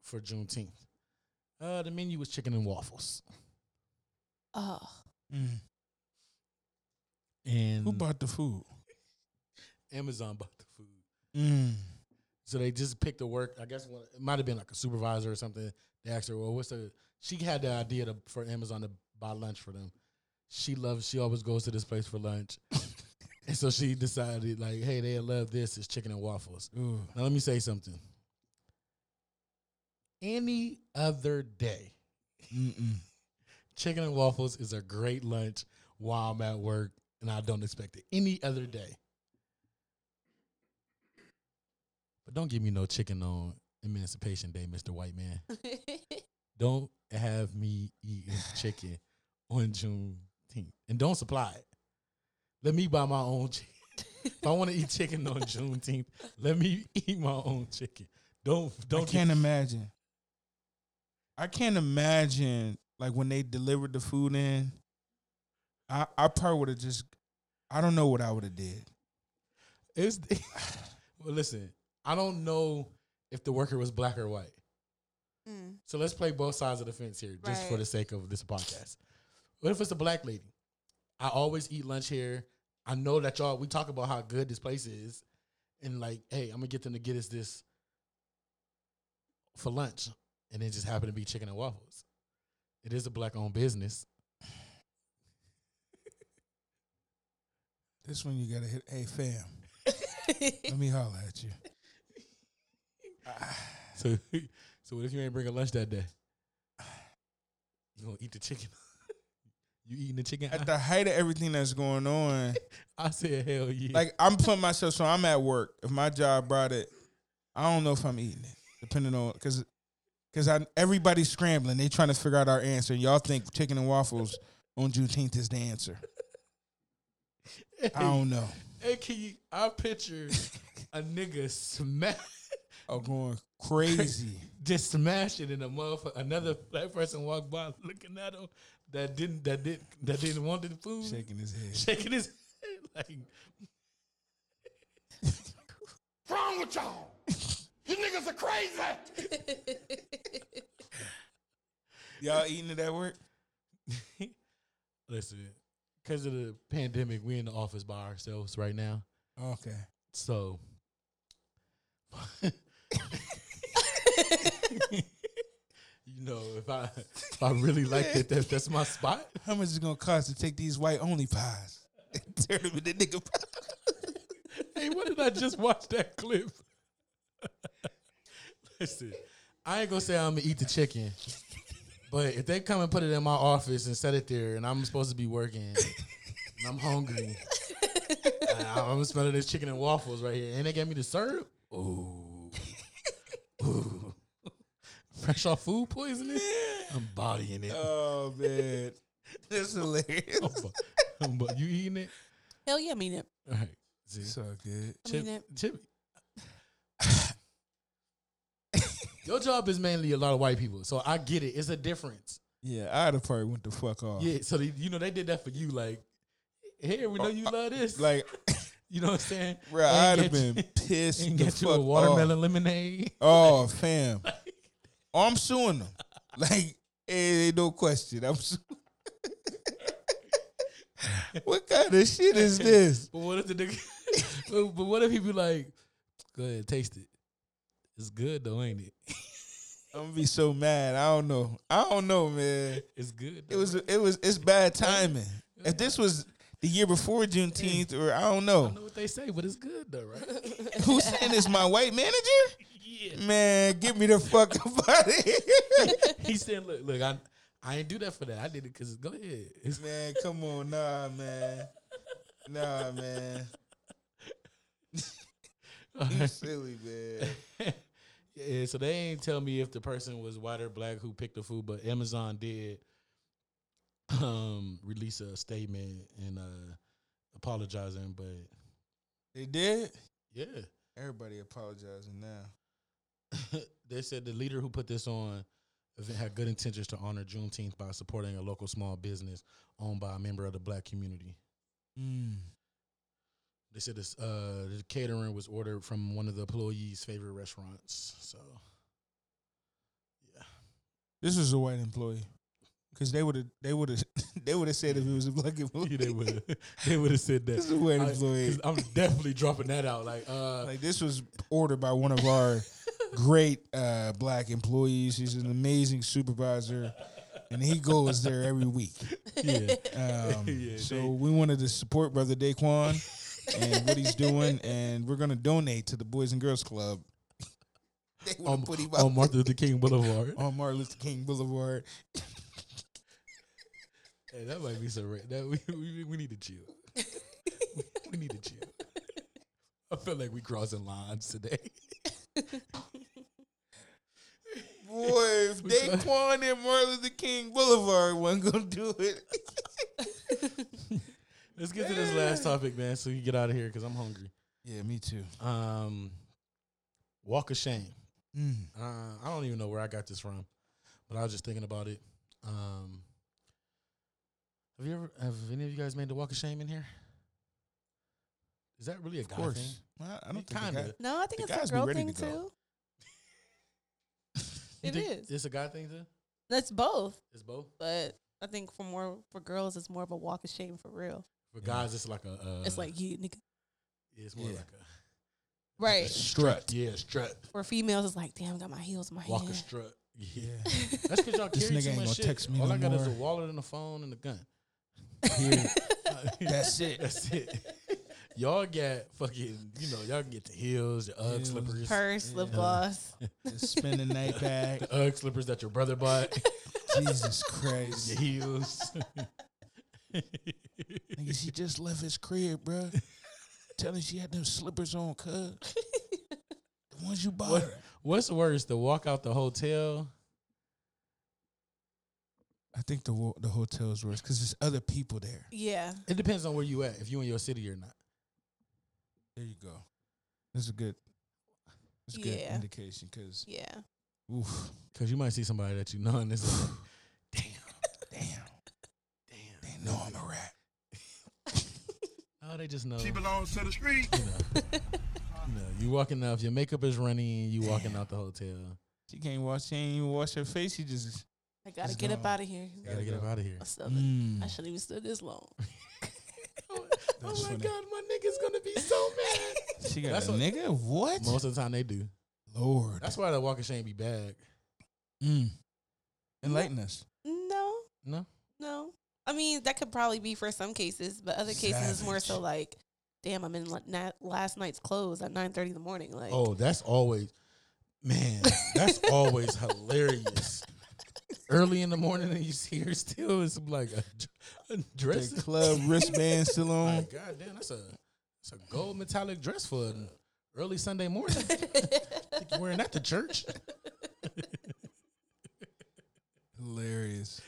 D: for Juneteenth. Uh, the menu was chicken and waffles.
E: Oh,
D: And
F: who bought the food?
D: Amazon bought the food.
F: Mm.
D: So they just picked a work. I guess one, it might have been like a supervisor or something. They asked her, "Well, what's the?" She had the idea to, for Amazon to buy lunch for them. She loves. She always goes to this place for lunch, and so she decided, like, "Hey, they love this. It's chicken and waffles." Now let me say something. Any other day, chicken and waffles is a great lunch while I'm at work, and I don't expect it any other day. But don't give me no chicken on Emancipation Day, Mister White Man. Don't have me eating chicken on Juneteenth, and don't supply it. Let me buy my own chicken. if I want to eat chicken on Juneteenth, let me eat my own chicken. Don't
F: I
D: don't get-
F: can't imagine. I can't imagine like when they delivered the food in. I I probably would have just. I don't know what I would have did.
D: It's well, listen. I don't know if the worker was black or white.
E: Mm.
D: So let's play both sides of the fence here, just for
E: Right.
D: the sake of this podcast. What if it's a black lady? I always eat lunch here. I know that y'all. We talk about how good this place is, and like, hey, I'm gonna get them to get us this for lunch, and it just happened to be chicken and waffles. It is a black-owned business.
F: This one you gotta hit. Hey fam, let me holler at you.
D: So, so what if you ain't bringing lunch that day? You gonna eat the chicken? you eating the chicken?
F: At the height of everything that's going on,
D: I said, hell yeah.
F: like I'm putting myself. So I'm at work. If my job brought it, I don't know if I'm eating it, depending on because because I everybody's scrambling. They trying to figure out our answer. Y'all think chicken and waffles on Juneteenth is the answer? I don't know.
D: hey, can you, I picture a nigga smash,
F: Oh, going crazy.
D: just smashing, and a motherfucker, another black person walk by looking at him that didn't that did that didn't want the food, shaking,
F: shaking his head.
D: his head like.
A: Wrong with y'all? you niggas are crazy.
F: Y'all eating it at work?
D: Listen, because of the pandemic, we in the office by ourselves right now,
F: Okay.
D: so. you know, if I if I really liked it, that that's my spot.
F: How much is it gonna cost to take these white only pies? Turn them into nigga pies.
D: hey, what did I just watch that clip? Listen, I ain't gonna say I'm gonna eat the chicken, but if they come and put it in my office and set it there, and I'm supposed to be working, and I'm hungry, and I'm gonna smell this chicken and waffles right here, and they gave me the syrup. Ooh, ooh, fresh off food poisoning. I'm bodying it.
F: Oh man, that's hilarious.
D: I'm bu- I'm bu- you eating it?
E: Hell yeah, I mean it.
D: All right. See?
F: So good.
E: I
D: Chip,
E: mean it.
D: Chip. Your job is mainly a lot of white people, so I get it. It's a difference.
F: Yeah, I'd have probably went the fuck off.
D: Yeah, so they, you know they did that for you. Like, here we know you love this. Like,
F: Oh, uh, Like,
D: you know what I'm saying?
F: bro,
D: And
F: I'd have
D: get you-
F: been pissed.
D: And
F: the
D: get you
F: fuck
D: a
F: off.
D: watermelon lemonade.
F: Oh, fam. Oh, I'm suing them. Like, eh, no question. I'm suing. what kind of shit is this?
D: But what if the nigga? but, but what if he be like, "Go ahead, taste it. It's good though, ain't it?
F: I'm gonna be so mad. I don't know. I don't know, man.
D: It's good."
F: It
D: Though.
F: was it was it's bad timing. If this was the year before Juneteenth, or I don't
D: I
F: know,
D: know what they say, but it's good though, right?
F: who's saying this? My white manager? Man, get me the fuck up out of here.
D: He said, "Look, look, I, I ain't do that for that. I did it because go ahead. It's-
F: Man, come on, nah, man, nah, man. You silly man.
D: yeah, so they ain't tell me if the person was white or black who picked the food, but Amazon did um release a statement and uh apologizing, but
F: They did.
D: yeah.
F: Everybody apologizing now.
D: they said the leader who put this on if it had good intentions to honor Juneteenth by supporting a local small business owned by a member of the black community.
F: Mm.
D: They said this, uh, the catering was ordered from one of the employees' favorite restaurants. So,
F: This was a white employee, because they would have, they would have, they would have said if it was a black employee.
D: yeah, they would they would have said that.
F: This is a white
D: I-
F: employee.
D: 'cause I'm definitely dropping that out. Like, uh,
F: Like this was ordered by one of our great uh, black employees. He's an amazing supervisor, and he goes there every week.
D: yeah,
F: Um,
D: Yeah,
F: so
D: they-
F: we wanted to support Brother Daquan and what he's doing, and we're gonna donate to the Boys and Girls Club. they wanna
D: on,
F: put him
D: on
F: out
D: Martin Luther King Boulevard.
F: on Martin Luther King Boulevard.
D: Hey, that might be some. Ra- that we, we we need to chill. we need to chill. I feel like we crossing lines today.
F: Boy, if
D: We try-
F: Daquan and Martin Luther King Boulevard wasn't gonna do it,
D: Let's get to this last topic, man, so you get out of here because I'm hungry.
F: yeah, me too.
D: Um, walk of shame.
F: Mm.
D: Uh, I don't even know where I got this from, but I was just thinking about it. Um, have you ever? Have any of you guys made the walk of shame in here? Is that really a
F: Of
D: guy thing?
F: course, I, I don't think I
D: Kinda.
F: got-
E: No, I think
F: The
E: it's
F: guys
E: a
F: be
E: girl
F: ready
E: thing
F: to go.
E: too. It
D: You think
E: is.
D: It's a guy thing too.
E: That's both,
D: It's both.
E: but I think for more for girls, it's more of a walk of shame for real.
D: For guys, it's like a. Uh,
E: it's like you, nigga.
D: it's more
F: yeah.
D: like a.
E: Right.
F: strut.
D: Yeah, strut.
E: For females, it's like, damn, got my heels in my
D: Walk a
E: hand.
D: strut. Yeah.
F: Yeah.
D: That's because y'all
F: This
D: carry
F: nigga
D: too
F: ain't
D: much
F: gonna
D: shit.
F: text me
D: All
F: no
D: I got is a
F: more.
D: wallet and a phone and a gun.
F: Yeah.
D: That's it. That's it. Y'all got fucking, you know, y'all can get the heels, the UGG
F: Heels.
D: slippers,
E: Purse, lip gloss.
F: Just spend the night back.
D: the UGG slippers that your brother bought,
F: Jesus Christ.
D: your heels.
F: Nigga, she just left his crib, bruh. Telling she had them slippers on, cuz. The ones you bought her.
D: What's worse, to walk out the hotel?
F: I think the wo- the hotel's worse because there's other people there.
E: Yeah.
D: It depends on where you at. If you in your city or not.
F: There you go. That's a good, that's a good
E: Yeah.
F: indication because,
E: Yeah.
F: oof,
D: Cause you might see somebody that you know and it's like, damn,
F: damn. Damn. They know I'm a rat.
D: oh, they just know.
C: belongs to the street.
D: you know, you know, you walking out. If your makeup is running, you walking out the hotel.
F: She can't wash, she ain't even wash her face. She just.
E: I gotta
F: It's
E: get up
F: gone.
E: out of here.
D: You gotta get up out of here. Mm.
E: I, still- I shouldn't even stood this long.
D: oh
F: Mm. That's
D: my
F: funny.
D: god, my nigga's gonna be so mad.
F: She got
D: That's
F: a
D: what-
F: nigga? What?
D: Most of the time they do.
F: Lord.
D: That's why the walk of shame be bad.
F: Mm. Enlighten us.
E: No,
D: No,
E: no. I mean, that could probably be for some cases, but other cases it's more so
F: Savage.
E: like, damn, I'm in la- na- last night's clothes at nine thirty in the morning. Like,
D: oh, that's always, man, that's always hilarious. Early in the morning and you see her still it's like a, dr- a dress.
F: The club wristband still on.
D: Like, god damn, that's a that's a gold metallic dress for an early Sunday morning. Think you wearing that to church?
F: Hilarious.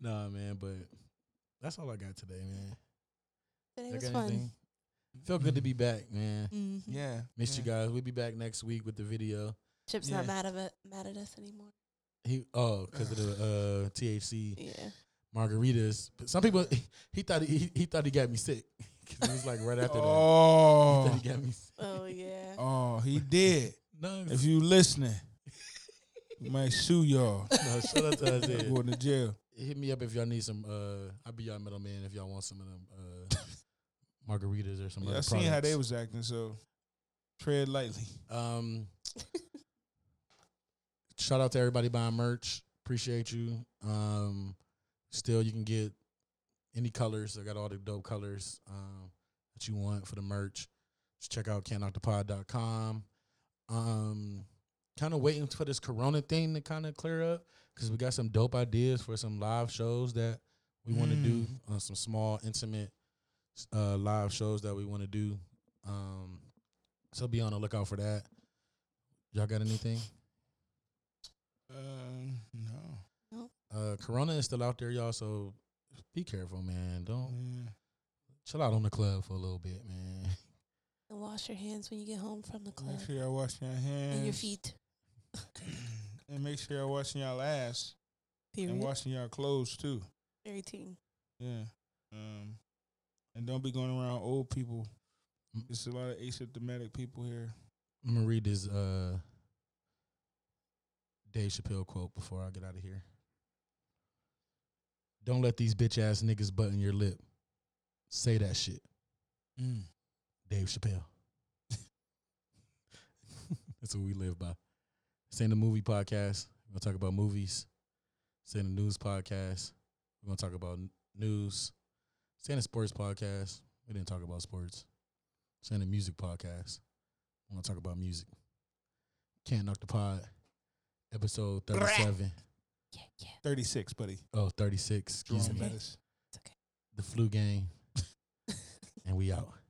D: Nah, man, but that's all I got today, man.
E: today
D: Y'all
E: was
D: got
E: fun.
D: anything? Feel good to be back, man.
E: hmm
F: Yeah.
D: Missed
F: yeah.
D: you guys. We'll be back next week with the video.
E: Chip's
F: Yeah.
E: not mad of it, mad at us anymore.
D: He oh, because of the uh, THC
E: Yeah,
D: margaritas. But some people he thought he, he, he thought he got me sick because it was like right after that. He
F: Oh,
D: thought he got me. Sick.
E: oh yeah.
F: oh, he did.
D: No,
F: If you listening, we might sue y'all.
D: no, shout out to
F: Y'all
D: Isaiah.
F: Going to jail.
D: Hit me up if y'all need some. Uh, I'll be y'all middleman if y'all want some of them uh, margaritas or some.
F: Y'all
D: other
F: seen how they
D: products.
F: was acting, so tread lightly.
D: Um, shout out to everybody buying merch. Appreciate you. Um, still, you can get any colors. I got all the dope colors um, that you want for the merch. Just check out canoctopod.com. Um, kind of waiting for this Corona thing to kind of clear up because we got some dope ideas for some live shows that we want to do on some small, intimate uh, live shows that we want to do. Um, so be on the lookout for that. Y'all got anything?
F: Um, no.
D: Uh, Corona is still out there, y'all. So be careful, man. Don't
F: Yeah.
D: chill out on the club for a little bit, man.
E: And wash your hands when you get home from the club
F: Make sure y'all washing your hands
E: and your feet.
F: and make sure y'all washing y'all ass and
E: Period.
F: washing y'all clothes too.
E: Very teen.
F: Yeah. Um, and don't be going around old people.
D: Mm.
F: It's a lot of asymptomatic people here.
D: I'm gonna read this uh, Dave Chappelle quote before I get out of here. Don't let these bitch ass niggas button your lip. Say that shit, Dave Chappelle. That's what we live by. It's in the movie podcast. We're gonna talk about movies. It's in the news podcast. We're gonna talk about n- news. It's in the sports podcast. We didn't talk about sports. It's in the music podcast. We're gonna talk about music. Can't knock the pod. Episode thirty-seven.
E: Yeah, yeah.
F: Thirty six, buddy.
D: Oh, 36.
F: Jerome
D: Excuse me.
F: Bettis.
D: The flu game, and we out.